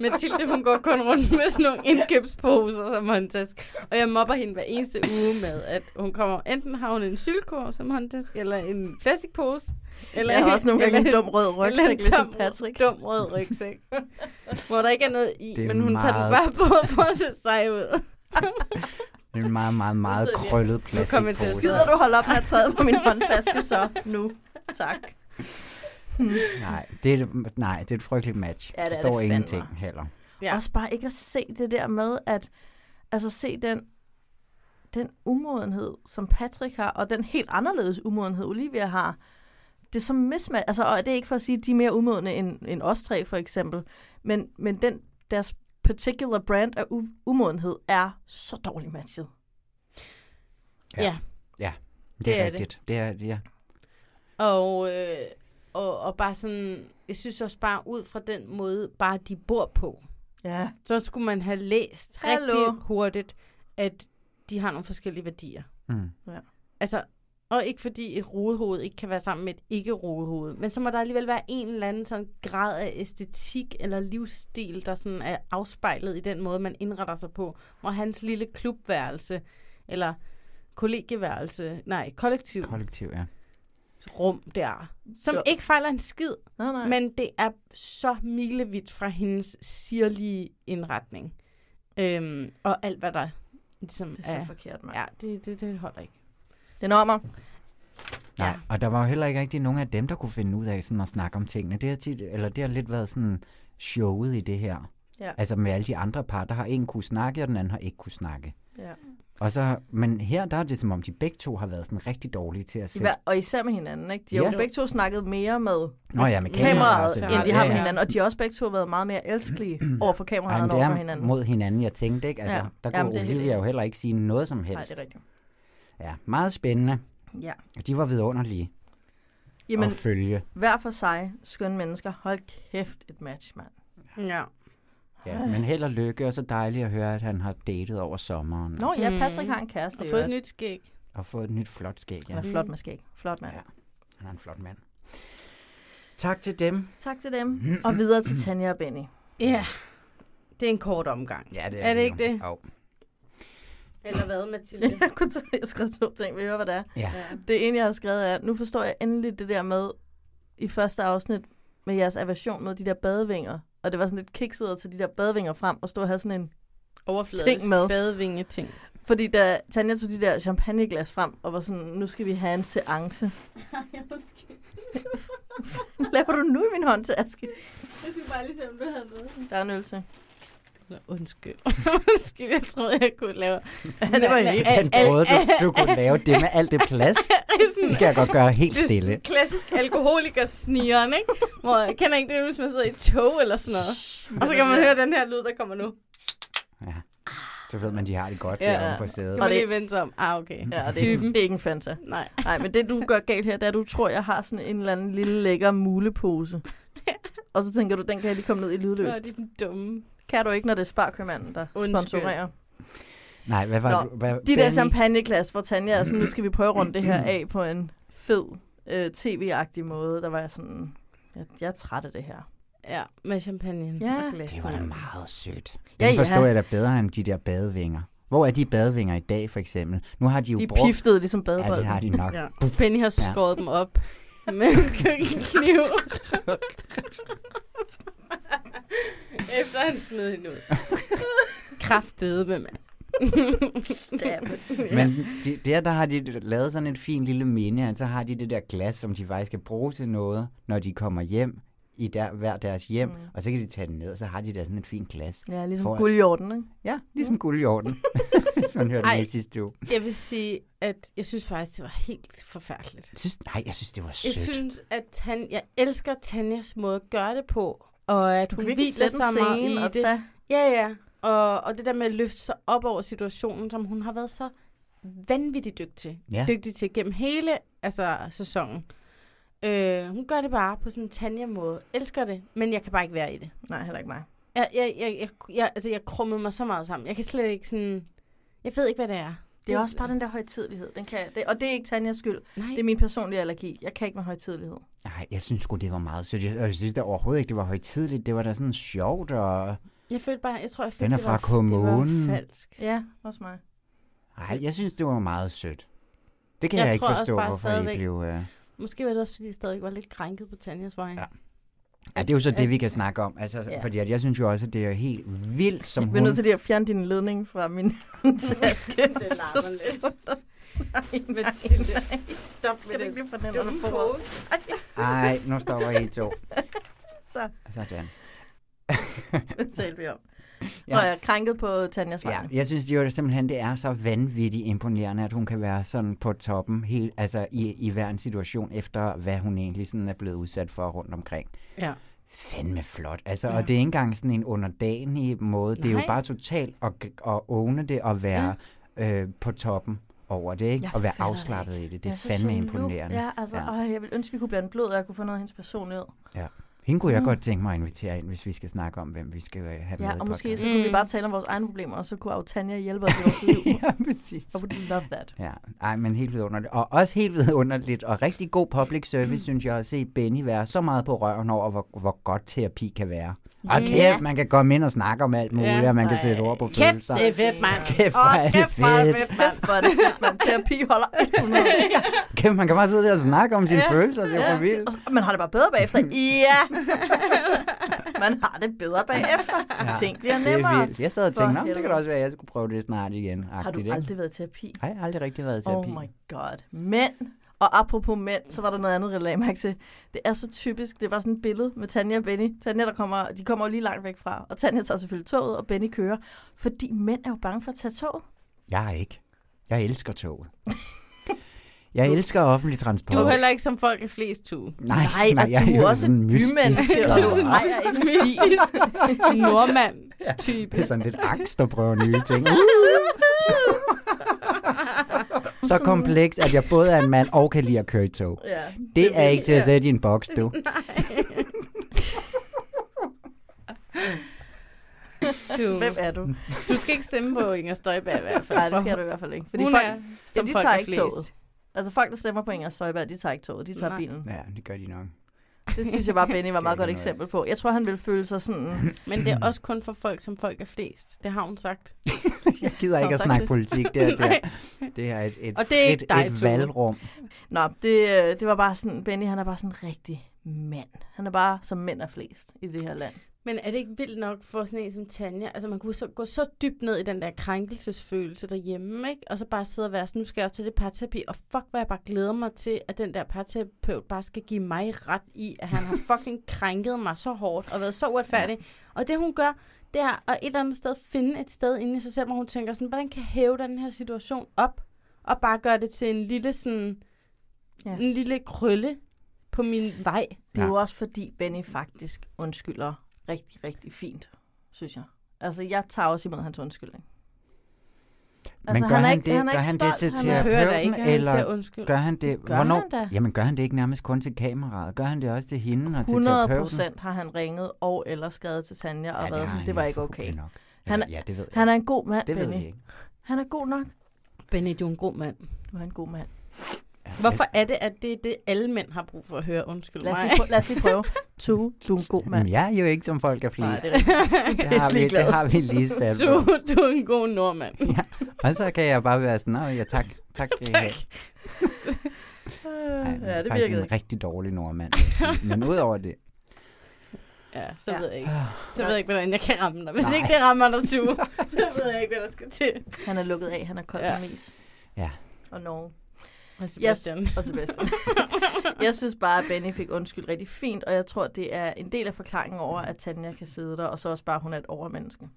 Speaker 1: Mathilde, hun går kun rundt med sådan nogle indkøbsposer som håndtaske. Og jeg mobber hende hver eneste uge med, at hun kommer, enten har hun en sylkår som håndtaske, eller en plastikpose. Eller
Speaker 13: Jeg har også nogle gange en
Speaker 1: eller
Speaker 13: dum rød rygsæk,
Speaker 1: eller en
Speaker 13: ligesom
Speaker 1: tom-
Speaker 13: Patrick.
Speaker 1: dum rød rygsæk. hvor der ikke er noget i,
Speaker 12: Det er
Speaker 1: men hun tager den bare
Speaker 12: meget-
Speaker 1: på for at se sej ud.
Speaker 12: Det er en meget, meget, meget krøllet
Speaker 1: Nu kommer jeg til at
Speaker 12: plastikpose.
Speaker 1: sidde
Speaker 13: Gider du holde op med at træde på min håndtaske så nu? Tak.
Speaker 12: Nej, det er, et- nej, det er et frygteligt match.
Speaker 13: Ja, det er det
Speaker 12: der står
Speaker 13: fandme.
Speaker 12: ingenting heller.
Speaker 1: Ja.
Speaker 13: Også bare ikke at se det der med, at altså se den, den umodenhed, som Patrick har, og den helt anderledes umodenhed, Olivia har. Det er som mismatch. Altså, og det er ikke for at sige, at de er mere umodne end, end os tre, for eksempel. Men, men den, deres particular brand af u- umodenhed er så dårligt matchet.
Speaker 1: Ja. Ja.
Speaker 12: Ja, det,
Speaker 1: Det
Speaker 12: det
Speaker 1: er
Speaker 12: er
Speaker 1: det.
Speaker 12: rigtigt. Det er, ja.
Speaker 1: Og, øh, og, og bare sådan, jeg synes også bare ud fra den måde, bare de bor på,
Speaker 13: ja.
Speaker 1: så skulle man have læst Hallo.
Speaker 13: Hallo.
Speaker 1: rigtig hurtigt, at de har nogle forskellige værdier.
Speaker 12: Mm.
Speaker 13: Ja.
Speaker 1: Altså, og ikke fordi et rodehoved ikke kan være sammen med et ikke-rodehoved, men så må der alligevel være en eller anden sådan grad af æstetik eller livsstil, der sådan er afspejlet i den måde, man indretter sig på. Hvor hans lille klubværelse, eller kollegieværelse, nej, kollektiv,
Speaker 12: Kollektiv, ja.
Speaker 1: rum der, som
Speaker 13: Jo.
Speaker 1: ikke fejler en skid,
Speaker 13: Nej, nej.
Speaker 1: men det er så milevidt fra hendes sirlige indretning. Øhm, og alt, hvad der ligesom
Speaker 13: Det er så forkert, mand.
Speaker 1: Ja, det, det, det holder ikke.
Speaker 13: Den om mig.
Speaker 12: Nej, ja. og der var jo heller ikke rigtig nogen af dem, der kunne finde ud af sådan at snakke om tingene. Det har, tit, eller det har lidt været sådan showet i det her.
Speaker 13: Ja.
Speaker 12: Altså med alle de andre par, der har en kunne snakke, og den anden har ikke kunne snakke.
Speaker 13: Ja.
Speaker 12: Og så, men her der er det som om, de begge to har været sådan rigtig dårlige til at
Speaker 13: De
Speaker 12: sætte.
Speaker 13: var, og især med hinanden, ikke? De har
Speaker 12: Ja.
Speaker 13: jo begge to snakket mere med,
Speaker 12: Nå ja, med kameraet,
Speaker 13: kameraet,
Speaker 12: altså.
Speaker 13: end de har
Speaker 12: Ja,
Speaker 13: med
Speaker 12: ja.
Speaker 13: hinanden. Og de har også begge to været meget mere
Speaker 12: [clears throat]
Speaker 13: elskelige over for kameraet
Speaker 12: Ej, men
Speaker 13: end
Speaker 12: det
Speaker 13: over for
Speaker 12: er
Speaker 13: hinanden.
Speaker 12: mod hinanden, jeg tænkte, ikke? Altså,
Speaker 13: Ja.
Speaker 12: der
Speaker 13: Jamen,
Speaker 12: kunne
Speaker 13: det er helt
Speaker 12: Olivia jo heller ikke sige noget som helst.
Speaker 13: Nej, det er rigtigt.
Speaker 12: Ja, meget spændende.
Speaker 13: Ja.
Speaker 12: Og de var vidunderlige Jamen, at følge.
Speaker 13: hver for sig, skønne mennesker. Hold kæft et match, mand.
Speaker 1: Ja.
Speaker 12: Ja, men held og lykke, og så dejligt at høre, at han har datet over sommeren.
Speaker 13: Nå ja, Patrick har en kæreste.
Speaker 1: Mm. Og
Speaker 13: i
Speaker 1: fået et
Speaker 13: øvrigt.
Speaker 1: nyt skæg.
Speaker 12: Og fået et nyt flot skæg.
Speaker 13: Han er flot med skæg. Flot mand.
Speaker 12: Han er en flot mand. Tak til dem.
Speaker 13: Tak til dem. Og videre
Speaker 12: [clears throat]
Speaker 13: til Tanja og Benny.
Speaker 1: Ja. Det er en kort omgang.
Speaker 12: Ja,
Speaker 1: er det ikke
Speaker 12: jo.
Speaker 1: det?
Speaker 12: Jo.
Speaker 1: Eller hvad, [laughs] Mathilde?
Speaker 13: [laughs] Jeg kunne tage, jeg har skrevet to ting, vi hører, hvad det er. [laughs]
Speaker 12: Ja.
Speaker 13: Det ene, jeg har skrevet er, nu forstår jeg endelig det der med, i første afsnit, med jeres aversion med de der badevinger. Og det var sådan lidt kikset at tage de der badevinger frem, og stå og have sådan en
Speaker 1: Overfladisk
Speaker 13: ting
Speaker 1: [laughs]
Speaker 13: med.
Speaker 1: badevingeting.
Speaker 13: Fordi da Tanja tog de der champagneglas frem, og var sådan, nu skal vi have en seance. [laughs]
Speaker 1: [laughs]
Speaker 13: Hvad laver du nu i min hånd til Aske?
Speaker 1: Jeg skal bare lige se, om du havde noget.
Speaker 13: Der er en øl til.
Speaker 1: Nå, Undskyld. [laughs] Undskyld, jeg troede, jeg kunne lave...
Speaker 13: det var
Speaker 12: ikke. Han troede, du, du kunne lave det med alt det
Speaker 1: [laughs]
Speaker 12: plast. Det kan jeg godt gøre helt
Speaker 1: Det er sådan
Speaker 12: stille.
Speaker 1: klassisk alkoholikersnigeren, ikke? Hvor jeg kender ikke det, hvis man sidder i et tog eller sådan noget. Og så kan man høre den her lyd, der kommer nu.
Speaker 12: Så ved man, de har det godt ja,
Speaker 1: Ja.
Speaker 12: deromme på
Speaker 1: Kan
Speaker 12: sædet.
Speaker 1: man lige vente sig om. Ah, okay.
Speaker 12: Mm.
Speaker 13: Ja, og det, er,
Speaker 1: Typen.
Speaker 13: det er ikke en Fanta.
Speaker 1: Nej.
Speaker 13: Nej, men det du gør galt her, det er, at du tror, jeg har sådan en eller anden lille lækker [laughs] mulepose. Og så tænker du, den kan jeg lige komme ned i
Speaker 1: Nå,
Speaker 13: lydløst.
Speaker 1: de er sådan dumme.
Speaker 13: Kan du ikke, når det er sparkøbmanden, der
Speaker 1: Undskyld.
Speaker 13: Undskyld. sponsorerer?
Speaker 12: Nej, hvad var
Speaker 13: Nå,
Speaker 12: du? Hvad,
Speaker 13: De der
Speaker 12: Benny?
Speaker 13: champagneglas, hvor Tanja er sådan, nu skal vi prøve at runde det [clears throat] her af på en fed øh, tv-agtig måde. Der var jeg sådan, jeg, jeg er træt af det her.
Speaker 1: Ja, med champagne.
Speaker 13: Ja.
Speaker 12: Det var da meget sødt.
Speaker 13: Ja,
Speaker 12: Den
Speaker 13: ja.
Speaker 12: forstår jeg da bedre end de der badevinger. Hvor er de badevinger i dag, for eksempel? Nu har de jo
Speaker 13: De er
Speaker 12: brugt...
Speaker 13: piftede ligesom badebolden.
Speaker 12: Ja, det har de nok.
Speaker 1: Ja.
Speaker 12: Puff.
Speaker 1: Benny har
Speaker 12: Ja.
Speaker 1: skåret dem op med en
Speaker 12: [laughs]
Speaker 1: køkkenkniv. Efter han smed hende ud. Kraftede med mand. Stab.
Speaker 12: Men de, der, der har de lavet sådan et fint lille minde, og så har de det der glas, som de faktisk kan bruge til noget, når de kommer hjem i der, hver deres hjem, mm. og så kan de tage det ned, og så har de der sådan et fint glas.
Speaker 13: Ja, ligesom
Speaker 12: Foran-
Speaker 13: guldjorden, ikke?
Speaker 12: Ja, ligesom mm. guldjorden, [laughs] hvis man hørte
Speaker 1: Ej.
Speaker 12: det i sidste uge.
Speaker 1: Jeg vil sige, at jeg synes faktisk, det var helt forfærdeligt.
Speaker 12: Synes, nej, jeg synes, det var sødt.
Speaker 1: Jeg synes, at Tan, jeg elsker Tanjas måde at gøre det på, og at
Speaker 13: Du
Speaker 1: hun
Speaker 13: kan virkelig
Speaker 1: hviler
Speaker 13: sætte en
Speaker 1: sig meget
Speaker 13: scene
Speaker 1: i
Speaker 13: og
Speaker 1: det.
Speaker 13: tage-
Speaker 1: Ja, ja. Og, og det der med at løfte sig op over situationen, som hun har været så vanvittigt dygtig,
Speaker 13: Ja.
Speaker 1: dygtig til gennem hele altså, sæsonen. Øh, hun gør det bare på sådan en Tanja-måde. Elsker det, men jeg kan bare ikke være i det.
Speaker 13: Nej, heller ikke mig.
Speaker 1: Jeg, jeg, jeg, jeg, jeg, altså, jeg krummede mig så meget sammen. Jeg kan slet ikke sådan... Jeg ved ikke, hvad det er.
Speaker 13: Det er også bare den der højtidlighed. Den kan, det, og det er ikke Tanjas skyld.
Speaker 1: Nej.
Speaker 13: Det er min personlige allergi. Jeg kan ikke med højtidlighed.
Speaker 12: Nej, jeg synes sgu, det var meget sødt. Jeg, og jeg synes da overhovedet ikke, det var højtidligt. Det var da sådan sjovt, og...
Speaker 1: Jeg følte bare, jeg tror, jeg følte,
Speaker 12: Den er
Speaker 1: det
Speaker 12: fra
Speaker 1: var,
Speaker 12: kommunen.
Speaker 1: Det var falsk.
Speaker 13: Ja, også mig.
Speaker 12: Ej, jeg synes, det var meget sødt. Det kan jeg,
Speaker 1: Jeg
Speaker 12: jeg ikke
Speaker 1: tror også
Speaker 12: forstå,
Speaker 1: bare
Speaker 12: hvorfor
Speaker 1: stadigvæk-
Speaker 12: I blev... Uh...
Speaker 1: Måske var det også, fordi jeg stadig var lidt krænket på Tanjas vej. Ja.
Speaker 12: Ja, det er jo så det, vi kan snakke om. Altså,
Speaker 1: Ja.
Speaker 12: ja. Fordi at jeg synes jo også, at det er helt vildt, som
Speaker 13: jeg
Speaker 12: hun...
Speaker 13: bliver nødt til lige at fjerne din ledning fra min [laughs] taske.
Speaker 1: Det larmer lidt.
Speaker 13: [laughs]
Speaker 1: Mathilde, stop med
Speaker 13: Skal du
Speaker 1: det.
Speaker 13: ikke lige få den
Speaker 1: Det er
Speaker 13: under
Speaker 1: en
Speaker 13: bordet?
Speaker 12: Ej, nu stopper I to.
Speaker 13: Så,
Speaker 12: Sådan.
Speaker 13: hvad talte vi om?
Speaker 12: Ja.
Speaker 13: Ja. Og jeg er krænket på Tanjas vej.
Speaker 12: Ja, jeg synes jo det simpelthen, det er så vanvittigt imponerende, at hun kan være sådan på toppen helt, altså i, i hver en situation, efter hvad hun egentlig sådan er blevet udsat for rundt omkring.
Speaker 1: Ja.
Speaker 12: Fandme flot. Altså, ja.
Speaker 1: Ja.
Speaker 12: og det er ikke engang sådan en underdanig måde. Det er jo
Speaker 1: Nej.
Speaker 12: bare totalt at, at åbne det og være ja. øh, på toppen over det, ikke?
Speaker 13: Jeg
Speaker 12: og være
Speaker 13: fatter det
Speaker 12: afslappet i det. Det er
Speaker 13: Jeg synes,
Speaker 12: fandme
Speaker 13: sådan,
Speaker 12: imponerende.
Speaker 13: Nu, ja, altså, ja. Øj, jeg vil ønske, vi kunne blande blod, og jeg kunne få noget af hendes personlighed.
Speaker 12: Ja. Hende kunne jeg
Speaker 13: Mm.
Speaker 12: godt tænke mig at invitere ind, hvis vi skal snakke om, hvem vi skal øh, have med
Speaker 13: Ja,
Speaker 12: i
Speaker 13: og måske så
Speaker 12: podcasten.
Speaker 13: kunne vi bare tale om vores egne problemer, og så kunne Autania hjælpe os i vores liv.
Speaker 12: [laughs] ja, præcis.
Speaker 13: I would love that.
Speaker 12: Ja, ej, men helt vidunderligt. Og også helt vidunderligt, og rigtig god public service, mm. synes jeg, at se Benny være så meget på røven over, hvor, hvor godt terapi kan være. Og
Speaker 1: Ja.
Speaker 12: kæft, man kan komme ind og snakke om alt muligt,
Speaker 1: Ja.
Speaker 12: og man kan sætte ord på
Speaker 1: Kæft,
Speaker 12: følelser.
Speaker 1: det er fedt, mand.
Speaker 12: Kæft, hvor er det fedt.
Speaker 13: Kæft, hvor er det fedt, man. Terapi [laughs] holder 100.
Speaker 12: Kæft, man kan bare sidde der og snakke om sine
Speaker 13: Ja.
Speaker 12: følelser, det er jo for vildt.
Speaker 13: Og så- Man har det bare bedre
Speaker 12: [laughs]
Speaker 13: bagefter. Ja! Man har det bedre bagefter. Ja, Ting bliver
Speaker 12: det
Speaker 13: nemmere.
Speaker 12: er vildt. Jeg sad og
Speaker 13: For
Speaker 12: tænkte, "Nå, men det kan da
Speaker 13: helvede.
Speaker 12: også være, at jeg skulle prøve det snart igen.
Speaker 13: Har du aldrig været i terapi?
Speaker 12: Nej, jeg har aldrig rigtig været i
Speaker 13: Oh
Speaker 12: terapi.
Speaker 13: my god. Mænd. Og apropos mænd, så var der noget andet, jeg lagde mærke til. Det er så typisk. Det var sådan et billede med Tanja og Benny. Tanja, der kommer, de kommer jo lige langt væk fra. Og Tanja tager selvfølgelig toget, og Benny kører. Fordi mænd er jo bange for at tage toget.
Speaker 12: Jeg er ikke. Jeg elsker toget. Jeg elsker offentlig transport.
Speaker 1: Du er heller ikke som folk er flest, Tue.
Speaker 12: Nej, nej,
Speaker 1: og
Speaker 12: jeg
Speaker 1: [laughs] du
Speaker 12: er
Speaker 1: er
Speaker 12: jo
Speaker 1: også
Speaker 12: sådan
Speaker 1: en
Speaker 12: en mystisk
Speaker 1: bymand. [laughs]
Speaker 12: og-
Speaker 1: Du
Speaker 12: [laughs]
Speaker 1: er en mystisk
Speaker 12: Det
Speaker 1: nordmand-type.
Speaker 12: er sådan lidt angst at prøve nye
Speaker 1: [laughs]
Speaker 12: ting. Uh! Så
Speaker 1: Sådan-
Speaker 12: kompleks, at jeg både er en mand og kan lide at køre i tog.
Speaker 1: Ja,
Speaker 13: [laughs]
Speaker 1: det
Speaker 12: det er
Speaker 1: ved
Speaker 12: ikke til at
Speaker 1: jeg.
Speaker 12: sætte i en boks,
Speaker 1: [laughs]
Speaker 12: du.
Speaker 1: Tue. Hvem er du? Du skal ikke stemme på Inger Støjberg i hvert fald.
Speaker 13: Nej, det skal du i hvert fald ikke. Fordi
Speaker 1: Hun
Speaker 13: folk,
Speaker 1: er,
Speaker 13: ja,
Speaker 1: som
Speaker 13: de
Speaker 1: folk
Speaker 13: tager
Speaker 1: er
Speaker 13: ikke
Speaker 1: flest.
Speaker 13: toget. Altså folk, der stemmer på Inger Støjberg, de tager ikke toget, de tager
Speaker 1: Nej. [laughs]
Speaker 13: bilen.
Speaker 12: Ja, det gør de nok.
Speaker 13: Det synes jeg bare, Benny var
Speaker 1: Skal
Speaker 13: et meget
Speaker 1: de
Speaker 13: godt
Speaker 1: nok.
Speaker 13: eksempel på. Jeg tror, han ville føle sig sådan...
Speaker 1: Men det er også kun for folk, som folk er flest. Det har hun sagt.
Speaker 12: [laughs] Jeg gider ikke at snakke politik. Det er, det er, det er et, et,
Speaker 1: Og det er ikke
Speaker 12: et,
Speaker 1: dig,
Speaker 12: et
Speaker 1: Tue.
Speaker 12: valgrum.
Speaker 13: Nå, det, øh, det var bare sådan... Benny, han er bare sådan en rigtig mand. Han er bare, som mænd er flest i det her land.
Speaker 1: Men er det ikke vildt nok for sådan en som Tanja? Altså, man kunne så, gå så dybt ned i den der krænkelsesfølelse derhjemme, ikke? Og så bare sidde og være sådan, nu skal jeg også til det parterapi, og fuck, hvor jeg bare glæder mig til, at den der parterapeut bare skal give mig ret i, at [laughs] han har fucking krænket mig så hårdt og været så uretfærdig. Og det, hun gør, det er at et eller andet sted finde et sted inde i sig selv, hvor hun tænker sådan, hvordan kan jeg hæve den her situation op, og bare gøre det til en lille sådan,
Speaker 13: Ja.
Speaker 1: ja. en lille krølle på min vej.
Speaker 13: Det er
Speaker 1: Ja.
Speaker 13: jo også fordi, Benny faktisk undskylder rigtig, rigtig fint, synes jeg. Altså, jeg tager også imod hans undskyldning.
Speaker 12: Men gør
Speaker 13: er
Speaker 12: han, han
Speaker 13: ikke-
Speaker 12: det,
Speaker 13: er
Speaker 12: gør
Speaker 13: ikke
Speaker 12: han det
Speaker 13: stolt.
Speaker 12: til
Speaker 13: er- hører da
Speaker 12: terapeuten,
Speaker 13: ikke, at han siger
Speaker 12: eller
Speaker 13: undskyld.
Speaker 12: gør han det?
Speaker 13: Gør
Speaker 12: hvornår,
Speaker 13: han da.
Speaker 12: Jamen gør han det ikke nærmest kun til kameraet? Gør han det også til hende og til
Speaker 13: 100
Speaker 12: terapeuten?
Speaker 13: procent har han ringet og eller skrevet til Tanja og
Speaker 12: det
Speaker 13: ja,
Speaker 12: har
Speaker 13: været sådan,
Speaker 12: han
Speaker 13: det var
Speaker 12: jo
Speaker 13: ikke okay.
Speaker 12: forhåbentlig nok.
Speaker 13: Han,
Speaker 12: Eller- ja, det ved jeg
Speaker 13: han er en god mand,
Speaker 12: Det ved
Speaker 13: Benny.
Speaker 12: jeg ikke.
Speaker 13: Han er god nok.
Speaker 1: Benny, du er en god mand.
Speaker 13: Du er en god mand.
Speaker 1: Hvorfor er det, at det er det, alle mænd har brug for at høre? Undskyld
Speaker 13: Lad os
Speaker 1: mig.
Speaker 13: lige prø- lad os lige
Speaker 1: [laughs]
Speaker 13: prøve. Tue, du er en god mand.
Speaker 1: Mm.
Speaker 12: Jamen, jeg er jo ikke som folk er flest.
Speaker 1: det er rigtigt.
Speaker 12: det, har vi,
Speaker 1: Pisselig glad.
Speaker 12: det har vi lige sat
Speaker 1: Du,
Speaker 12: på.
Speaker 1: du er en god nordmand. Ja.
Speaker 12: Og så kan jeg bare være sådan, nej, ja, tak.
Speaker 1: [laughs]
Speaker 12: Tak. skal I
Speaker 1: Tak.
Speaker 12: have." Ej, men
Speaker 1: ja,
Speaker 12: er
Speaker 1: det
Speaker 12: faktisk
Speaker 1: virkede
Speaker 12: en
Speaker 1: ikke.
Speaker 12: rigtig dårlig nordmand. vil jeg
Speaker 1: [laughs]
Speaker 12: sige. Men udover det,
Speaker 1: Ja, så ved jeg ikke.
Speaker 12: Ah.
Speaker 1: Så ved jeg ikke, hvordan jeg kan ramme dig. Hvis
Speaker 12: Nej.
Speaker 1: Nej. ikke det rammer dig,
Speaker 12: [laughs]
Speaker 1: Tue, så ved jeg ikke, hvad der skal til.
Speaker 13: Han er lukket af, han er kold
Speaker 1: Ja.
Speaker 13: som is.
Speaker 12: Ja.
Speaker 13: Og Norge.
Speaker 1: Og [laughs] Sebastian.
Speaker 13: Jeg, og Sebastian. jeg synes bare, at Benny fik undskyld rigtig fint, og jeg tror, det er en del af forklaringen over, at Tanja kan sidde der, og så også bare, at hun er et overmenneske.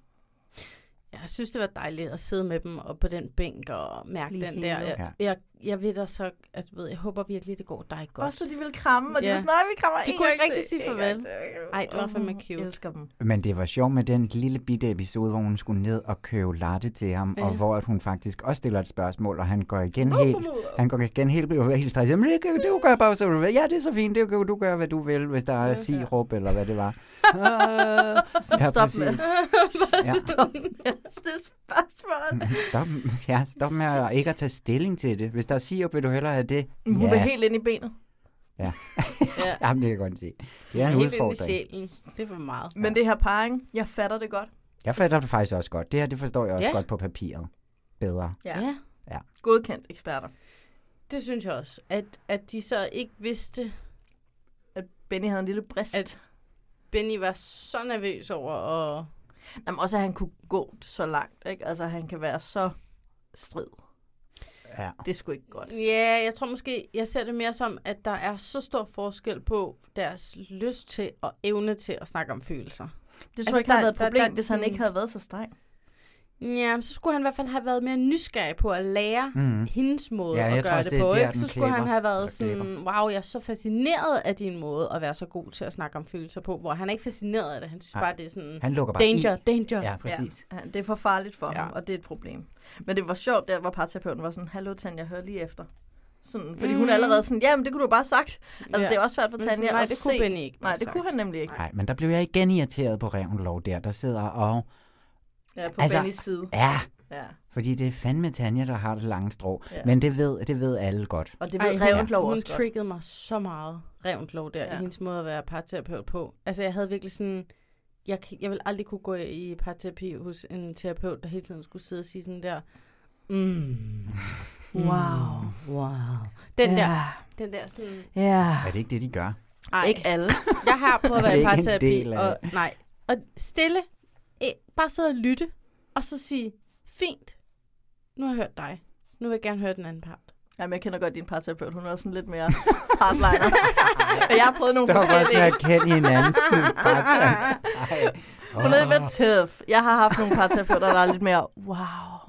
Speaker 1: Jeg synes, det var dejligt at sidde med dem og på den bænk og mærke
Speaker 13: Blive
Speaker 1: den der.
Speaker 13: helet.
Speaker 1: Jeg,
Speaker 13: Ja.
Speaker 1: jeg, jeg ved da så, at du ved, jeg håber virkelig, det går dig godt.
Speaker 13: Også da de ville kramme, og de
Speaker 1: Ja.
Speaker 13: var sådan, nej, vi krammer
Speaker 1: De
Speaker 13: en
Speaker 1: kunne
Speaker 13: gang
Speaker 1: ikke rigtig
Speaker 13: til,
Speaker 1: sige
Speaker 13: en
Speaker 1: farvel.
Speaker 13: gang til."
Speaker 1: Ej, det var fandme
Speaker 13: Åh,
Speaker 1: cute. Jeg
Speaker 13: elsker dem.
Speaker 12: Men det var sjovt med den lille bitte episode, hvor hun skulle ned og købe latte til ham, ja.
Speaker 13: Ja.
Speaker 12: og hvor at hun faktisk også stiller et spørgsmål, og han går igen helt, han går igen helt, blev helt stresset. Men det, kan- det gør bare, så du vil. Ja, det er så fint, det kan du gøre, hvad du vil, hvis der er sirup, eller hvad det
Speaker 1: [laughs]
Speaker 12: var.
Speaker 13: Sådan,
Speaker 12: Ja,
Speaker 13: stop med.
Speaker 12: præcis. Ja.
Speaker 13: Stop med. Stil spørgsmål.
Speaker 12: Men Stop, ja, stop med [laughs] at ikke at tage stilling til det. Hvis der er sirup, vil du hellere have det?
Speaker 13: Hun vil
Speaker 12: Ja,
Speaker 13: helt ind i benet.
Speaker 12: ja.
Speaker 13: Ja.
Speaker 12: Jamen, det kan jeg godt se. Det er en
Speaker 1: Helt ind i
Speaker 12: udfordring.
Speaker 1: sjælen. Det er for meget.
Speaker 13: Men det her parring, jeg fatter det godt.
Speaker 12: Jeg fatter det faktisk også godt. Det her, det forstår jeg også
Speaker 13: Ja.
Speaker 12: godt på papiret. Bedre.
Speaker 13: Ja.
Speaker 12: Ja.
Speaker 13: Godkendt eksperter.
Speaker 1: Det synes jeg også. At, at de så ikke vidste,
Speaker 13: at Benny havde en lille brist.
Speaker 1: At Benny var så nervøs over at...
Speaker 13: Jamen også, at han kunne gå så langt, ikke? Altså, han kan være så strid.
Speaker 12: Ja.
Speaker 13: Det er sgu ikke godt.
Speaker 1: Ja, jeg tror måske, jeg ser det mere som, at der er så stor forskel på deres lyst til og evne til at snakke om følelser.
Speaker 13: Det tror jeg ikke havde været et problem, hvis han ikke havde været så streng.
Speaker 1: Ja, men så skulle han i hvert fald have været mere nysgerrig på at lære
Speaker 13: Mhm.
Speaker 1: mm. hendes måde
Speaker 13: Ja,
Speaker 1: ja,
Speaker 13: jeg
Speaker 1: at
Speaker 13: tror
Speaker 1: gøre
Speaker 13: også,
Speaker 1: det,
Speaker 13: det er
Speaker 1: på.
Speaker 13: der,
Speaker 1: ikke?
Speaker 13: den
Speaker 1: Så skulle han
Speaker 13: klipper.
Speaker 1: have været
Speaker 13: Eller
Speaker 1: sådan, wow, jeg er så fascineret af din måde at være så god til at snakke om følelser på, hvor han er ikke fascineret af det. Han synes
Speaker 13: Nej.
Speaker 1: bare, det er sådan,
Speaker 12: Han lukker bare
Speaker 1: danger,
Speaker 12: i.
Speaker 1: danger.
Speaker 12: Ja, præcis.
Speaker 13: Ja, det er for farligt for ja. ham, og det er et problem. Men det var sjovt, der hvor parterapeuten var sådan, hallo Tanja, hør lige efter. Sådan, fordi mm. hun er
Speaker 1: Mhm.
Speaker 13: allerede sådan, jamen det kunne du bare have sagt. Altså
Speaker 1: Ja.
Speaker 13: det er også svært for
Speaker 1: Men sådan,
Speaker 13: Tanja
Speaker 1: nej,
Speaker 13: at
Speaker 1: det
Speaker 13: se.
Speaker 1: kunne Benny ikke
Speaker 13: Nej,
Speaker 1: have
Speaker 13: det kunne
Speaker 1: sagt.
Speaker 13: han nemlig ikke.
Speaker 12: Nej, men der blev jeg igen irriteret på Revnlov der, der sidder og...
Speaker 13: Ja, på altså, Bennys side.
Speaker 12: Ja,
Speaker 13: ja.
Speaker 12: fordi det er fandme Tanja, der har det lange strå.
Speaker 1: Ja.
Speaker 12: Ja. Men det ved, det ved alle godt.
Speaker 13: Og
Speaker 1: Ej, hun-
Speaker 13: Reventlow
Speaker 1: hun
Speaker 13: også godt.
Speaker 1: triggede mig så meget, Reventlow der, ja. i hendes måde at være parterapeut på. Altså, jeg havde virkelig sådan... Jeg, kan- jeg vil aldrig kunne gå i parterapi hos en terapeut, der hele tiden skulle sidde og sige sådan der... Mm,
Speaker 13: Wow.
Speaker 1: Wow. Den
Speaker 13: Ja.
Speaker 1: der... Den der sådan...
Speaker 13: Ja.
Speaker 12: Er det ikke det, de gør?
Speaker 1: Ej. Ikke alle. Jeg har prøvet at
Speaker 12: [laughs] Det er
Speaker 1: være i
Speaker 12: ikke en
Speaker 1: parterapi.
Speaker 12: del af
Speaker 1: Og, nej. Og stille. eh, Bare sidde og lytte. Og så sige, fint. Nu har jeg hørt dig. Nu vil jeg gerne høre den anden part.
Speaker 13: Jamen, jeg kender godt din parterapeut. Hun er også sådan lidt mere hardliner. [laughs] Og jeg har prøvet nogle
Speaker 12: Stop også med
Speaker 13: forskellige.
Speaker 12: at kende hinanden.
Speaker 13: Hun er lidt tough. Jeg har haft nogle parterapeuter, der er lidt mere, wow.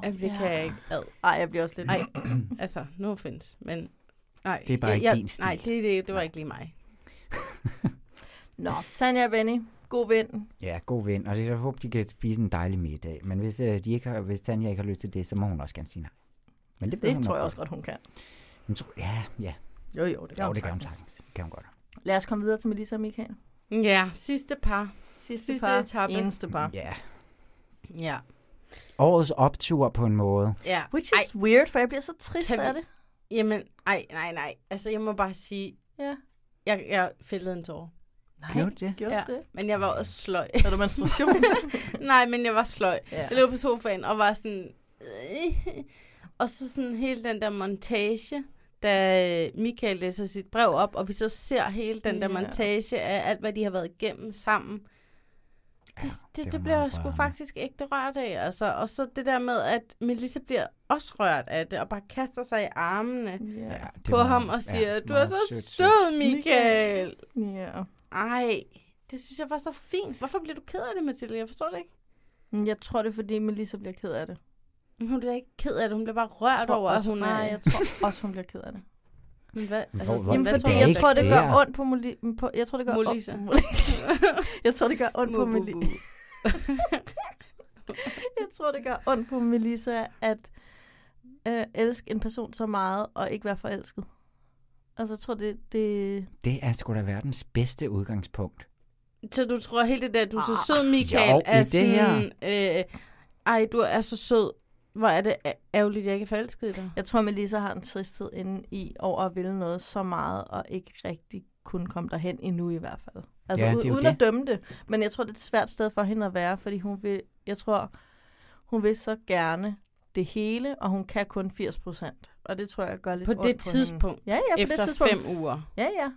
Speaker 1: Jamen, det kan jeg ikke. Ad.
Speaker 13: Ej, jeg bliver også lidt...
Speaker 1: Ej, altså, no offense, men... Nej,
Speaker 12: Det er bare
Speaker 1: jeg,
Speaker 12: ikke
Speaker 1: jeg,
Speaker 12: din stil.
Speaker 1: Nej, det, det, det var ikke lige mig.
Speaker 12: [laughs]
Speaker 13: Nå, Tanja og Benny, god vind.
Speaker 12: Ja, god ven, og jeg håber, de kan spise en dejlig middag. Men hvis, øh, de ikke har, hvis Tanja ikke har lyst til det, så må hun også gerne sige nej. Men det, ved hun
Speaker 13: Det
Speaker 12: nok
Speaker 13: tror jeg også godt, hun kan.
Speaker 12: Hun tror, ja, ja.
Speaker 13: Jo, jo, det kan
Speaker 12: jo,
Speaker 13: hun
Speaker 12: det kan hun
Speaker 13: sagtens.
Speaker 12: sagtens. Det kan hun godt.
Speaker 13: Lad os komme videre til Melissa og Michael.
Speaker 1: Ja, sidste par.
Speaker 13: Sidste, Mm.
Speaker 1: Sidste
Speaker 13: par.
Speaker 1: etape.
Speaker 13: Eneste par.
Speaker 12: Ja.
Speaker 1: Ja.
Speaker 12: Årets optur på en måde.
Speaker 1: ja.
Speaker 13: Which is ej. weird, for jeg bliver så trist
Speaker 1: Kan vi-
Speaker 13: af det.
Speaker 1: Jamen, ej, nej, nej. Altså, jeg må bare sige...
Speaker 13: Ja.
Speaker 1: Jeg, jeg fældede en tårer.
Speaker 13: Nej,
Speaker 12: Gjorde du det?
Speaker 13: Gjorde ja. det?
Speaker 1: Men jeg var også sløj.
Speaker 13: Er du [laughs] menstruation?
Speaker 1: [laughs] nej, men jeg var sløj.
Speaker 13: Ja.
Speaker 1: Ja. Jeg lå på sofaen og var sådan... "Øh." Og så sådan hele den der montage, da øh, Michael læser sit brev op, og vi så ser hele den der
Speaker 13: Ja.
Speaker 1: montage af alt, hvad de har været igennem sammen. Det, det, det,
Speaker 13: var
Speaker 1: det bliver
Speaker 13: meget
Speaker 1: jeg sgu
Speaker 13: rørende.
Speaker 1: faktisk ægte rørt af, altså. Og så det der med, at Melissa bliver også rørt af det, og bare kaster sig i armene
Speaker 13: Ja,
Speaker 12: det
Speaker 1: på
Speaker 12: var-
Speaker 1: ham og siger,
Speaker 12: ja,
Speaker 1: ja, du er
Speaker 12: meget
Speaker 1: så
Speaker 12: sødt,
Speaker 1: sødt,
Speaker 12: sødt."
Speaker 1: sød, Michael.
Speaker 13: Ja.
Speaker 1: Ej, det synes jeg var så fint. Hvorfor bliver du ked af det, Mathilde? Jeg forstår det ikke.
Speaker 13: Men Jeg tror, det er, fordi Melissa bliver ked af det.
Speaker 1: Men Hun bliver ikke ked af det, hun bliver bare rørt
Speaker 13: Jeg tror
Speaker 1: over, at
Speaker 13: også-
Speaker 1: hun er...
Speaker 13: Nej, jeg tror også, hun bliver ked af det.
Speaker 1: Men hvad?
Speaker 13: Altså,
Speaker 1: hvor-
Speaker 13: Jamen,
Speaker 1: hvad
Speaker 13: fordi
Speaker 1: tror
Speaker 13: jeg
Speaker 1: du?
Speaker 13: tror, det
Speaker 1: [laughs]
Speaker 13: gør
Speaker 1: Der.
Speaker 13: ondt på, Moli- på jeg tror, det gør
Speaker 1: Molisa.
Speaker 13: ondt- jeg tror, det gør ondt på Melissa. [laughs] jeg tror, det gør ondt på Melissa at øh, elske en person så meget og ikke være forelsket. Altså, jeg tror, det... det...
Speaker 12: Det er sgu da verdens bedste udgangspunkt.
Speaker 1: Så du tror helt det der, du er så
Speaker 13: Ah,
Speaker 1: sød, Michael,
Speaker 12: jo, men
Speaker 1: er
Speaker 12: det her-
Speaker 1: sådan... Øh, ej, du er så sød. Hvor er det æ- ærgerligt, jeg ikke er forelsket i dig.
Speaker 13: Jeg tror, Melissa har en tristhed inde i over at ville noget så meget og ikke rigtig kunne komme derhen endnu i hvert fald. Altså,
Speaker 1: Ja,
Speaker 13: ja,
Speaker 1: det er
Speaker 13: uden
Speaker 1: jo
Speaker 13: at dømme det. Men jeg tror, det er et svært sted for hende at være, fordi hun vil... Jeg tror, hun vil så gerne det hele, og hun kan kun 80 procent. Og det tror jeg gør lidt
Speaker 1: På
Speaker 13: ondt
Speaker 1: det
Speaker 13: på
Speaker 1: tidspunkt.
Speaker 13: Hende. Ja, ja, på
Speaker 1: Efter
Speaker 13: det tidspunkt.
Speaker 1: fem uger.
Speaker 13: Ja, ja.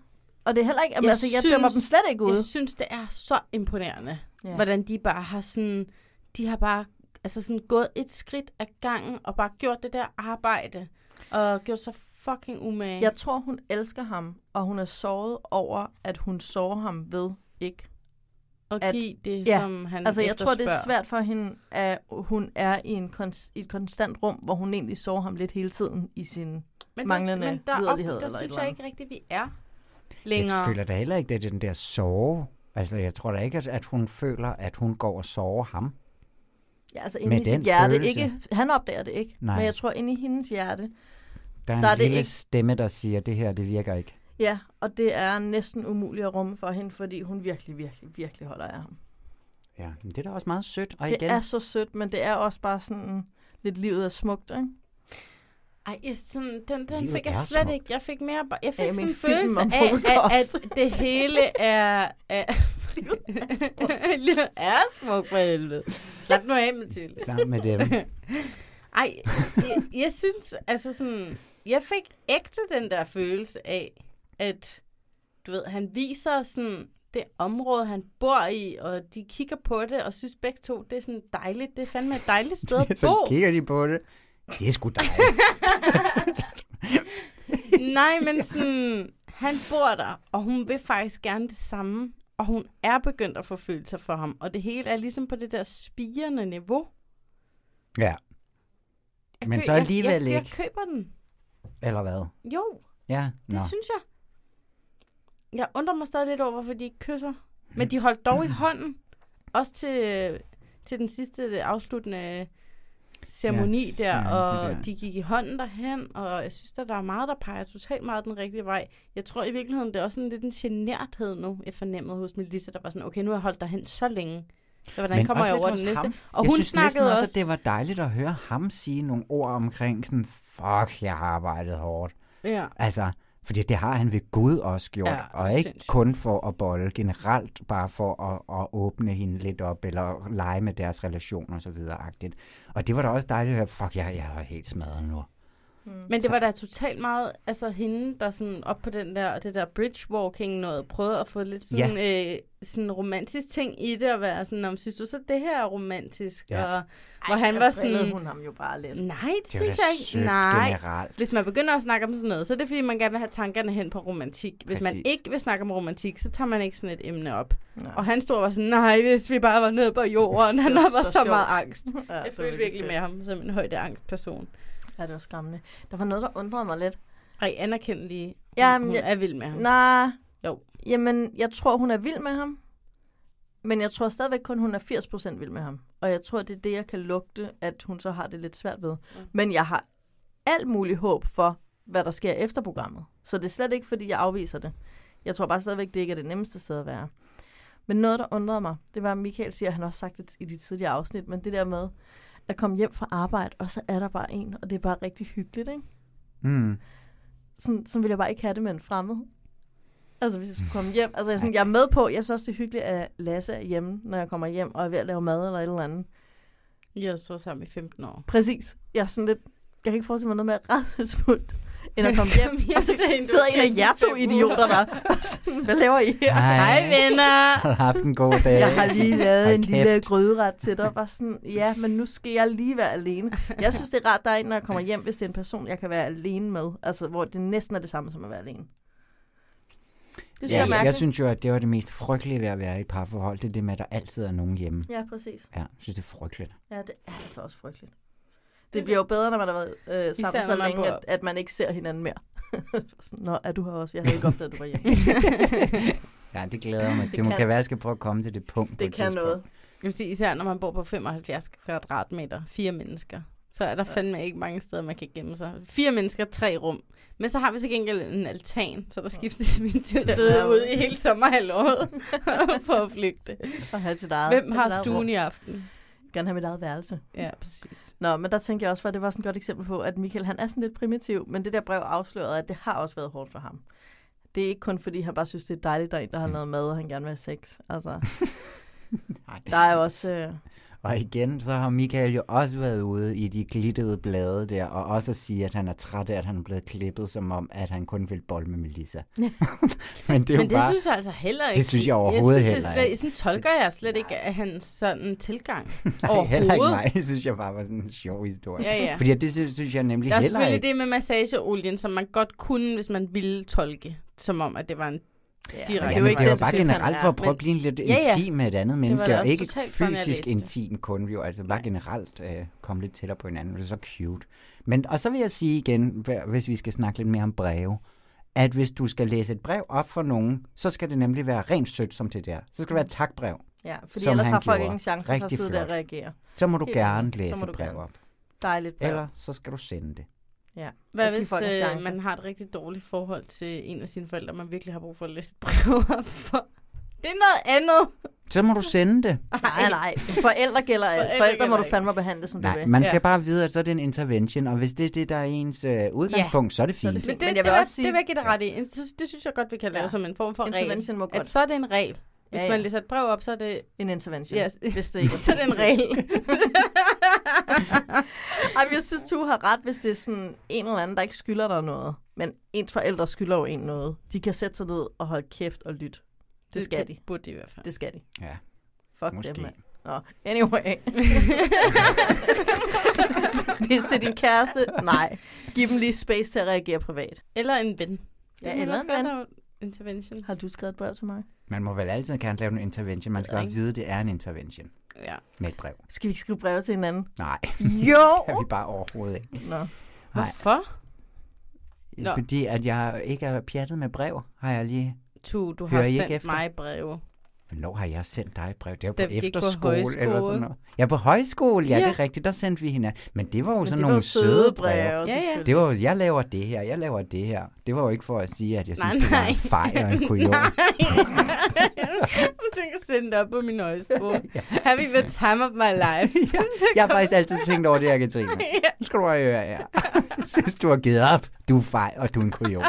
Speaker 13: Og det er heller ikke... Jamen, jeg altså, jeg synes, dømmer dem slet ikke ud.
Speaker 1: Jeg synes, det er så imponerende,
Speaker 13: Ja.
Speaker 1: ja. hvordan de bare har sådan... De har bare altså sådan gået et skridt ad gangen og bare gjort det der arbejde. Og gjort sig fucking umage.
Speaker 13: Jeg tror, hun elsker ham, og hun er såret over, at hun sårer ham ved ikke.
Speaker 1: At give det, som han
Speaker 13: Altså, jeg tror, det er
Speaker 1: efterspørger.
Speaker 13: svært for hende, at hun er i, en kons- i et konstant rum, hvor hun egentlig sårer ham lidt hele tiden i sin
Speaker 1: men
Speaker 13: manglende
Speaker 1: der, men der,
Speaker 13: liderlighed
Speaker 1: der, der
Speaker 13: eller et
Speaker 1: synes
Speaker 13: eller
Speaker 1: jeg
Speaker 13: andet.
Speaker 1: ikke rigtigt, vi er
Speaker 12: Længere.
Speaker 1: længere.
Speaker 12: Jeg føler da heller ikke, det er den der sorg. Altså, jeg tror da ikke, at- at hun føler, at hun går og sover ham.
Speaker 13: Ja, altså,
Speaker 12: med
Speaker 13: inde i sit
Speaker 12: den
Speaker 13: hjerte.
Speaker 12: følelse.
Speaker 13: Ikke, han opdager det ikke,
Speaker 12: Nej.
Speaker 13: men jeg tror, inde i hendes hjerte,
Speaker 12: Der er en
Speaker 13: Der
Speaker 12: der
Speaker 13: er
Speaker 12: er
Speaker 13: det
Speaker 12: lille
Speaker 13: ikke-
Speaker 12: stemme, der siger, at det her, det virker ikke.
Speaker 13: ja, og det er næsten umuligt at rumme for hende, fordi hun virkelig, virkelig, virkelig holder af ham.
Speaker 12: Ja, men det er da også meget sødt. Og
Speaker 13: det
Speaker 12: igen,
Speaker 13: er så sødt, men det er også bare sådan lidt livet er smukt, ikke?
Speaker 1: Ej, jeg, sådan, den, den
Speaker 13: Livet
Speaker 1: fik jeg
Speaker 13: er
Speaker 1: slet
Speaker 13: smukt.
Speaker 1: ikke. Jeg fik mere bare... Jeg fik
Speaker 13: Ja, men
Speaker 1: sådan en
Speaker 13: film
Speaker 1: følelse
Speaker 13: om
Speaker 1: af,
Speaker 13: [laughs]
Speaker 1: at,
Speaker 13: holocaust.
Speaker 1: at det hele er... er
Speaker 13: [laughs]
Speaker 1: [laughs] Livet er smukt for helvede. Slap nu af, Mathilde.
Speaker 12: Sammen med
Speaker 13: [laughs]
Speaker 12: dem.
Speaker 1: Ej, jeg, jeg synes, altså sådan... Jeg fik ægte den der følelse af, at du ved, han viser sådan det område, han bor i, og de kigger på det, og synes begge to, det er sådan dejligt. Det er fandme et dejligt
Speaker 13: [laughs]
Speaker 1: sted at bo.
Speaker 12: [laughs] så kigger de på det. Det er sgu dejligt.
Speaker 1: [laughs] Nej, men sådan, han bor der, og hun vil faktisk gerne det samme. Og hun er begyndt at få følelser for ham. Og det hele er ligesom på det der spirende niveau.
Speaker 12: ja,
Speaker 1: Jeg
Speaker 12: Men
Speaker 1: kø-
Speaker 12: så alligevel
Speaker 1: jeg, jeg,
Speaker 12: ikke.
Speaker 1: Jeg køber den.
Speaker 12: eller hvad?
Speaker 1: Jo,
Speaker 12: Ja,
Speaker 1: det
Speaker 12: nå.
Speaker 1: synes jeg. Jeg undrer mig stadig lidt over, hvorfor de ikke kysser.
Speaker 12: Mm.
Speaker 1: Men de holdt dog i hånden. Også til, til den sidste afsluttende øh, ceremoni
Speaker 13: Ja,
Speaker 1: ja, der,
Speaker 13: seance
Speaker 1: og
Speaker 13: der.
Speaker 1: de gik i hånden derhen, og jeg synes, at der er meget, der peger totalt meget den rigtige vej. Jeg tror i virkeligheden, det er også sådan lidt en generthed nu, jeg fornemmede hos Melissa, der var sådan, okay, nu har jeg holdt derhen så længe, så hvordan
Speaker 12: Men
Speaker 1: kommer
Speaker 12: også
Speaker 1: jeg
Speaker 12: lidt
Speaker 1: over
Speaker 12: hos
Speaker 1: den næste?
Speaker 12: Ham.
Speaker 1: Og
Speaker 12: jeg
Speaker 1: hun
Speaker 12: synes næsten
Speaker 1: snakkede
Speaker 12: også,
Speaker 1: også,
Speaker 12: at det var dejligt at høre ham sige nogle ord omkring sådan, fuck, jeg har arbejdet hårdt.
Speaker 1: Ja.
Speaker 12: Altså, fordi det har han ved Gud også gjort,
Speaker 1: Ja,
Speaker 12: og ikke kun for at bolle, generelt bare for at, at åbne hende lidt op, eller lege med deres relation og så videre. -agtigt. Og det var da også dejligt at høre, fuck, jeg, jeg er helt smadret nu.
Speaker 1: Mm. Men det var da totalt meget, altså hende, der sådan op på den der, det der bridgewalking noget, prøvede at få lidt sådan, ja. øh, sådan romantisk ting i det, og være sådan, om synes du så det her er romantisk?
Speaker 13: Ja.
Speaker 1: Ja. Og, hvor
Speaker 13: Ej,
Speaker 1: han
Speaker 13: der
Speaker 1: var
Speaker 13: drillede
Speaker 1: sådan,
Speaker 13: hun ham jo bare lidt.
Speaker 1: Nej, det,
Speaker 13: Det
Speaker 1: det
Speaker 13: var
Speaker 1: synes
Speaker 13: da
Speaker 1: jeg ikke.
Speaker 13: sødt
Speaker 1: Nej.
Speaker 13: generelt.
Speaker 1: Hvis man begynder at snakke om sådan noget, så er det fordi, man gerne vil have tankerne hen på romantik. Hvis Præcis. man
Speaker 13: Præcis.
Speaker 1: ikke vil snakke om romantik, så tager man ikke sådan et emne op. Nej. Og han stod og var sådan, nej, hvis vi bare var nede på jorden. Han
Speaker 13: Det var
Speaker 1: var så,
Speaker 13: så
Speaker 1: så
Speaker 13: sjovt.
Speaker 1: meget angst.
Speaker 13: [laughs] Ja,
Speaker 1: ja, jeg
Speaker 13: det var
Speaker 1: følte
Speaker 13: virkelig
Speaker 1: virkelig med
Speaker 13: fedt.
Speaker 1: ham som en højde angstperson.
Speaker 13: Ja, det var skræmmende. Der var noget, der undrede mig lidt.
Speaker 1: Ej, anerkend lige. Hun,
Speaker 13: Jamen,
Speaker 1: hun
Speaker 13: jeg-
Speaker 1: er vild med ham.
Speaker 13: Nej.
Speaker 1: Jo.
Speaker 13: Jamen, jeg tror, hun er vild med ham. Men jeg tror stadigvæk kun, hun er 80% vild med ham. Og jeg tror, det er det, jeg kan lugte, at hun så har det lidt svært ved. Men jeg har alt muligt håb for, hvad der sker efter programmet. Så det er slet ikke, fordi jeg afviser det. Jeg tror bare stadigvæk, det ikke er det nemmeste sted at være. Men noget, der undrede mig, det var, at Michael siger, han har også sagt det i de tidligere afsnit, men det der med at komme hjem fra arbejde, og så er der bare en, og det er bare rigtig hyggeligt, ikke?
Speaker 12: Mm. [laughs]
Speaker 13: sådan, sådan ville jeg bare ikke have det med en fremmed. Altså, hvis jeg skulle [laughs] komme hjem. Altså, jeg, er sådan, jeg er med på, jeg synes også, det er hyggeligt, at Lasse er hjemme, når jeg kommer hjem og er ved at lave mad eller et eller andet.
Speaker 1: Jeg har stået sammen i 15 år.
Speaker 13: Præcis. Jeg er sådan lidt, jeg kan ikke forestille mig noget mere redselsfuldt, end [laughs] at komme hjem. Og så
Speaker 1: til en, du
Speaker 13: sidder en af
Speaker 1: kendte
Speaker 13: jer
Speaker 1: i
Speaker 13: to
Speaker 1: fem
Speaker 13: idioter
Speaker 1: uger.
Speaker 13: der. og sådan, [laughs] Hvad laver [laughs] I her?
Speaker 12: Hej. Hej,
Speaker 1: venner.
Speaker 12: har haft en god dag.
Speaker 13: Jeg har [laughs] lige lavet
Speaker 12: Hold
Speaker 13: en
Speaker 12: kæft.
Speaker 13: lille gryderet til dig. Var sådan, ja, men nu skal jeg lige være alene. Jeg synes, det er rart, der er en, når jeg kommer hjem, hvis det er en person, jeg kan være alene med. Altså, hvor det næsten er det samme som at være alene. Det synes ja, jeg er
Speaker 12: jeg,
Speaker 13: mærkeligt.
Speaker 12: jeg synes jo, at det var det mest frygtelige ved at være i et parforhold, det er det med, at der altid er nogen hjemme.
Speaker 13: Ja, præcis.
Speaker 12: Ja, jeg synes, det er frygteligt.
Speaker 13: Ja, det er altså også frygteligt. Det bliver jo bedre, når man har været øh, sammen
Speaker 1: Især,
Speaker 13: så
Speaker 1: når man
Speaker 13: længe,
Speaker 1: bor-
Speaker 13: at, at man ikke ser hinanden mere. [laughs] Sådan, Nå, er du her også? Jeg havde ikke opdaget, at du var [laughs] hjemme.
Speaker 12: Ja, det
Speaker 1: [laughs]
Speaker 12: glæder mig. Det,
Speaker 1: Det
Speaker 12: det må
Speaker 1: kan-
Speaker 12: kan være, at jeg skal prøve at komme til det punkt. på
Speaker 1: Det
Speaker 12: et
Speaker 1: kan
Speaker 12: tidspunkt.
Speaker 1: noget. [laughs] Jeg vil sige, især når man bor på 75 kvadratmeter, fire mennesker, så er der fandme ikke mange steder, man kan gemme sig. Fire mennesker, tre rum. Men så har vi til gengæld en altan, så der skiftes vi til stede ude i hele
Speaker 13: [laughs]
Speaker 1: sommerhalvåret for at flygte.
Speaker 13: Og have sit eget,
Speaker 1: Hvem
Speaker 13: have
Speaker 1: har
Speaker 13: sit eget
Speaker 1: stuen
Speaker 13: altså, rum.
Speaker 1: i aften?
Speaker 13: Gerne have mit eget værelse.
Speaker 1: Ja, præcis.
Speaker 13: Nå, men der tænkte jeg også, for at det var sådan et godt eksempel på, at Michael han er sådan lidt primitiv, men det der brev afslørede, at det har også været hårdt for ham. Det er ikke kun fordi, han bare synes, det er dejligt, der er en,
Speaker 12: Mm.
Speaker 13: der har lavet mad, og han gerne vil have sex. Altså, der er jo også... Øh,
Speaker 12: Og igen, så har Michael jo også været ude i de glittede blade der, og også at sige, at han er træt af, at han er blevet klippet, som om, at han kun vil bold med Melissa. [laughs] Men det, er jo
Speaker 1: Men det
Speaker 12: bare,
Speaker 1: synes jeg altså heller ikke.
Speaker 12: Det synes jeg overhovedet
Speaker 1: jeg
Speaker 12: heller
Speaker 1: slet,
Speaker 12: ikke.
Speaker 1: Sådan tolker jeg slet ikke af hans sådan tilgang.
Speaker 12: [laughs] Nej, heller ikke mig. [laughs] Det synes jeg bare var sådan en sjov historie.
Speaker 1: Ja, ja.
Speaker 12: Fordi det synes, synes jeg nemlig
Speaker 1: Der er
Speaker 12: heller
Speaker 1: selvfølgelig
Speaker 12: ikke.
Speaker 1: ikke. det med massageolien, som man godt kunne, hvis man ville tolke, som om, at det var en direkte...
Speaker 12: Ja, men det er jo bare generelt for at prøve at blive lidt
Speaker 1: Ja, ja.
Speaker 12: intim med et andet
Speaker 1: Det
Speaker 12: menneske,
Speaker 1: var da
Speaker 12: og
Speaker 1: også
Speaker 12: ikke
Speaker 1: totalt sådan, jeg læste
Speaker 12: fysisk
Speaker 1: det.
Speaker 12: intim kun, jo, altså bare generelt øh, komme lidt tættere på hinanden, det er så cute. Men, og så vil jeg sige igen, hver- hvis vi skal snakke lidt mere om breve, at hvis du skal læse et brev op for nogen, så skal det nemlig være rent sødt som det der. Så skal det være et takbrev.
Speaker 13: Ja, fordi
Speaker 12: som
Speaker 13: ellers
Speaker 12: han
Speaker 13: har folk
Speaker 12: gjorde.
Speaker 13: ingen chance for at
Speaker 12: Rigtig
Speaker 13: sidde der og
Speaker 12: flot.
Speaker 13: reagere.
Speaker 12: Så må du
Speaker 13: Helt
Speaker 12: gerne
Speaker 13: enig. Så
Speaker 12: læse
Speaker 13: må
Speaker 12: et
Speaker 13: du
Speaker 12: brev
Speaker 13: gerne.
Speaker 12: op.
Speaker 13: Dejligt brev.
Speaker 12: Eller så skal du sende det.
Speaker 13: Ja.
Speaker 1: Hvad
Speaker 13: At give
Speaker 1: hvis
Speaker 13: folk en
Speaker 1: øh,
Speaker 13: chance.
Speaker 1: man har et rigtig dårligt forhold til en af sine forældre, man virkelig har brug for at læse et brev [laughs] op for? Det er noget andet.
Speaker 12: Så må du sende det.
Speaker 13: Nej, nej. Forældre gælder alt.
Speaker 1: Forældre
Speaker 13: Forældre, Forældre må
Speaker 1: gælder
Speaker 13: du
Speaker 1: ikke.
Speaker 13: fandme behandle, som du
Speaker 12: Nej,
Speaker 13: vil.
Speaker 12: man skal bare vide, at så er det en intervention, og hvis det er det, der er ens øh, udgangspunkt, så er det fint.
Speaker 1: Men det,
Speaker 13: Men
Speaker 1: men
Speaker 13: jeg
Speaker 1: jeg
Speaker 13: vil
Speaker 1: det, vil
Speaker 13: også sige-
Speaker 1: det vil jeg give dig ret i. En- så- Det synes jeg godt, vi kan lave
Speaker 13: Ja.
Speaker 1: ja. som en form for
Speaker 13: Intervention
Speaker 1: regel.
Speaker 13: må godt.
Speaker 1: At så er det en regel. Hvis ja,
Speaker 13: Ja, ja.
Speaker 1: ja. man læser et brev op, så er det...
Speaker 13: En intervention,
Speaker 1: Yes.
Speaker 13: [laughs] hvis det ikke er
Speaker 1: [laughs] så er det en regel. [laughs]
Speaker 13: Ej, men jeg synes, du har ret, hvis det er sådan en eller anden, der ikke skylder dig noget. Men ens forældre skylder jo en noget. De kan sætte sig ned og holde kæft og lytte. Det,
Speaker 1: Det
Speaker 13: skal
Speaker 1: kan-
Speaker 13: de.
Speaker 1: Burde de i hvert fald. [laughs]
Speaker 13: Det skal de.
Speaker 12: Ja.
Speaker 13: Fuck
Speaker 12: Måske.
Speaker 13: dem, mand. Nå, anyway. [laughs] hvis det er din kæreste, nej. Giv dem lige space til at reagere privat.
Speaker 1: Eller en ven.
Speaker 13: Ja,
Speaker 1: Det må
Speaker 13: eller
Speaker 1: også
Speaker 13: en
Speaker 1: godt
Speaker 13: ven.
Speaker 1: være Intervention.
Speaker 13: Har du skrevet et brev til mig?
Speaker 12: Man må vel altid gerne lave en intervention. Man skal
Speaker 13: ved
Speaker 12: bare
Speaker 13: ikke.
Speaker 12: vide, at det er en intervention
Speaker 1: Ja.
Speaker 12: med et brev.
Speaker 13: Skal vi ikke skrive breve til hinanden?
Speaker 12: Nej,
Speaker 13: Jo!
Speaker 12: det kan vi bare overhovedet ikke.
Speaker 13: Nå.
Speaker 12: Nej,
Speaker 1: Hvorfor? Nå.
Speaker 12: fordi at jeg ikke er pjattet med brev, har jeg lige...
Speaker 1: Tu, du
Speaker 12: Hører
Speaker 1: har
Speaker 12: I ikke
Speaker 1: sendt
Speaker 12: efter?
Speaker 1: mig breve.
Speaker 12: Hvornår har jeg sendt dig et brev? Det var på
Speaker 1: Da vi gik på
Speaker 12: efterskole eller
Speaker 1: højskole.
Speaker 12: sådan noget. Ja, på højskole, ja,
Speaker 1: Ja.
Speaker 12: det er rigtigt. Der sendte vi hinanden. Men det var jo
Speaker 13: Men
Speaker 12: sådan
Speaker 13: det var
Speaker 12: nogle
Speaker 13: jo søde
Speaker 12: søde
Speaker 13: breve,
Speaker 12: breve.
Speaker 13: selvfølgelig.
Speaker 12: Det var jo, jeg laver det her, jeg laver det her. Det var jo ikke for at sige, at jeg
Speaker 1: Nej,
Speaker 12: synes, det var en
Speaker 1: nej.
Speaker 12: fejl
Speaker 1: [laughs]
Speaker 12: og en kujon.
Speaker 1: Jeg tænker at sende det op på min
Speaker 13: [laughs]
Speaker 1: højskole. Having the time of my life.
Speaker 12: Jeg har faktisk altid tænkt over det her, Katrine.
Speaker 1: [laughs]
Speaker 12: Nu skal du bare høre her. Jeg [laughs] synes, du har givet op. Du er fej, og du er en kujon.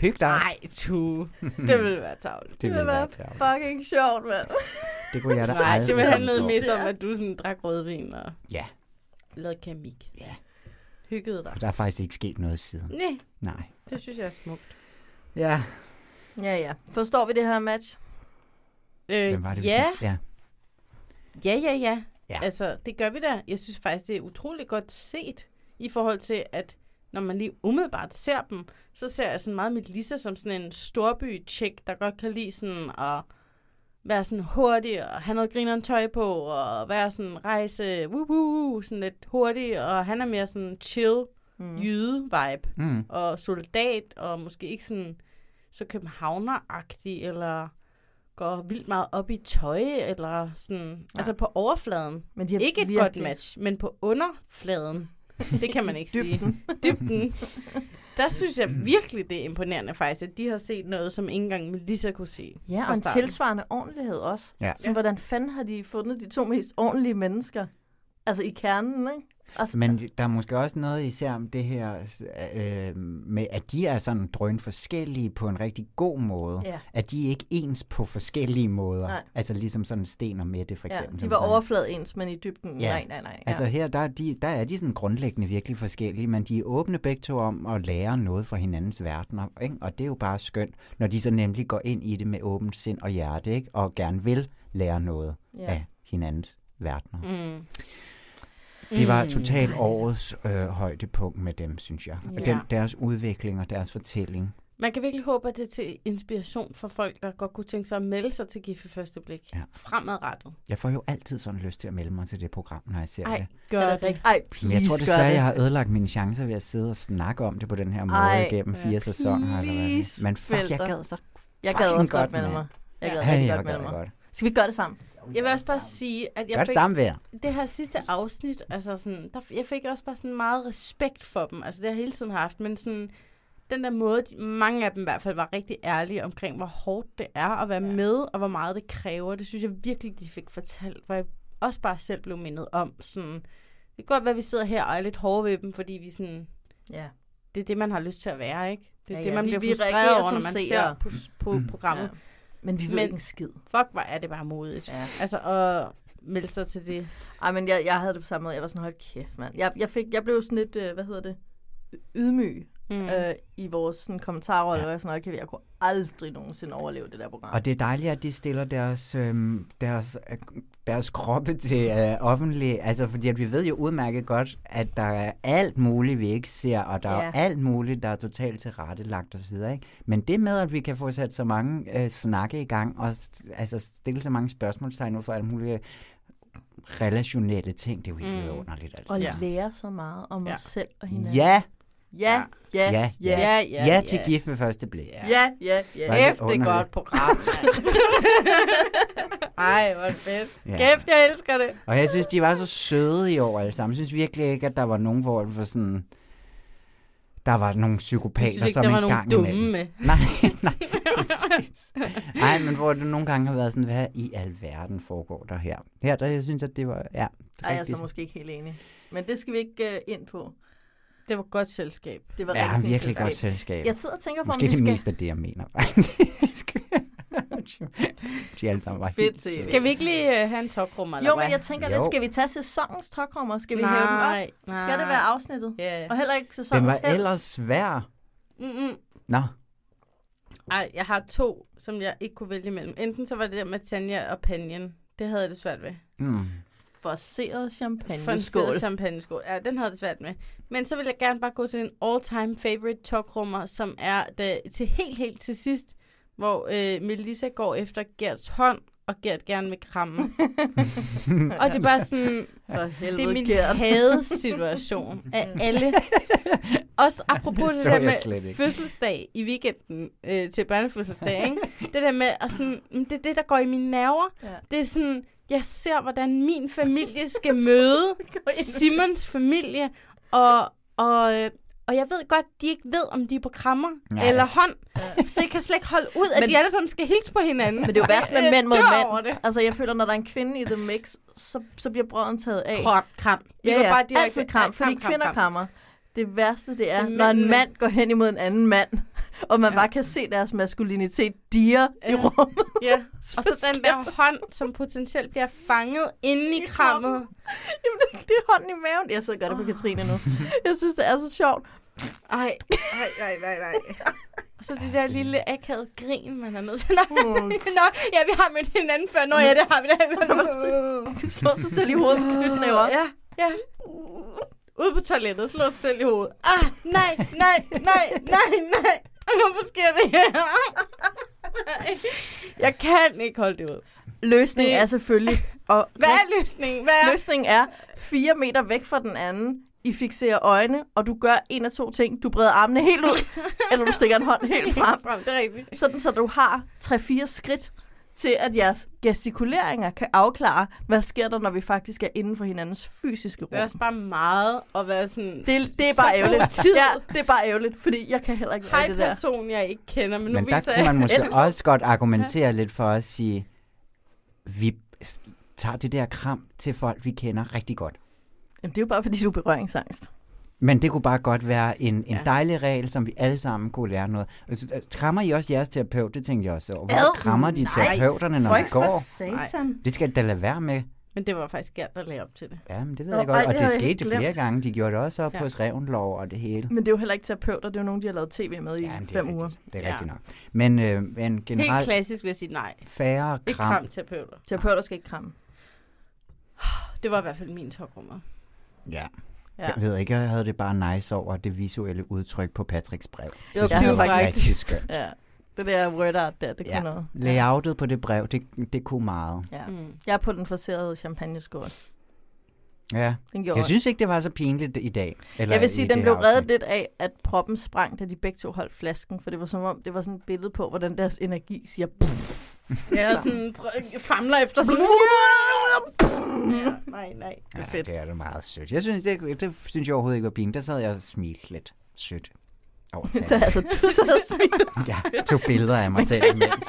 Speaker 12: Hyg dig.
Speaker 1: Nej, tu. Det ville være tavligt.
Speaker 12: Det ville være tavligt.
Speaker 13: fucking sjovt, mand.
Speaker 12: Det kunne jeg da
Speaker 1: Nej, det vil
Speaker 12: aldrig
Speaker 1: handle
Speaker 12: komme
Speaker 1: mest om, at du sådan drak rødvin og
Speaker 12: Ja.
Speaker 1: lavede keramik.
Speaker 12: Ja.
Speaker 1: hyggede dig.
Speaker 12: Der er faktisk ikke sket noget siden.
Speaker 1: Nej.
Speaker 12: Nej.
Speaker 1: Det synes jeg er smukt.
Speaker 12: Ja.
Speaker 13: Ja, ja. Forstår vi det her match?
Speaker 1: Øh,
Speaker 12: Hvem var det, vi
Speaker 1: ja.
Speaker 12: snakkede- ja.
Speaker 1: Ja, ja, ja.
Speaker 12: Ja.
Speaker 1: Altså, det gør vi da. Jeg synes faktisk, det er utrolig godt set i forhold til, at når man lige umiddelbart ser dem, så ser jeg sådan meget Melissa som sådan en storby chick der godt kan lide sådan at være sådan hurtig og have noget grineren tøj på og være sådan rejse woo, woo, woo, sådan lidt hurtig og han er mere sådan chill mm. jyde vibe
Speaker 12: Mm.
Speaker 1: og soldat og måske ikke sådan så københavneragtig eller går vildt meget op i tøj eller sådan altså på overfladen
Speaker 13: men de har
Speaker 1: ikke et godt
Speaker 13: virkelig-
Speaker 1: match men på underfladen det kan man
Speaker 13: [laughs]
Speaker 1: ikke sige dybden der synes jeg virkelig det er imponerende faktisk at de har set noget som ikke engang Melissa kunne se
Speaker 13: Ja,
Speaker 1: fra
Speaker 13: og en
Speaker 1: starten.
Speaker 13: tilsvarende ordentlighed også.
Speaker 12: Ja.
Speaker 13: Sådan, hvordan fanden har de fundet de to mest ordentlige mennesker? Altså i kernen, ikke? Altså,
Speaker 12: Men der er måske også noget især om det her øh, med, at de er sådan drøn forskellige på en rigtig god måde.
Speaker 13: Ja.
Speaker 12: At de er ikke ens på forskellige måder.
Speaker 13: Nej.
Speaker 12: Altså ligesom sådan Sten og Mette for
Speaker 13: ja,
Speaker 12: eksempel. som
Speaker 13: de var
Speaker 12: sådan-
Speaker 13: overflade ens, men i dybden, ja. nej, nej, nej. Ja.
Speaker 12: Altså her, der er, de, der er de sådan grundlæggende virkelig forskellige, men de er åbne begge to om at lære noget fra hinandens verdener, ikke? og det er jo bare skønt, når de så nemlig går ind i det med åbent sind og hjerte, ikke? og gerne vil lære noget
Speaker 13: Ja.
Speaker 12: ja. af hinandens verdener.
Speaker 1: Mm.
Speaker 12: Det var
Speaker 1: Mm.
Speaker 12: totalt årets øh, højdepunkt med dem, synes jeg.
Speaker 1: Ja.
Speaker 12: Ja. Den, deres udvikling og deres fortælling.
Speaker 1: Man kan virkelig håbe, at det er til inspiration for folk, der godt kunne tænke sig at melde sig til Gift i første blik.
Speaker 12: Ja.
Speaker 1: Fremadrettet.
Speaker 12: Jeg får jo altid sådan lyst til at melde mig til det program, når jeg ser
Speaker 1: Ej,
Speaker 12: det.
Speaker 1: gør
Speaker 13: Er det
Speaker 1: det.
Speaker 13: rigtigt? Ej,
Speaker 12: Men jeg
Speaker 13: please gør
Speaker 12: tror desværre,
Speaker 13: det.
Speaker 12: jeg har ødelagt mine chancer ved at sidde og snakke om det på den her måde
Speaker 13: Ej,
Speaker 12: Ej, igennem
Speaker 13: ja,
Speaker 12: fire sæsoner. Eller hvad. det er.
Speaker 13: please
Speaker 12: Men fuck,
Speaker 13: meld
Speaker 12: jeg
Speaker 13: dig.
Speaker 12: gad så
Speaker 13: Jeg gad
Speaker 12: fucking
Speaker 13: også godt melde mig. Jeg gad rigtig
Speaker 12: jeg
Speaker 13: godt melde
Speaker 12: gad
Speaker 13: mig.
Speaker 12: godt.
Speaker 13: Skal vi gøre det sammen?
Speaker 1: Jeg vil også bare sige, at jeg
Speaker 12: Gør det sammen, venner.
Speaker 1: det her sidste afsnit, altså sådan, der, jeg fik også bare sådan meget respekt for dem. Altså det har jeg hele tiden haft, men sådan, den der måde, de, mange af dem i hvert fald var rigtig ærlige omkring, hvor hårdt det er at være ja. med, og hvor meget det kræver. Det synes jeg virkelig, de fik fortalt, hvor jeg også bare selv blev mindet om. Sådan, det kan godt være, at vi sidder her og er lidt hårde ved dem, fordi vi sådan,
Speaker 13: Ja.
Speaker 1: det er det, man har lyst til at være, ikke? Det er
Speaker 13: Ja,
Speaker 1: det,
Speaker 13: ja,
Speaker 1: man
Speaker 13: vi-
Speaker 1: bliver
Speaker 13: vi
Speaker 1: frustreret
Speaker 13: reagerer
Speaker 1: over, når man
Speaker 13: som seere.
Speaker 1: ser på, på
Speaker 13: Mm.
Speaker 1: programmet.
Speaker 13: Ja. Men vi ved ikke en skid.
Speaker 1: Fuck, hvor er det bare modigt.
Speaker 13: Ja.
Speaker 1: Altså at melde sig til det.
Speaker 13: Ej, men jeg, jeg havde det på samme måde. Jeg var sådan, hold kæft, mand. Jeg, jeg, fik, jeg blev sådan lidt, øh, hvad hedder det, ydmyg
Speaker 1: mm.
Speaker 13: øh, i vores sådan, kommentarrolle. Ja. Og jeg, var sådan, okay, jeg kunne aldrig nogensinde overleve det der program.
Speaker 12: Og det er dejligt, at de stiller deres, øhm, deres, øh, deres kroppe til øh, offentlig. Altså, fordi at vi ved jo udmærket godt, at der er alt muligt, vi ikke ser, og der ja.
Speaker 13: Ja.
Speaker 12: er alt muligt, der er totalt tilrettelagt osv. Ikke? Men det med, at vi kan få sat så mange øh, snakke i gang, og s- altså, stille så mange spørgsmålstegn ud for alle mulige øh, relationelle ting, det er jo helt
Speaker 13: Mm.
Speaker 12: mm. underligt. Altså.
Speaker 13: Og lære så meget om os selv og hinanden.
Speaker 12: Ja.
Speaker 13: Ja, ja,
Speaker 12: ja, ja, ja, ja, ja til gift ved første blik.
Speaker 13: Ja, ja, ja.
Speaker 12: Hvor er det
Speaker 1: Kæft, det er
Speaker 12: underligt.
Speaker 1: godt program.
Speaker 12: [laughs]
Speaker 1: mand. Ej, hvor er det fedt.
Speaker 12: Ja.
Speaker 1: Kæft, jeg elsker det.
Speaker 12: Og jeg synes, de var så søde i år alle sammen. Jeg synes virkelig ikke, at der var nogen, hvor det var sådan... Der var nogle psykopater,
Speaker 1: Jeg synes ikke,
Speaker 12: som
Speaker 1: der var
Speaker 12: en
Speaker 1: nogen
Speaker 12: gang
Speaker 1: dumme
Speaker 12: imellem.
Speaker 1: med. [laughs]
Speaker 12: Nej, [laughs] nej, præcis. Nej, men hvor det nogle gange har været sådan, hvad i alverden foregår der her? Her, der jeg synes, at det var... Ja,
Speaker 13: Ej, jeg er
Speaker 1: altså,
Speaker 13: så måske ikke helt enig. Men det skal vi ikke øh, ind på.
Speaker 1: Det var godt selskab.
Speaker 13: Det var
Speaker 12: Ja,
Speaker 13: rigtig fint
Speaker 12: virkelig godt selskab.
Speaker 13: Jeg sidder og tænker på,
Speaker 12: Måske
Speaker 13: om vi
Speaker 12: det
Speaker 13: skal...
Speaker 12: mest af det, jeg mener, faktisk. [laughs] de alle sammen var helt
Speaker 13: Fedt, det er
Speaker 12: søde.
Speaker 1: Skal vi ikke lige øh, have en tokrummer, eller
Speaker 13: Jo,
Speaker 1: hvad?
Speaker 13: men jeg tænker lidt,
Speaker 12: Jo.
Speaker 13: skal vi tage sæsonens tokrummer? Skal vi
Speaker 1: Nej,
Speaker 13: hæve den op?
Speaker 1: nej.
Speaker 13: Skal det være afsnittet?
Speaker 1: Yeah.
Speaker 13: Og heller ikke
Speaker 12: Den
Speaker 13: sæsonens
Speaker 12: var
Speaker 13: helst?
Speaker 12: ellers svær.
Speaker 1: Mm-mm.
Speaker 12: Nå,
Speaker 1: Mm, Ej, jeg har to, som jeg ikke kunne vælge imellem. Enten så var det der med Tanja og Panjen. Det havde jeg det svært ved.
Speaker 12: mm.
Speaker 13: Forseret champagne.
Speaker 1: Fonseret champagneskål. Ja, den havde jeg det svært med. Men så vil jeg gerne bare gå til en all-time favorite tokrummer, som er da, til helt, helt til sidst, hvor øh, Melissa går efter Gerts hånd, og Gert gerne vil
Speaker 13: [laughs]
Speaker 1: kramme. og det er bare sådan,
Speaker 13: For
Speaker 1: det er
Speaker 13: helvede,
Speaker 1: min
Speaker 13: Gert.
Speaker 1: hadesituation af
Speaker 12: [laughs]
Speaker 1: alle. Også apropos
Speaker 13: [laughs] Det
Speaker 1: det,
Speaker 13: så
Speaker 1: det
Speaker 13: jeg
Speaker 1: der
Speaker 13: slet
Speaker 1: med
Speaker 13: ikke.
Speaker 1: fødselsdag i weekenden øh, til børnefødselsdag, ikke? det der med, at sådan, "Mm, det er det, der går i mine nerver.
Speaker 13: [laughs] Ja.
Speaker 1: Det er sådan, jeg ser, hvordan min familie skal
Speaker 13: [laughs]
Speaker 1: møde Simons familie, og, og, øh, og jeg ved godt, de ikke ved, om de er på krammer
Speaker 13: Nej.
Speaker 1: eller hånd, så jeg kan slet ikke holde ud, at
Speaker 13: Men-
Speaker 1: men, de alle sammen skal hilse på hinanden.
Speaker 13: Men det er jo
Speaker 1: [laughs]
Speaker 13: værst med
Speaker 1: Jeg
Speaker 13: mænd mod
Speaker 1: dør over
Speaker 13: mænd.
Speaker 1: det.
Speaker 13: Altså, jeg føler, når der er en kvinde i The Mix, så, så bliver brøden taget af.
Speaker 1: Kram, kram. Vi
Speaker 13: Ja,
Speaker 1: går
Speaker 13: ja.
Speaker 1: bare
Speaker 13: Bare
Speaker 1: direkte-
Speaker 13: Altid kram,
Speaker 1: Ja, kram,
Speaker 13: fordi
Speaker 1: kram,
Speaker 13: kvinder
Speaker 1: kram.
Speaker 13: krammer. Det værste, det er,
Speaker 1: Det er
Speaker 13: når en
Speaker 1: mændene.
Speaker 13: mand går hen imod en anden mand, og man ja. bare kan se deres maskulinitet dire i rummet. [laughs]
Speaker 1: Ja,
Speaker 13: Så
Speaker 1: og så den der hånd, som potentielt bliver fanget inde i krammet.
Speaker 13: Jamen, det, lige hånden i maven. Jeg sidder og gør det på Katrine nu. Jeg synes, det er så sjovt.
Speaker 1: Ej, nej, nej, nej, nej. Og så det der lille akavet grin, man er nødt til. [laughs] Nå,
Speaker 13: Mm.
Speaker 1: nå, ja, vi har mødt hinanden før. Nå ja, det har vi
Speaker 13: [laughs]
Speaker 1: da.
Speaker 13: Du slår sig selv i hovedet med knytnæver.
Speaker 1: Ja, ja. Ude på toilettet, slår sig selv i hovedet. Ah, nej, nej, nej, nej, nej. Hvorfor sker det her? [laughs] Jeg kan ikke holde det ud.
Speaker 13: Løsningen
Speaker 1: Det-
Speaker 13: er selvfølgelig... Og
Speaker 1: [laughs] Hvad er løsningen? Hvad er...
Speaker 13: Løsningen er fire meter væk fra den anden. I fixerer øjne, og du gør en af to ting. Du breder armene helt ud,
Speaker 1: [laughs]
Speaker 13: eller du stikker en hånd helt frem.
Speaker 1: Det er rigtigt.
Speaker 13: Sådan så du har 3-4 skridt til, at jeres gestikuleringer kan afklare, hvad sker der, når vi faktisk er inden for hinandens fysiske rum.
Speaker 1: Det er også bare meget at være sådan...
Speaker 13: Det, det er bare
Speaker 1: så god
Speaker 13: ærgerligt.
Speaker 1: tid.
Speaker 13: Ja, det er bare ærgerligt, fordi jeg kan heller ikke være i
Speaker 1: Hej
Speaker 13: det der.
Speaker 1: person, jeg ikke kender, men nu
Speaker 12: Men der
Speaker 1: viser
Speaker 12: kunne man
Speaker 1: [laughs]
Speaker 12: måske
Speaker 1: Ellers-
Speaker 12: også godt argumentere lidt for at sige, vi s- tager det der kram til folk, vi kender rigtig godt.
Speaker 13: Jamen, det er jo bare, fordi du er berøringsangst.
Speaker 12: Men det kunne bare godt være en, en
Speaker 13: Ja.
Speaker 12: dejlig regel, som vi alle sammen kunne lære noget. Altså, Krammer I også jeres terapeut? Det tænkte jeg også over.
Speaker 13: Ad,
Speaker 12: Hvor krammer de
Speaker 13: nej.
Speaker 12: terapeuterne, når
Speaker 13: Føj
Speaker 12: de
Speaker 13: for
Speaker 12: går?
Speaker 13: satan.
Speaker 12: Nej. Det skal jeg da lade være med.
Speaker 1: Men det var faktisk Gert, der lagde op til det.
Speaker 12: Ja, men det ved
Speaker 1: Nå,
Speaker 12: jeg
Speaker 1: ej,
Speaker 12: godt. Og
Speaker 1: det
Speaker 12: det,
Speaker 1: havde jeg helt
Speaker 12: skete flere
Speaker 1: glemt.
Speaker 12: gange. De gjorde det også op
Speaker 1: Ja.
Speaker 12: ja. hos Revnlov og det hele.
Speaker 13: Men det er jo heller ikke terapeuter, det er jo nogen, de har lavet tv med i
Speaker 12: Jamen, det er
Speaker 13: fem uger.
Speaker 12: rigtigt. Det er
Speaker 1: Ja.
Speaker 12: rigtigt nok. Men, øh, men
Speaker 1: Generelt... Helt
Speaker 12: generelt
Speaker 1: klassisk vil jeg sige nej.
Speaker 12: færre
Speaker 1: Ikke
Speaker 12: kram.
Speaker 1: kram terapeuter.
Speaker 13: Terapeuter skal ikke kramme.
Speaker 1: Det var i hvert fald min toprummer.
Speaker 12: Ja.
Speaker 1: Ja.
Speaker 12: Ja. Jeg ved ikke, jeg havde det bare nice over det visuelle udtryk på Patricks brev.
Speaker 13: Det var
Speaker 12: synes jeg
Speaker 13: pivfrækt.
Speaker 12: rigtig skønt.
Speaker 13: Ja. Det der word art der, det kunne
Speaker 12: Ja.
Speaker 13: noget.
Speaker 12: Layoutet på det brev, det, det kunne meget.
Speaker 13: Ja. Mm. Jeg er på den forserede champagneskål.
Speaker 12: Ja.
Speaker 13: Den gjorde
Speaker 12: Jeg synes ikke, det var så pinligt i dag.
Speaker 13: Eller jeg vil sige,
Speaker 12: i
Speaker 13: den
Speaker 12: det
Speaker 13: blev
Speaker 12: her afsnit.
Speaker 13: reddet lidt af, at proppen sprang, da de begge to holdt flasken, for det var som om, det var sådan et billede på, hvordan deres energi siger...
Speaker 1: Jeg er sådan, prø- famler efter sådan... Ja, nej, nej. Det er
Speaker 12: Ja,
Speaker 1: [laughs] fedt.
Speaker 12: det er det meget sødt. Jeg synes, det, det synes jeg overhovedet ikke var pinligt. Der sad jeg og smilte lidt sødt.
Speaker 13: [laughs]
Speaker 12: Over til
Speaker 13: Så altså, du sad og smilte.
Speaker 12: Jeg tog billeder af
Speaker 13: [laughs]
Speaker 12: mig selv imens.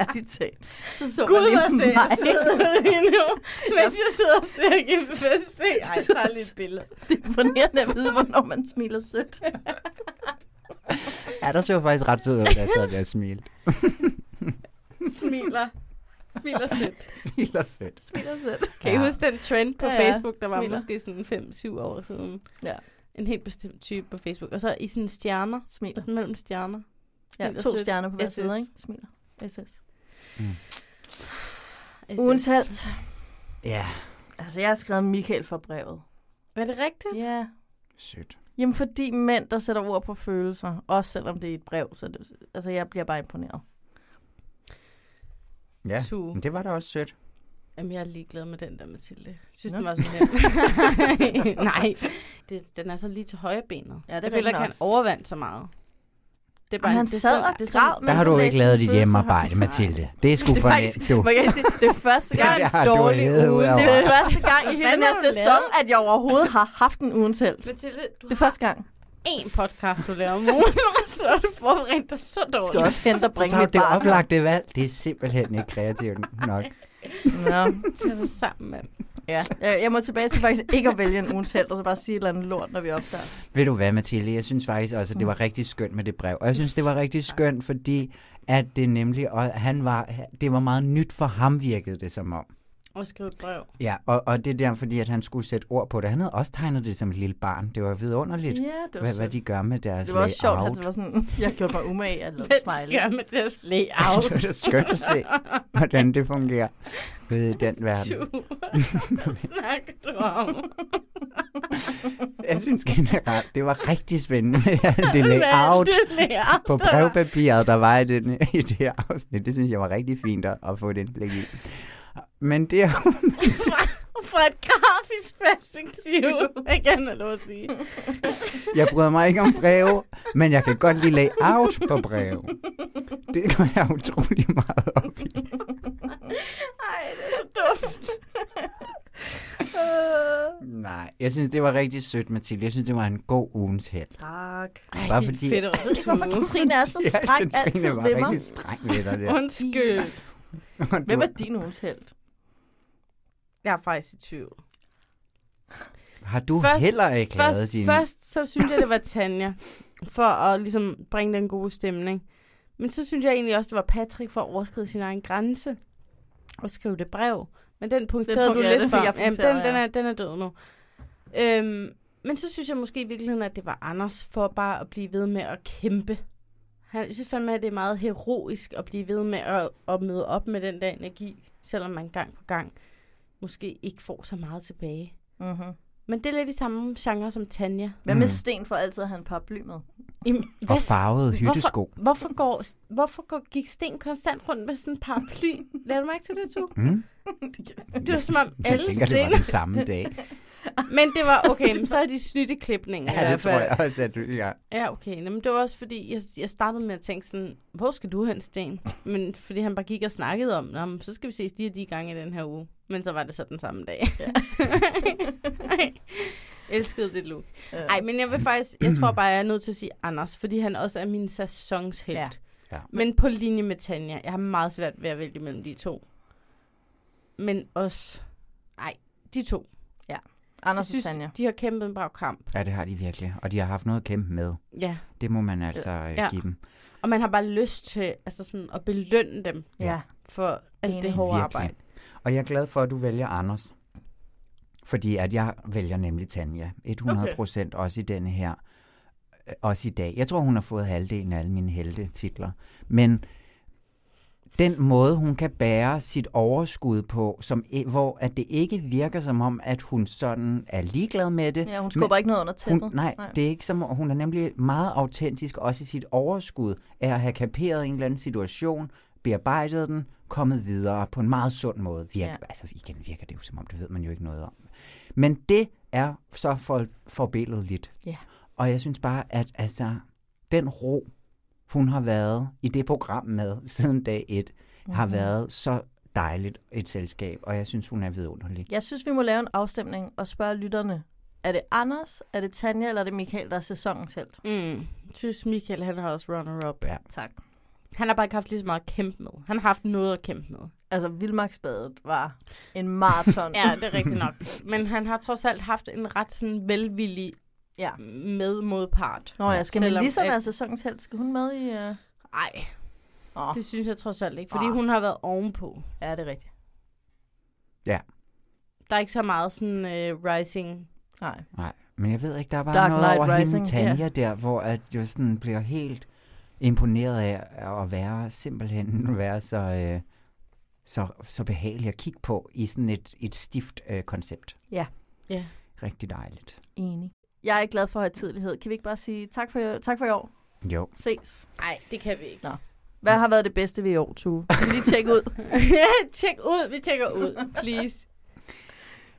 Speaker 13: Ærligt talt. Så så
Speaker 1: Gud, hvor
Speaker 13: man
Speaker 1: ser
Speaker 13: lige mig.
Speaker 1: jeg sød ud lige nu, mens [laughs] jeg sidder og ser Kim Fest. Ej, der er lige et billede.
Speaker 13: Det er [laughs] imponerende at vide, hvornår man smiler sødt.
Speaker 12: Ja, der så jeg faktisk ret sød ud, da jeg sad der og smilte.
Speaker 1: Smiler. Smiler sødt.
Speaker 12: Smiler sødt.
Speaker 13: Smiler sødt.
Speaker 1: Kan I huske den trend på
Speaker 13: Ja,
Speaker 1: ja,
Speaker 13: ja,
Speaker 1: Facebook, der var
Speaker 13: smiler.
Speaker 1: måske sådan 5-7 år siden?
Speaker 13: Ja.
Speaker 1: En helt bestemt type på Facebook. Og så i sådan stjerner.
Speaker 13: Smiler.
Speaker 1: Sådan mellem stjerner.
Speaker 13: Ja,
Speaker 1: Smiler
Speaker 13: to
Speaker 1: sødt.
Speaker 13: stjerner på hver
Speaker 1: SS.
Speaker 13: side, ikke? Smiler. SS. Mm.
Speaker 1: SS.
Speaker 13: Ugens held.
Speaker 12: Ja,
Speaker 13: Altså, jeg har skrevet Michael fra brevet.
Speaker 1: Er det rigtigt?
Speaker 13: Ja.
Speaker 12: sødt.
Speaker 13: Jamen, fordi mænd, der sætter ord på følelser, også selvom det er et brev, så det, altså, jeg bliver bare imponeret.
Speaker 12: Ja,
Speaker 1: Su.
Speaker 12: men det var da også sødt.
Speaker 1: Jamen, jeg er ligeglad med den der, Mathilde. Jeg synes, Nå.
Speaker 13: Nå.
Speaker 1: den var så
Speaker 13: [laughs]
Speaker 1: nem. Nej, det, den er så lige til højre benet.
Speaker 13: Ja, det er
Speaker 1: jeg føler
Speaker 13: rigtig
Speaker 1: ikke, han
Speaker 13: nok.
Speaker 1: overvandt så meget. Det er
Speaker 13: Jamen, han
Speaker 1: det er
Speaker 13: sad
Speaker 1: sådan-
Speaker 13: og
Speaker 1: det er sådan-
Speaker 13: græd, mens
Speaker 12: Der har
Speaker 13: han
Speaker 12: du
Speaker 13: lagde
Speaker 12: ikke
Speaker 13: sine
Speaker 12: lavet dit
Speaker 13: følelser
Speaker 12: hjemmearbde,
Speaker 13: højt.
Speaker 12: Mathilde. Det er
Speaker 13: [laughs]
Speaker 12: sgu for nemt, du.
Speaker 13: Man kan sige, det er
Speaker 12: [laughs]
Speaker 13: første gang,
Speaker 12: Det
Speaker 13: det
Speaker 12: har du
Speaker 1: dårlig
Speaker 12: ædet ud
Speaker 1: uge.
Speaker 12: af
Speaker 13: er
Speaker 12: mig.
Speaker 13: første gang i hele
Speaker 1: Hvad
Speaker 13: den her
Speaker 1: har du
Speaker 13: sæson, at jeg overhovedet har haft en ugens held.
Speaker 1: Mathilde, du
Speaker 13: Det er
Speaker 1: har
Speaker 13: første gang.
Speaker 1: én podcast, du laver om ugen, [laughs] og så har du forberedt dig så
Speaker 13: Jeg
Speaker 1: dårligt.
Speaker 13: skal også hente og
Speaker 12: Så
Speaker 13: bringe
Speaker 12: tager du
Speaker 13: mit
Speaker 12: det
Speaker 13: barn.
Speaker 12: oplagte valg. Det er simpelthen ikke kreativt nok.
Speaker 13: Nå,
Speaker 1: tage dig sammen, mand.
Speaker 13: ja. jeg, jeg må tilbage til faktisk ikke at vælge en ugens held, og så bare sige et eller andet lort, når vi optager.
Speaker 12: Ved du hvad, Mathilde? Jeg synes faktisk også, at det var rigtig skønt med det brev. Og jeg synes, det var rigtig skønt, fordi at det nemlig, og han var, det var meget nyt for ham, virkede det som om.
Speaker 1: Og skrive et brev.
Speaker 12: Ja, og, og det er der, fordi at han skulle sætte ord på det. Han havde også tegnet det som et lille barn. Det var vidunderligt,
Speaker 13: Ja, det var
Speaker 12: hvad, hvad
Speaker 13: sødt.
Speaker 12: de gør med deres
Speaker 13: Det var også sjovt, at
Speaker 12: layout.
Speaker 13: det var sådan, [laughs] jeg gjorde mig umage at lave
Speaker 1: Hvad
Speaker 13: smiley.
Speaker 1: gør
Speaker 13: [laughs]
Speaker 1: med deres layout?
Speaker 12: [laughs] det var da skønt at se, hvordan det fungerer ude i
Speaker 13: [laughs]
Speaker 12: den verden.
Speaker 1: Su, [laughs] Hvad snakker du om?
Speaker 12: Jeg synes generelt, det var rigtig spændende
Speaker 13: [laughs]
Speaker 12: med alt det layout
Speaker 1: Hvad er det layout?
Speaker 12: på brevpapiret, der var i, den, i det her afsnit. Det synes jeg var rigtig fint at, at få et indblik i. Men det er
Speaker 1: Fra et grafisk perspektiv, jeg kan have lov at sige.
Speaker 12: Jeg bryder mig ikke om breve, men jeg kan godt lide layout på breve. Det går jeg utrolig meget op i.
Speaker 1: Ej, det er så
Speaker 12: [laughs]
Speaker 1: dumt. Øh.
Speaker 12: Nej, jeg synes, det var rigtig sødt, Mathilde. Jeg synes, det var en god ugens held.
Speaker 13: Tak.
Speaker 1: Ej,
Speaker 12: Bare
Speaker 1: det er
Speaker 12: fordi-
Speaker 1: fedt at
Speaker 13: Jeg ved ikke, hvorfor Katrine er så streng
Speaker 12: ja, Katrine
Speaker 13: altid
Speaker 12: var
Speaker 13: ved mig.
Speaker 12: rigtig streng ved dig der.
Speaker 1: Undskyld.
Speaker 12: Og
Speaker 13: Hvem
Speaker 12: du-
Speaker 13: er din ugens held?
Speaker 1: Jeg er faktisk i tvivl.
Speaker 12: Har du heller ikke
Speaker 1: først,
Speaker 12: lavet din...
Speaker 1: Først så synes jeg, det var Tanja, for at ligesom bringe den gode stemning. Men så synes jeg egentlig også, det var Patrick for at overskride sin egen grænse og skrive det brev. Men den punkterede du
Speaker 13: punkterede
Speaker 1: lidt
Speaker 13: det,
Speaker 1: for.
Speaker 13: fik jeg
Speaker 1: Jamen, den,
Speaker 13: punkteret,
Speaker 1: den,
Speaker 13: ja.
Speaker 1: er, den er død nu. Øhm, men så synes jeg måske i virkeligheden, at det var Anders for bare at blive ved med at kæmpe. Han jeg synes fandme, at det er meget heroisk at blive ved med at, at møde op med den der energi, selvom man gang på gang måske ikke får så meget tilbage.
Speaker 13: Mm-hmm.
Speaker 1: Men det er lidt i samme genre som Tanja.
Speaker 13: Hvad
Speaker 12: Mm.
Speaker 13: med Sten for altid at have en paraply
Speaker 12: [laughs]
Speaker 13: med?
Speaker 1: Jamen,
Speaker 12: Og
Speaker 1: hvad s-
Speaker 12: farvede hyttesko.
Speaker 1: Hvorfor, hvorfor, går, hvorfor går, gik Sten konstant rundt med sådan en paraply? Lad du mærke til det, du?
Speaker 12: Mm.
Speaker 1: Det var som om
Speaker 12: Jeg
Speaker 1: alle
Speaker 12: tænker, det var
Speaker 1: Sten-
Speaker 12: den samme dag.
Speaker 1: Men det var okay, men så er de snytte klipninger.
Speaker 12: Ja, det tror jeg også, at du... Ja.
Speaker 1: Ja, okay. Nå, Men det var også fordi, jeg, jeg startede med at tænke sådan, hvor skal du hen, Sten? Men fordi han bare gik og snakkede om, Nå, men så skal vi ses de og de gange i den her uge. Men så var det så den samme dag. [laughs] Ja. Elskede det look.
Speaker 13: Ja.
Speaker 1: Nej, men jeg vil faktisk, jeg tror bare, jeg er nødt til at sige Anders, fordi han også er min sæsonshelt.
Speaker 13: Ja.
Speaker 12: Ja.
Speaker 1: Men på linje med Tanja, jeg har meget svært ved at vælge mellem de to. Men også, nej, de to.
Speaker 13: Ja. Anders og
Speaker 1: jeg synes,
Speaker 13: Tanja.
Speaker 1: de har kæmpet en brav kamp.
Speaker 12: ja, det har de virkelig. Og de har haft noget at kæmpe med.
Speaker 1: Ja.
Speaker 12: Det må man altså øh,
Speaker 1: Ja.
Speaker 12: give dem.
Speaker 1: Og man har bare lyst til altså sådan, at belønne dem
Speaker 12: Ja.
Speaker 1: for alt det
Speaker 13: Enig.
Speaker 1: hårde
Speaker 12: Virkelig.
Speaker 1: arbejde.
Speaker 12: Og jeg er glad for, at du vælger Anders. Fordi at jeg vælger nemlig Tanja. 100 procent okay. også i denne her. øh, Også i dag. Jeg tror, hun har fået halvdelen af alle mine heldetitler. Men den måde, hun kan bære sit overskud på, som, i- hvor at det ikke virker som om, at hun sådan er ligeglad med det.
Speaker 13: Ja, hun skubber ikke noget under tæppet.
Speaker 12: Hun, nej,
Speaker 13: Nej.
Speaker 12: nej, det er ikke som, hun er nemlig meget autentisk, også i sit overskud, af at have kaperet en eller anden situation, bearbejdet den, kommet videre på en meget sund måde. Virker,
Speaker 13: Ja.
Speaker 12: ja. Altså igen virker det jo som om, det ved man jo ikke noget om. Men det er så for, forbilledeligt.
Speaker 13: Ja.
Speaker 12: Og jeg synes bare, at altså, den ro, hun har været i det program med siden dag 1, mm-hmm. har
Speaker 13: Mhm.
Speaker 12: været så dejligt et selskab, og jeg synes, hun er vidunderlig.
Speaker 13: Jeg synes, vi må lave en afstemning og spørge lytterne. Er det Anders, er det Tanja, eller er det Michael, der er sæsonens held?
Speaker 1: Mm. Synes Michael, han har også runner-up.
Speaker 12: Ja.
Speaker 13: Tak.
Speaker 1: Han har bare ikke haft lige så meget at kæmpe med. Han har haft noget at kæmpe med.
Speaker 13: Altså, Vildmarksbadet var en maraton.
Speaker 1: [laughs] Ja, det er rigtigt nok. Men han har trods alt haft en ret sådan velvillig
Speaker 13: ja.
Speaker 1: medmodpart.
Speaker 13: Nå, jeg skal
Speaker 1: Selvom
Speaker 13: Melissa
Speaker 1: at-
Speaker 13: være sæsonens held? Skal hun med i... Uh...
Speaker 1: Ej.
Speaker 13: Oh.
Speaker 1: Det synes jeg trods alt ikke, fordi
Speaker 13: Ah.
Speaker 1: hun har været ovenpå.
Speaker 13: Ja, det er rigtigt.
Speaker 12: Ja,
Speaker 1: Der er ikke så meget sådan uh, rising.
Speaker 13: Nej.
Speaker 12: Nej, men jeg ved ikke, der var
Speaker 1: Dark
Speaker 12: Dark noget
Speaker 1: Knight
Speaker 12: over
Speaker 1: Rising,
Speaker 12: hende Tanja
Speaker 1: ja.
Speaker 12: der, hvor at jeg sådan bliver helt imponeret af at være simpelthen [laughs] være så, øh, så, så behagelig at kigge på i sådan et, et stift øh, koncept.
Speaker 13: Ja.
Speaker 1: Ja.
Speaker 12: Rigtig dejligt.
Speaker 13: Enig. Jeg er glad for højtidlighed. Kan vi ikke bare sige tak for, tak for i år?
Speaker 12: Jo.
Speaker 13: Ses.
Speaker 1: Nej, det kan vi ikke.
Speaker 13: Nå. Hvad har været det bedste ved i år, Tue? Kan vi lige tjekke
Speaker 1: [laughs]
Speaker 13: ud?
Speaker 1: ja, [laughs] tjek ud. Vi tjekker ud. Please.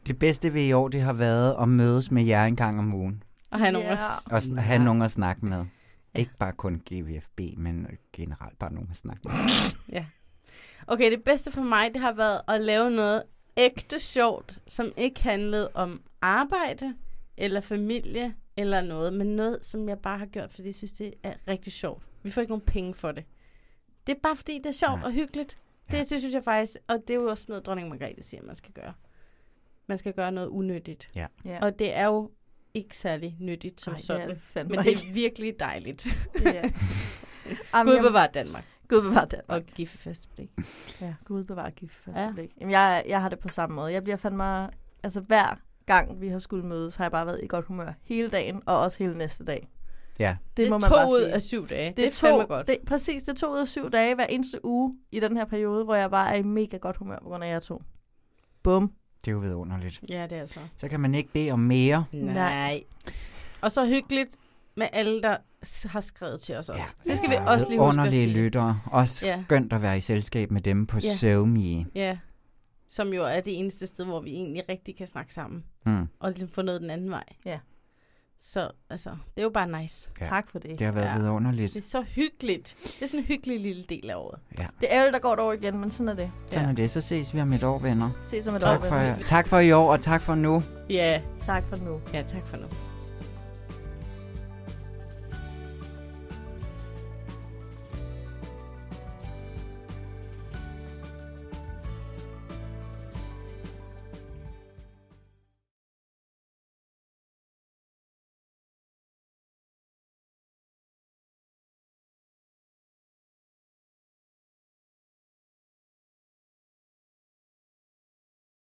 Speaker 12: Det bedste ved i år, det har været at mødes med jer en gang om ugen.
Speaker 1: [laughs] Og han yeah.
Speaker 12: Og sn- have nogen at snakke med. Ikke bare kun GVFB, men generelt bare nogen at snakke
Speaker 1: [laughs]
Speaker 12: med.
Speaker 1: Ja. Okay, det bedste for mig, det har været at lave noget ægte sjovt, som ikke handlede om arbejde, eller familie, eller noget, men noget, som jeg bare har gjort, fordi jeg synes, det er rigtig sjovt. Vi får ikke nogen penge for det. Det er bare fordi, det er sjovt og hyggeligt. Det, det synes jeg faktisk, og det er jo også noget, dronning Margrethe siger, man skal gøre. Man skal gøre noget unyttigt.
Speaker 12: Ja.
Speaker 13: Ja.
Speaker 1: Og det er jo ikke særlig nyttigt som
Speaker 13: Ej, det er
Speaker 1: sådan.
Speaker 13: det fandme
Speaker 1: men det er
Speaker 13: ikke.
Speaker 1: virkelig dejligt.
Speaker 13: Ja. Jamen,
Speaker 1: Gud
Speaker 13: jeg-
Speaker 1: bevare Danmark.
Speaker 13: Gud bevare Danmark.
Speaker 1: Og gift fast blik.
Speaker 13: Ja, Gud bevarer gift første
Speaker 1: Ja.
Speaker 13: ja. blik. Jamen, jeg, jeg har det på samme måde. Jeg bliver fandme... Altså, hver gang vi har skulle mødes, har jeg bare været i godt humør hele dagen, og også hele næste dag.
Speaker 12: Ja.
Speaker 13: Det,
Speaker 1: Det er
Speaker 13: må man
Speaker 1: to
Speaker 13: bare
Speaker 1: ud
Speaker 13: sige.
Speaker 1: af syv dage.
Speaker 13: Det,
Speaker 1: Det
Speaker 13: er
Speaker 1: er fandme
Speaker 13: to,
Speaker 1: godt.
Speaker 13: Det, præcis, det er to ud af syv dage hver eneste uge i den her periode, hvor jeg bare er i mega godt humør på grund af jer to. Bum.
Speaker 12: Det er jo vidunderligt.
Speaker 1: Ja, det er så.
Speaker 12: Så kan man ikke bede om mere.
Speaker 1: Nej. Og så hyggeligt med alle, der s- har skrevet til os også. Ja, det skal vi
Speaker 12: Ja,
Speaker 1: også lige huske at
Speaker 12: underlige
Speaker 1: sige.
Speaker 12: lyttere. Også
Speaker 1: Ja.
Speaker 12: skønt at være i selskab med dem på
Speaker 1: Ja.
Speaker 12: ja. SoMe.
Speaker 1: Ja. Som jo er det eneste sted, hvor vi egentlig rigtig kan snakke sammen.
Speaker 12: Mm.
Speaker 1: Og ligesom få noget den anden vej.
Speaker 13: Ja.
Speaker 1: Så altså, det er jo bare nice.
Speaker 12: Ja. Tak for det. Det har været vidunderligt.
Speaker 1: Det er så hyggeligt. Det er sådan en hyggelig lille del af året.
Speaker 12: Ja.
Speaker 13: Det er ærgerligt, der går et år igen, men sådan er det.
Speaker 12: Sådan er det. Så ses vi om et år, venner.
Speaker 13: Ses om et år,
Speaker 12: tak
Speaker 13: venner.
Speaker 12: For, tak for i år, og tak for nu.
Speaker 1: Ja.
Speaker 13: Tak for nu.
Speaker 1: Ja, tak for nu.